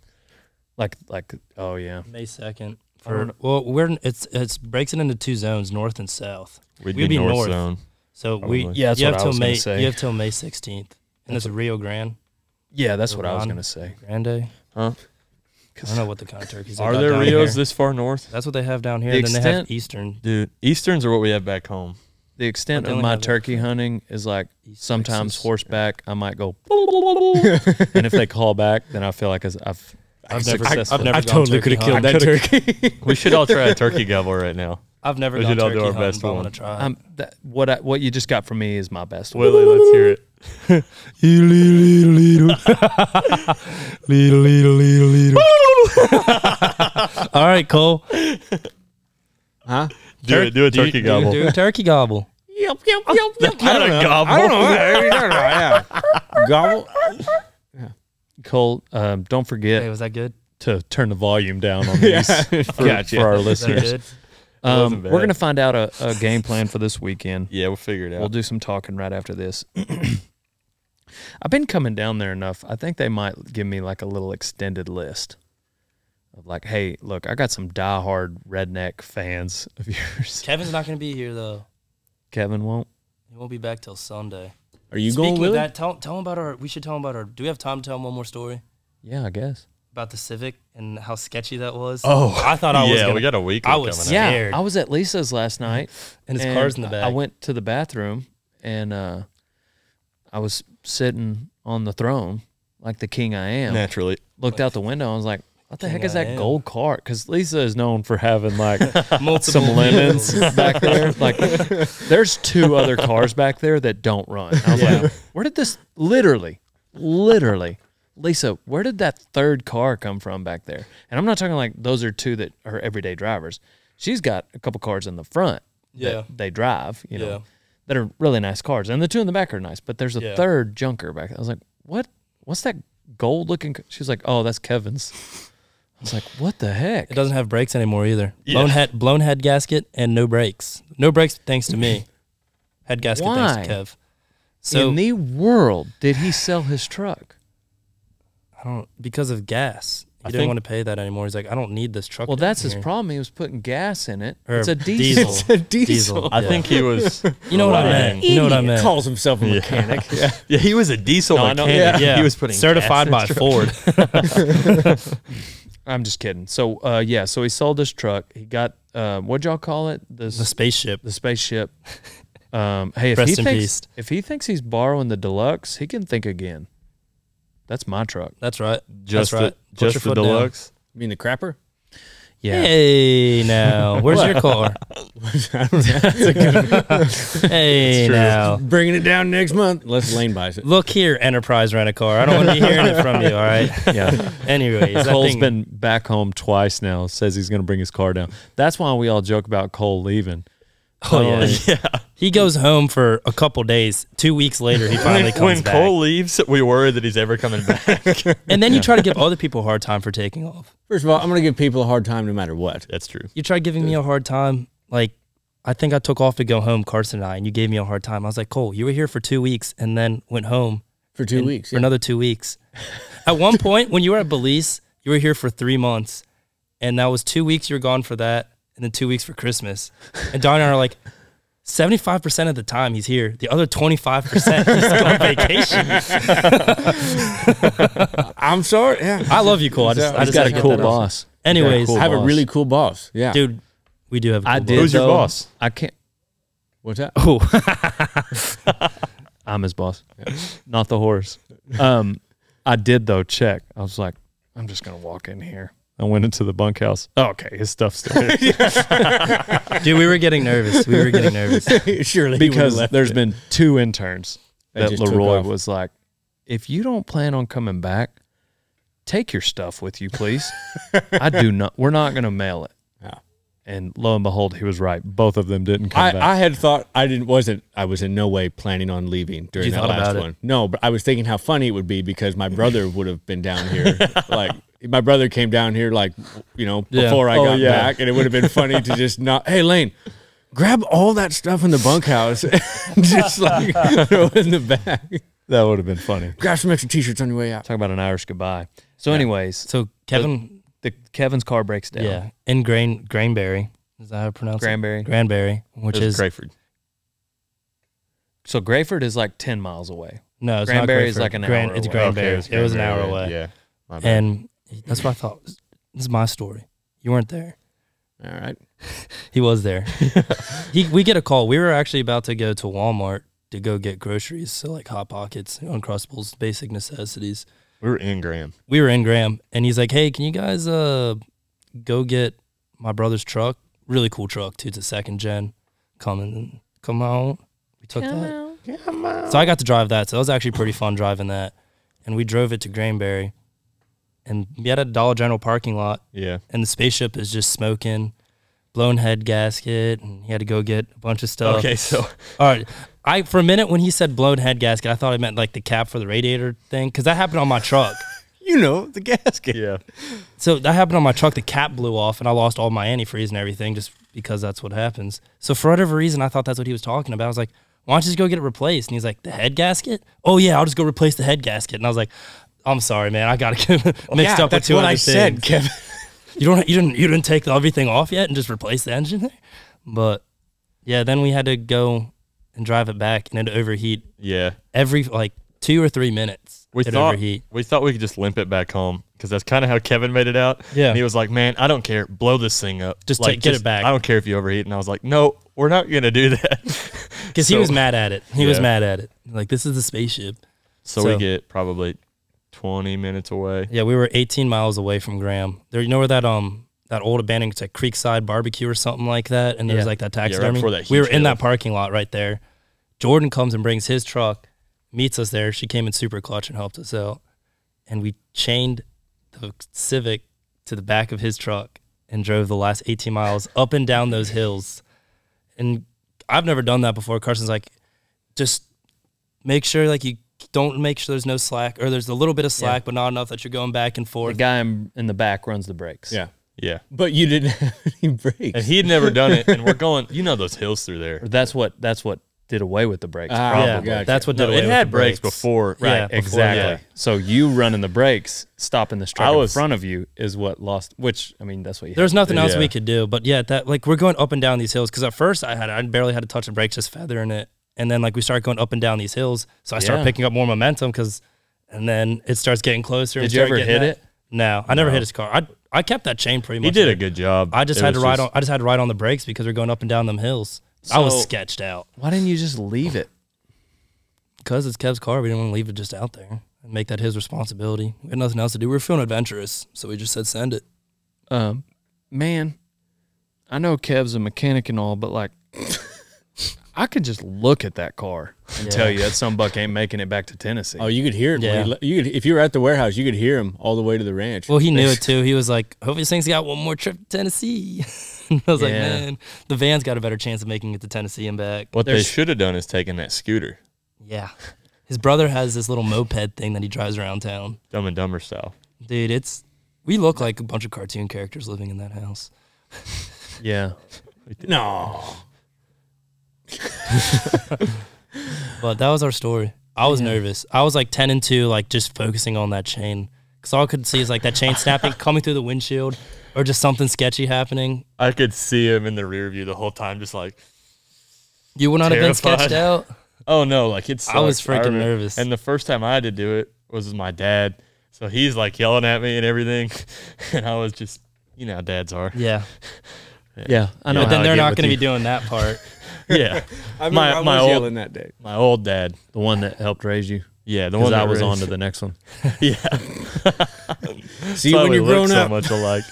S1: Like, like, oh yeah,
S3: May second. For well, we're it's it's breaks it into two zones, north and south.
S4: We'd
S3: We'd
S4: be,
S3: be
S4: north,
S3: north.
S4: zone.
S3: So we
S4: Probably.
S1: Yeah, that's
S3: you
S1: what
S3: have
S1: I
S3: till
S1: was gonna
S3: May
S1: say.
S3: you have till May sixteenth, and it's Rio Grande
S1: yeah. That's what I was
S3: Iran.
S1: gonna say.
S3: Grande.
S4: Huh?
S3: I don't know what the kind of turkeys they
S4: Are
S3: got
S4: there
S3: down
S4: Rios
S3: here.
S4: this far north,
S3: That's what they have down here.
S1: The
S3: then they have
S1: extent-
S3: Eastern.
S4: dude? Easterns are what we have back home.
S1: The extent
S3: they
S1: of
S3: only
S1: my
S3: have that
S1: turkey hunting is like
S3: East
S1: sometimes
S3: Texas.
S1: horseback. I might go, and if they call back, then I feel like I've, I've
S3: I've never,
S1: successful.
S3: never
S2: I
S3: gone
S2: totally
S3: turkey
S2: could have killed
S3: hunting.
S2: that turkey.
S4: We should all try a turkey gobble right now.
S3: I've never
S4: We
S3: gone
S4: did all do
S3: turkey
S4: our
S3: hunting.
S4: best
S3: but I
S4: one.
S3: want to try.
S1: Um, that, what I, what you just got from me is my best. one.
S4: Willie, let's hear it.
S3: All right, Cole.
S2: huh?
S4: Do it. Do a turkey gobble.
S3: Do a turkey gobble.
S2: Yep, yep, yep, yep.
S4: Not a gobble.
S2: I don't know. yeah. Gobble.
S1: Cole, um, don't forget
S3: Hey, was that good?
S1: to turn the volume down on these for, for our
S3: Was that
S1: listeners.
S3: good?
S1: Um,
S4: wasn't
S1: we're
S4: bad.
S1: gonna find out a, a game plan for this weekend.
S4: Yeah, we'll figure it out.
S1: We'll do some talking right after this. I've been coming down there enough. I think they might give me like a little extended list of like, hey, look, I got some diehard redneck fans of yours.
S3: Kevin's not going to be here though.
S1: Kevin won't.
S3: He won't be back till Sunday.
S2: Are you
S3: Speaking
S2: going
S3: of
S2: Willie?
S3: that, tell, tell him about our. We should tell him about our. Do we have time to tell him one more story
S1: Yeah, I guess.
S3: about the Civic and how sketchy that was? Oh, I thought I was.
S4: yeah,
S3: gonna,
S4: we got a week.
S3: I was
S4: coming up.
S1: Yeah,
S3: Scared.
S1: I was at Lisa's last night.
S3: and his car's in the
S1: I-
S3: back.
S1: I went to the bathroom and uh, I was sitting on the throne like the king I am.
S4: naturally.
S1: Looked out the window. I was like, what the
S3: King
S1: heck is
S3: I
S1: that
S3: am.
S1: gold cart? Because Lisa is known for having like
S3: Multiple
S1: some lemons
S3: vehicles.
S1: back there. Like, there's two other cars back there that don't run. I was like, where did this literally, literally, Lisa, where did that third car come from back there? And I'm not talking like those are two that are everyday drivers. She's got a couple cars in the front
S3: Yeah.
S1: that they drive, you know,
S3: Yeah.
S1: that are really nice cars. And the two in the back are nice, but there's a
S3: Yeah.
S1: third junker back. I was like, what? What's that gold looking? c-" She's like, oh, that's Kevin's. I was like, what the heck?
S3: It doesn't have brakes anymore either. Blown head, blown head gasket, and no brakes. No brakes, thanks to me. Head gasket, thanks to
S1: Why?
S3: Kev. So
S1: in the world did he sell his truck?
S3: I don't because of gas. He didn't
S4: think-
S3: want to pay that anymore. He's like, I don't need this truck.
S1: Well,
S3: down
S1: that's his
S3: here."
S1: problem. He was putting gas in it.
S3: Or
S1: it's a diesel.
S2: It's a diesel.
S4: I
S3: yeah.
S4: think he was.
S3: you know what I meant. You know what I
S2: Idiot.
S3: meant.
S2: Calls himself a mechanic. Yeah.
S4: Yeah, he was a diesel
S1: No, I know.
S4: mechanic.
S3: Yeah,
S4: he was putting
S3: certified by
S4: gas in his truck.
S3: Ford.
S1: I'm just kidding. So, uh, yeah, so he sold this truck. He got, uh, what'd y'all call it? The,
S3: the
S1: s-
S3: spaceship.
S1: the spaceship. Um, hey, if he,
S3: Rest in
S1: thinks,
S3: peace.
S1: if he thinks he's borrowing the deluxe, he can think again. That's my truck.
S3: That's right.
S4: Just
S3: that's right.
S4: the,
S3: Put your
S4: just the
S3: foot down.
S4: deluxe.
S2: You mean the crapper?
S1: Yeah.
S3: Hey now, where's your car? hey now,
S2: Bringing it down next month. Unless Lane buys it.
S3: look here, Enterprise Rent a Car. I don't want to be hearing it from you. All right.
S1: Yeah.
S3: Anyways, that
S1: Cole's
S3: thing-
S1: been back home twice now, says he's going to bring his car down. That's why we all joke about Cole leaving.
S3: Oh, yeah. He goes home for a couple days. Two weeks later, he finally comes
S4: When
S3: back.
S4: Cole leaves, we worry that he's ever coming back.
S3: and then you try to give other people a hard time for taking off.
S2: First of all, I'm going to give people a hard time no matter what.
S4: That's true.
S3: You tried giving me a hard time. Like, I think I took off to go home, Carson and I, and you gave me a hard time. I was like, Cole, you were here for two weeks and then went home
S2: For two weeks.
S3: for another two weeks. at one point, when you were at Belize, you were here for three months. And that was two weeks you were gone for that, and then two weeks for Christmas. And Don and I are like, 75% of the time he's here. The other 25% he's on vacation.
S2: I'm sorry. Yeah.
S3: I love you, Cole. I just, I
S1: He's
S3: just
S1: got
S3: had
S1: a
S3: to get
S1: cool
S3: that out.
S1: boss.
S3: Anyways,
S2: I have a really cool boss. Yeah.
S3: dude, we do have a cool
S1: I did.
S4: Who's your
S1: though.
S4: boss?
S1: I can't.
S2: What's that?
S1: Oh, I'm his boss, not the horse. Um, I did though check. I was like, I'm just gonna walk in here. I went into the bunkhouse. Oh, okay, his stuff's still here.
S3: boss. Dude, we were getting nervous. We were getting nervous.
S2: Surely
S1: because
S2: there's
S1: there's been two interns
S2: They
S1: that
S2: just took
S1: Leroy
S2: off.
S1: was like, if you don't plan on coming back, take your stuff with you, please. I do not. We're not going to mail it.
S2: Yeah.
S1: And lo and behold, he was right. Both of them didn't come back.
S2: I, I had thought I didn't wasn't I was in no way planning on leaving during
S3: You
S2: that
S3: thought
S2: last
S3: about it?
S2: one. No, but I was thinking how funny it would be because my brother would have been down here. like my brother came down here like you know
S3: Yeah.
S2: before I
S4: Oh,
S2: got
S4: yeah.
S2: back, and it would have been funny to just not. Hey Lane, grab all that stuff in the bunkhouse, and just like throw it in the bag.
S1: that would have been funny.
S2: Grab some extra t-shirts on your way out.
S1: Talk about an Irish goodbye. So, anyways,
S3: So Kevin,
S1: the Kevin's car breaks down.
S3: yeah, in grain, grainberry. Is that how I pronounce
S1: Granberry.
S3: it? Granberry, which
S4: It was
S3: is
S4: Crayford.
S1: So Grayford is like ten miles away.
S3: no, it's not
S1: Granberry is
S3: Grayford.
S1: like an
S3: Gran-
S1: hour
S3: It's
S1: away.
S3: Granberry.
S4: Okay,
S3: it, was an hour
S4: Cranberry,
S3: away,
S4: Yeah. My bad.
S3: and that's what I thought. This is my story. You weren't there.
S2: All right.
S3: He was there. he, we get a call. We were actually about to go to Walmart to go get groceries, so like hot pockets, uncrustables, basic necessities.
S4: we were in Graham.
S3: We were in Graham, and he's like, "Hey, can you guys uh go get my brother's truck? Really cool truck too. It's a second gen. Come and come out. We took that. So I got to drive that. So that was actually pretty fun driving that, and we drove it to Grainberry, and we had a Dollar General parking lot
S4: Yeah.
S3: and the spaceship is just smoking, blown head gasket, and he had to go get a bunch of stuff.
S4: Okay, so
S3: All right. I for a minute when he said blown head gasket, I thought it meant like the cap for the radiator thing because that happened on my truck.
S2: You know the gasket.
S4: yeah,
S3: so that happened on my truck. The cap blew off, and I lost all my antifreeze and everything just because that's what happens. So for whatever reason, I thought that's what he was talking about. I was like, "Why don't you just go get it replaced?" And he's like, "The head gasket? Oh yeah, I'll just go replace the head gasket." And I was like. I'm sorry, man. I got to get mixed
S2: yeah,
S3: up with
S2: that's
S3: two
S2: what
S3: other
S2: I said,
S3: things.
S2: Kevin.
S3: You don't. You didn't. You didn't take everything off yet and just replace the engine there. But yeah, then we had to go and drive it back, and it overheat
S4: yeah.
S3: every like two or three minutes.
S4: We
S3: it
S4: thought
S3: overheat.
S4: we thought we could just limp it back home because that's kind of how Kevin made it out.
S3: Yeah.
S4: and he was like, "Man, I don't care. Blow this thing up.
S3: Just
S4: like,
S3: take- get it back."
S4: I don't care if you overheat." And I was like, "No, we're not gonna do that."
S3: because he was mad at it. He was
S4: Yeah.
S3: mad at it. Like this is the spaceship.
S4: so,
S3: So-
S4: we get probably twenty minutes away.
S3: Yeah, we were 18 miles away from Graham. There, you know where that um that old abandoned it's like Creekside barbecue or something like that, and there's
S1: Yeah.
S3: like that taxidermy.
S4: before that
S3: we were
S4: huge
S3: in that
S4: hill.
S3: parking lot right there. Jordan comes and brings his truck, meets us there. She came in super clutch and helped us out, and we chained the Civic to the back of his truck and drove the last 18 miles up and down those hills. And I've never done that before. Carson's like, just make sure like you don't make sure there's no slack or there's a little bit of slack, but not enough that you're going back and
S1: The
S3: forth.
S1: guy in, in the back runs the brakes.
S2: Yeah,
S4: Yeah,
S2: but you didn't have any
S4: and
S2: breaks.
S4: he had never done it, and we're going. You know those hills through there.
S1: That's what. That's what did away with the brakes.
S2: Ah,
S1: probably.
S3: yeah,
S2: gotcha.
S3: that's what did
S4: No,
S3: away
S4: it
S3: with
S4: had
S3: the
S4: brakes before,
S3: Yeah,
S4: right?
S3: before
S1: Exactly.
S4: Yeah.
S1: So you running the brakes, stopping this truck
S4: I was-
S1: in front of you is what lost. Which I mean, that's what you.
S3: There's nothing else
S4: Yeah.
S3: we could do, but yeah, that like we're going up and down these hills because at first I had I barely had to touch the brakes, just feathering it, and then like we start going up and down these hills, so I start
S1: Yeah.
S3: picking up more momentum because, and then it starts getting closer. and
S1: Did you
S3: start
S1: ever hit
S3: getting
S1: it?
S3: that- No, I never hit his car. I I kept that chain pretty much.
S4: He did a
S3: like-
S4: good job.
S3: I just
S4: It
S3: had to
S4: was
S3: ride
S4: just-
S3: on. I just had to ride on the brakes because we're going up and down them hills. I
S1: So-
S3: was sketched out
S1: Why didn't you just leave it?
S3: because it's Kev's car. We didn't want to leave it just out there and make that his responsibility. We had nothing else to do. We were feeling adventurous, so we just said send it.
S1: Um, man, I know Kev's a mechanic and all, but like, I could just look at that car and tell you that some buck ain't making it back to Tennessee.
S2: Oh, you could hear him. when
S3: Yeah.
S2: he le- you could, if you were at the warehouse, you could hear him all the way to the ranch.
S3: Well, he knew it too. He was like, "Hope this thing's got one more trip to Tennessee." And I was like,
S1: Yeah.
S3: "Man, the van's got a better chance of making it to Tennessee and back."
S4: What they
S1: There's-
S4: should have done is taken that scooter,
S3: Yeah, his brother has this little moped thing that he drives around town.
S4: Dumb and Dumber style.
S3: Dude, it's we look like a bunch of cartoon characters living in that house.
S1: yeah.
S2: no.
S3: But that was our story. I was nervous. I was like ten and two, like just focusing on that chain because all I could see is like that chain snapping coming through the windshield, or just something sketchy happening.
S4: I could see him in the rear view the whole time, just like
S3: You would not have been sketched out.
S4: Oh no, like it's.
S3: I was freaking nervous.
S4: And the first time I had to do it was with my dad, so he's like yelling at me and everything, and I was just, you know, how dads are.
S3: Yeah,
S1: Yeah, I know.
S3: but then
S1: how I
S3: they're
S1: get
S3: not
S1: with
S3: going to be
S1: you.
S3: doing that part.
S4: Yeah,
S2: I
S4: My- I my was old- yelling
S2: that day.
S4: my old dad.
S1: the one that helped raise you.
S4: Yeah, the one
S1: Because
S4: that
S1: I was
S4: raised-
S1: on to the next one.
S4: Yeah,
S2: See
S4: That's why
S2: when
S4: we
S2: you're
S4: look
S2: grown
S4: so
S2: up.
S4: much alike.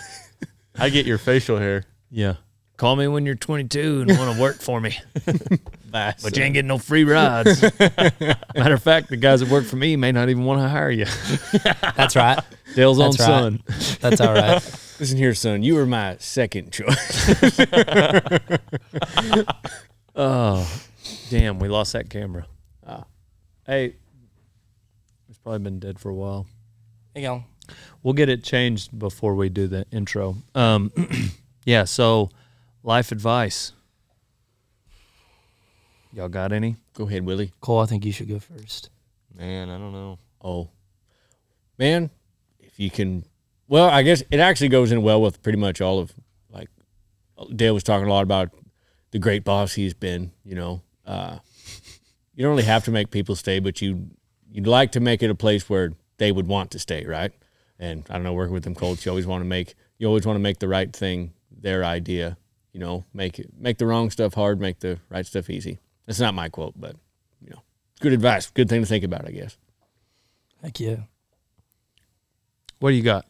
S4: I get your facial hair.
S1: Yeah. Call me when you're 22 and want to work for me,
S2: Bye,
S1: but
S2: son.
S1: you ain't getting no free rides. Matter of fact, the guys that work for me may not even want to hire you.
S3: That's right.
S1: Dale's own
S3: That's right.
S1: son.
S3: That's all right.
S2: Listen here, son. You were my second choice.
S1: Oh, damn, we lost that camera. Hey, it's probably been dead for a while.
S3: Hang on.
S1: We'll get it changed before we do the intro. Um, yeah, so life advice. Y'all got any?
S2: Go ahead, Willie.
S3: Cole, I think you should go first.
S4: Man, I don't know.
S2: Oh, man, if you can. Well, I guess it actually goes in well with pretty much all of like Dale was talking a lot about the great boss he's been. You know, uh, you don't really have to make people stay, but you you'd like to make it a place where they would want to stay, right? And I don't know, working with them Colts, you always want to make you always want to make the right thing their idea. You know, make it make the wrong stuff hard, make the right stuff easy. That's not my quote, but you know, it's good advice, good thing to think about, I guess.
S3: Heck yeah.
S1: What do you got?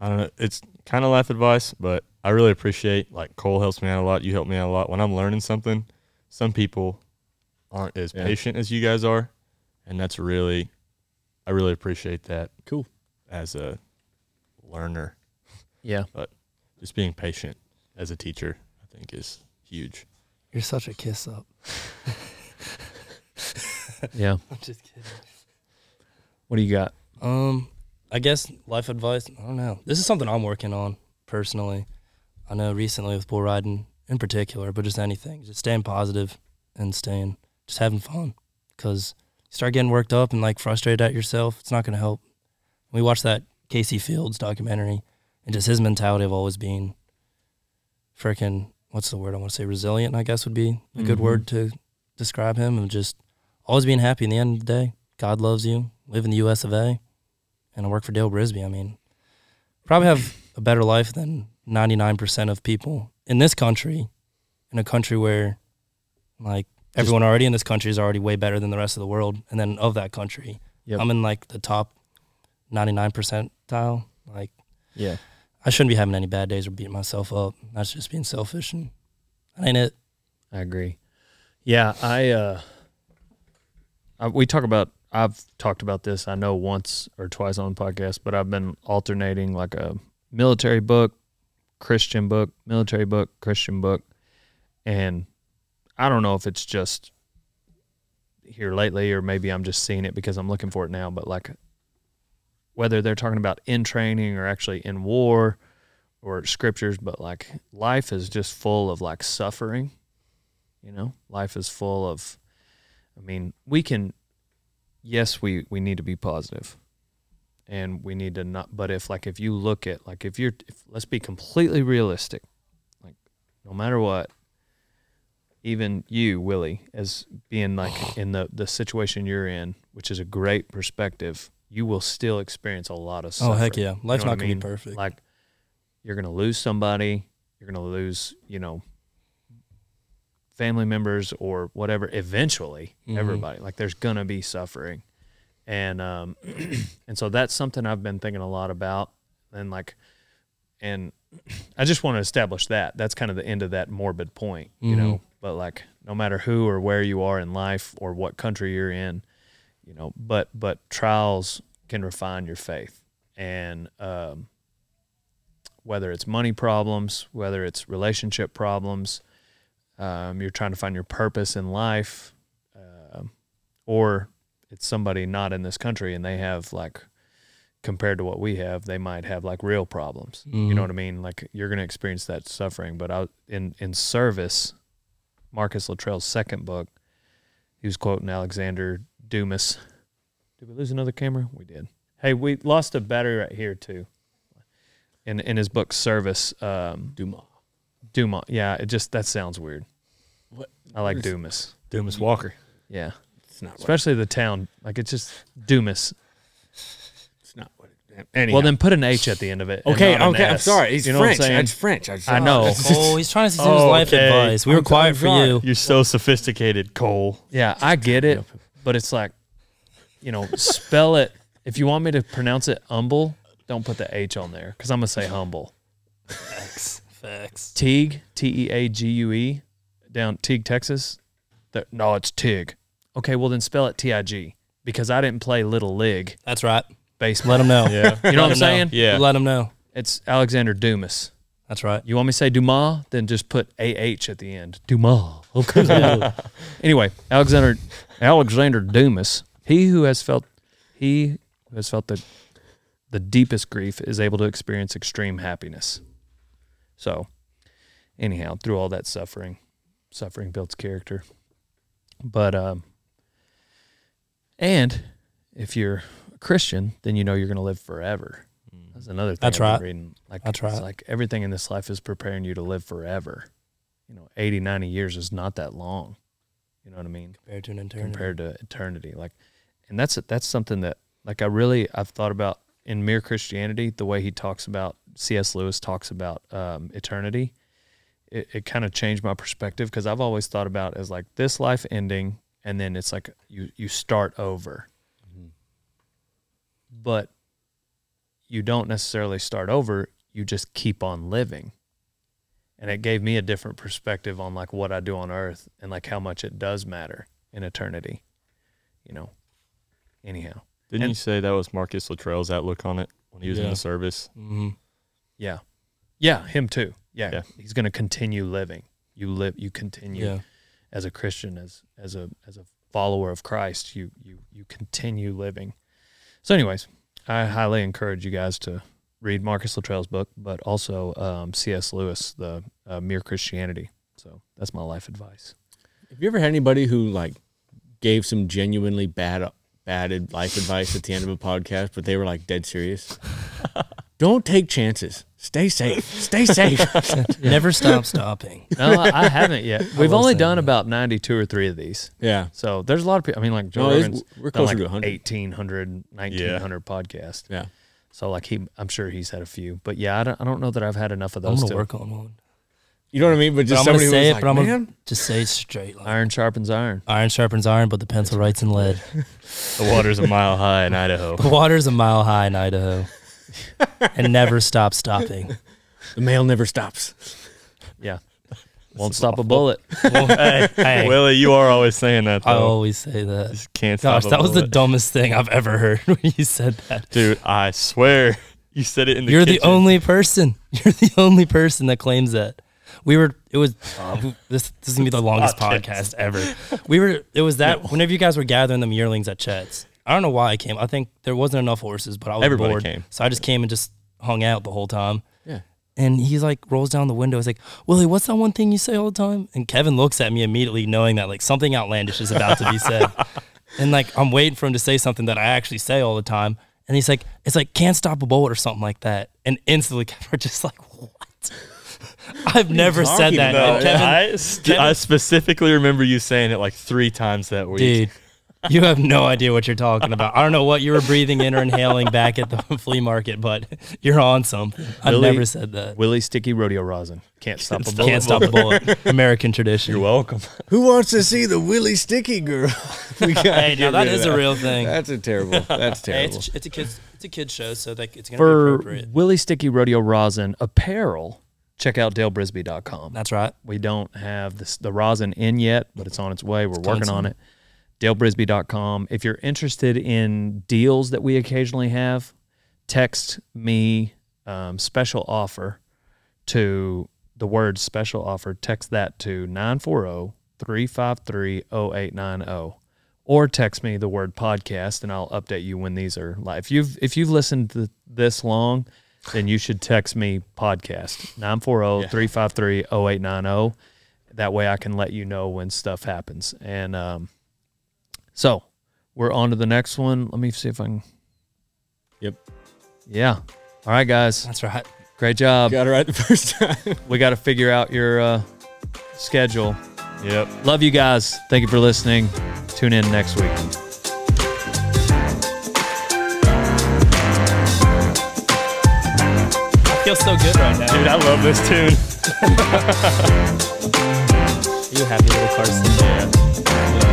S4: I don't know. It's kind of life advice, but I really appreciate like Cole helps me out a lot. You help me out a lot when I'm learning something. Some people aren't as
S2: Yeah.
S4: patient as you guys are, and that's really, I really appreciate that
S2: Cool.
S4: as a learner.
S1: Yeah.
S4: Just being patient as a teacher, I think, is huge.
S3: You're such a kiss up.
S1: Yeah.
S3: I'm just kidding.
S1: What do you got?
S3: Um, I guess life advice. I don't know. This is something I'm working on personally. I know recently with bull riding in particular, but just anything, just staying positive and staying, just having fun. Because you start getting worked up and like frustrated at yourself, it's not going to help. We watched that Casey Fields documentary, and just his mentality of always being freaking what's the word I want to say resilient. I guess would be a good
S1: Mhm.
S3: word to describe him, and just always being happy. In the end of the day, God loves you. Live in the U.S. of A and I work for Dale Brisby. I mean, probably have a better life than 99% of people in this country, in a country where like everyone already in this country is already way better than the rest of the world. And then of that country,
S1: Yep.
S3: I'm in like the top 99 percentile. Like,
S1: Yeah.
S3: I shouldn't be having any bad days or beating myself up. That's just being selfish. And that ain't it.
S1: I agree. Yeah, I, uh, I we talk about I've talked about this I know once or twice on the podcast, but I've been alternating like a military book, Christian book, military book, Christian book. And I don't know if it's just here lately or maybe I'm just seeing it because I'm looking for it now, but like whether they're talking about in training or actually in war or scriptures, but like life is just full of like suffering you know life is full of i mean we can yes we we need to be positive and we need to not but if like if you look at like if you're if, let's be completely realistic like no matter what even you willie as being like in the the situation you're in which is a great perspective you will still experience a lot of
S3: Oh,
S1: suffering
S3: heck yeah. Life's
S1: know what
S3: not
S1: I
S3: going to
S1: mean?
S3: be perfect.
S1: like you're gonna lose somebody you're gonna lose you know family members or whatever eventually
S3: Mhm.
S1: everybody like there's gonna be suffering and um and so that's something i've been thinking a lot about and like and i just want to establish that that's kind of the end of that morbid point you know but like no matter who or where you are in life or what country you're in you know but but trials can refine your faith and um whether it's money problems, whether it's relationship problems, um, you're trying to find your purpose in life, um, or it's somebody not in this country and they have like, compared to what we have, they might have like real problems. You know what I mean? Like you're going to experience that suffering. But I, in in service, Marcus Luttrell's second book, he was quoting Alexander Dumas. Did we lose another camera? We did. Hey, we lost a battery right here too. In in his book Service, um,
S2: Dumas.
S1: Dumas. Yeah, it just that sounds weird. I like Dumas.
S4: Dumas Walker.
S1: Yeah,
S2: It's not. What,
S1: especially the town. Like it's just Dumas.
S2: it's not what. Anyhow.
S1: Well, then put an H at the end of it. and
S2: Okay.
S1: not an
S2: Okay. I'm
S1: S.
S2: sorry. He's
S1: you know
S2: French.
S1: what I'm saying?
S2: It's French. I'm
S1: I
S2: sorry.
S1: know.
S3: Cole, Oh, he's trying to see some
S4: Okay.
S3: life advice. We
S2: I'm
S3: were quiet
S2: so-
S3: for
S2: I'm
S3: you.
S4: You're so sophisticated, Cole.
S1: Yeah, I get it, but it's like, you know, spell it. If you want me to pronounce it humble, don't put the H on there because I'm gonna say humble.
S3: Facts. Facts.
S1: Teague, T E A G U E, down Teague, Texas. Th- no, it's Tig. Okay, well then spell it T I G because I didn't play Little League
S3: That's right.
S1: baseball.
S3: Let him know.
S4: Yeah.
S1: You know what I'm saying?
S4: Yeah.
S3: Let him know.
S1: It's Alexander Dumas.
S3: That's right.
S1: You want me to say Dumas? Then just put A H at the end. Dumas. Okay. anyway, Alexander Alexander Dumas, he who has felt he who has felt the the deepest grief is able to experience extreme happiness. So, anyhow, through all that suffering, suffering builds character. But um and if you're a Christian, then you know you're going to live forever. That's another thing
S3: Mm. That's
S1: I've been
S3: right.
S1: reading. Like
S3: That's
S1: It's
S3: right.
S1: like everything in this life is preparing you to live forever. You know, 80, 90 years is not that long. You know what I mean?
S3: Compared to an intern.
S1: compared to eternity. Like, and that's that's something that like I really I've thought about in mere Christianity. The way he talks about C.S. Lewis talks about um, eternity, it, it kind of changed my perspective because I've always thought about it as like this life ending, and then it's like you you start over, but you don't necessarily start over. You just keep on living. And it gave me a different perspective on like what I do on earth and like how much it does matter in eternity. You know. Anyhow.
S4: Didn't
S1: And-
S4: you say that was Marcus Luttrell's outlook on it when he was in
S2: Yeah.
S4: the service?
S3: hmm
S1: Yeah. Yeah, him too. Yeah.
S4: Yeah.
S1: He's gonna continue living. You live you continue
S3: Yeah.
S1: as a Christian, as as a as a follower of Christ, you you you continue living. So anyways, I highly encourage you guys to read Marcus Luttrell's book, but also um, C.S. Lewis, the uh, Mere Christianity. So that's my life advice.
S2: Have you ever had anybody who like gave some genuinely bad bad ad- life advice at the end of a podcast, but they were like dead serious? Don't take chances. Stay safe. Stay safe.
S3: Never stop stopping.
S1: No, I, I haven't yet. We've
S3: will
S1: only
S3: say
S1: done
S3: that.
S1: about ninety-two or three of these.
S2: yeah.
S1: So there's a lot of people. I mean, like Joe
S2: No, it's-
S1: Rogan's
S2: we're
S1: done like
S2: closer to 100.
S1: 1800, 1900 podcast.
S2: Yeah.
S1: So like he, I'm sure he's had a few, but yeah, I don't, I don't know that I've had enough of
S3: I'm
S1: those.
S3: gonna
S1: to
S3: work on one.
S2: You know what I mean? But
S3: But
S2: just
S3: I'm gonna
S2: somebody who
S3: say
S2: was
S3: it,
S2: like,
S3: but I'm
S2: man,
S3: gonna just say it straight. Like,
S1: Iron sharpens iron.
S3: iron sharpens iron, but the pencil writes in lead.
S4: The water's a mile high in Idaho.
S3: The water's a mile high in Idaho, and never stop stopping.
S2: the mail never stops.
S1: Yeah, won't stop a bullet.
S3: hey, hey,
S4: Willie, you are always saying that
S3: I
S4: though.
S3: always say that.
S4: Just can't stop
S3: Gosh, that was the
S4: bullet.
S3: dumbest thing I've ever heard when you said that.
S4: dude. I swear, you said it in the.
S3: You're the
S4: kitchen.
S3: only person. You're the only person that claims that. We were. It was. uh, this, this is gonna be the longest podcast ever. We were. It was that. Whenever you guys were gathering them yearlings at Chet's, I don't know why I came. I think there wasn't enough horses, but I was
S4: Everybody
S3: bored,
S4: came.
S3: so I just came and just hung out the whole time.
S2: Yeah.
S3: And he's like rolls down the window. He's like, Willie, what's that one thing you say all the time? And Kevin looks at me immediately, knowing that like something outlandish is about to be said. and like I'm waiting for him to say something that I actually say all the time. And he's like, it's like can't stop a bullet or something like that. And instantly Kevin are just like, what? I've never said
S2: talking
S3: that.
S4: No,
S3: And Kevin,
S4: I, st- I specifically remember you saying it like three times that week.
S3: dude, you have no idea what you're talking about. I don't know what you were breathing in or inhaling back at the flea market, but you're on something. I've
S1: Really?
S3: never said that.
S1: Willie Sticky Rodeo Rosin can't stop a bullet.
S3: Can't stop a bullet. American tradition.
S4: You're welcome.
S2: Who wants to see the Willy Sticky girl? we got
S3: Hey, now that is a real thing.
S2: That's a terrible. That's
S3: Hey,
S2: terrible.
S3: it's, a, it's a kids it's a kids show, so like it's gonna be
S1: For
S3: appropriate.
S1: Willie Sticky Rodeo Rosin apparel, check out DaleBrisby.com.
S3: That's right.
S1: We don't have this, the rosin in yet, but it's on its way. We're
S3: coming
S1: working on it. DaleBrisby.com. If you're interested in deals that we occasionally have, text me um, special offer to the word special offer. Text that to oh, 940 353 0890 or text me the word podcast and I'll update you when these are live. If you've if you've listened to this long, then you should text me podcast oh, 940-353-0890. oh. That way I can let you know when stuff happens. And um so we're on to the next one. Let me see if I can
S2: Yep.
S1: Yeah. All right guys.
S3: That's right.
S1: Great job.
S2: Got it right the first time.
S1: We got to figure out your uh, schedule.
S4: Yep.
S1: Love you guys. Thank you for listening. Tune in next week.
S3: Feels so good right now.
S4: Dude, I love this tune.
S3: You happy little Carson?
S4: Yeah.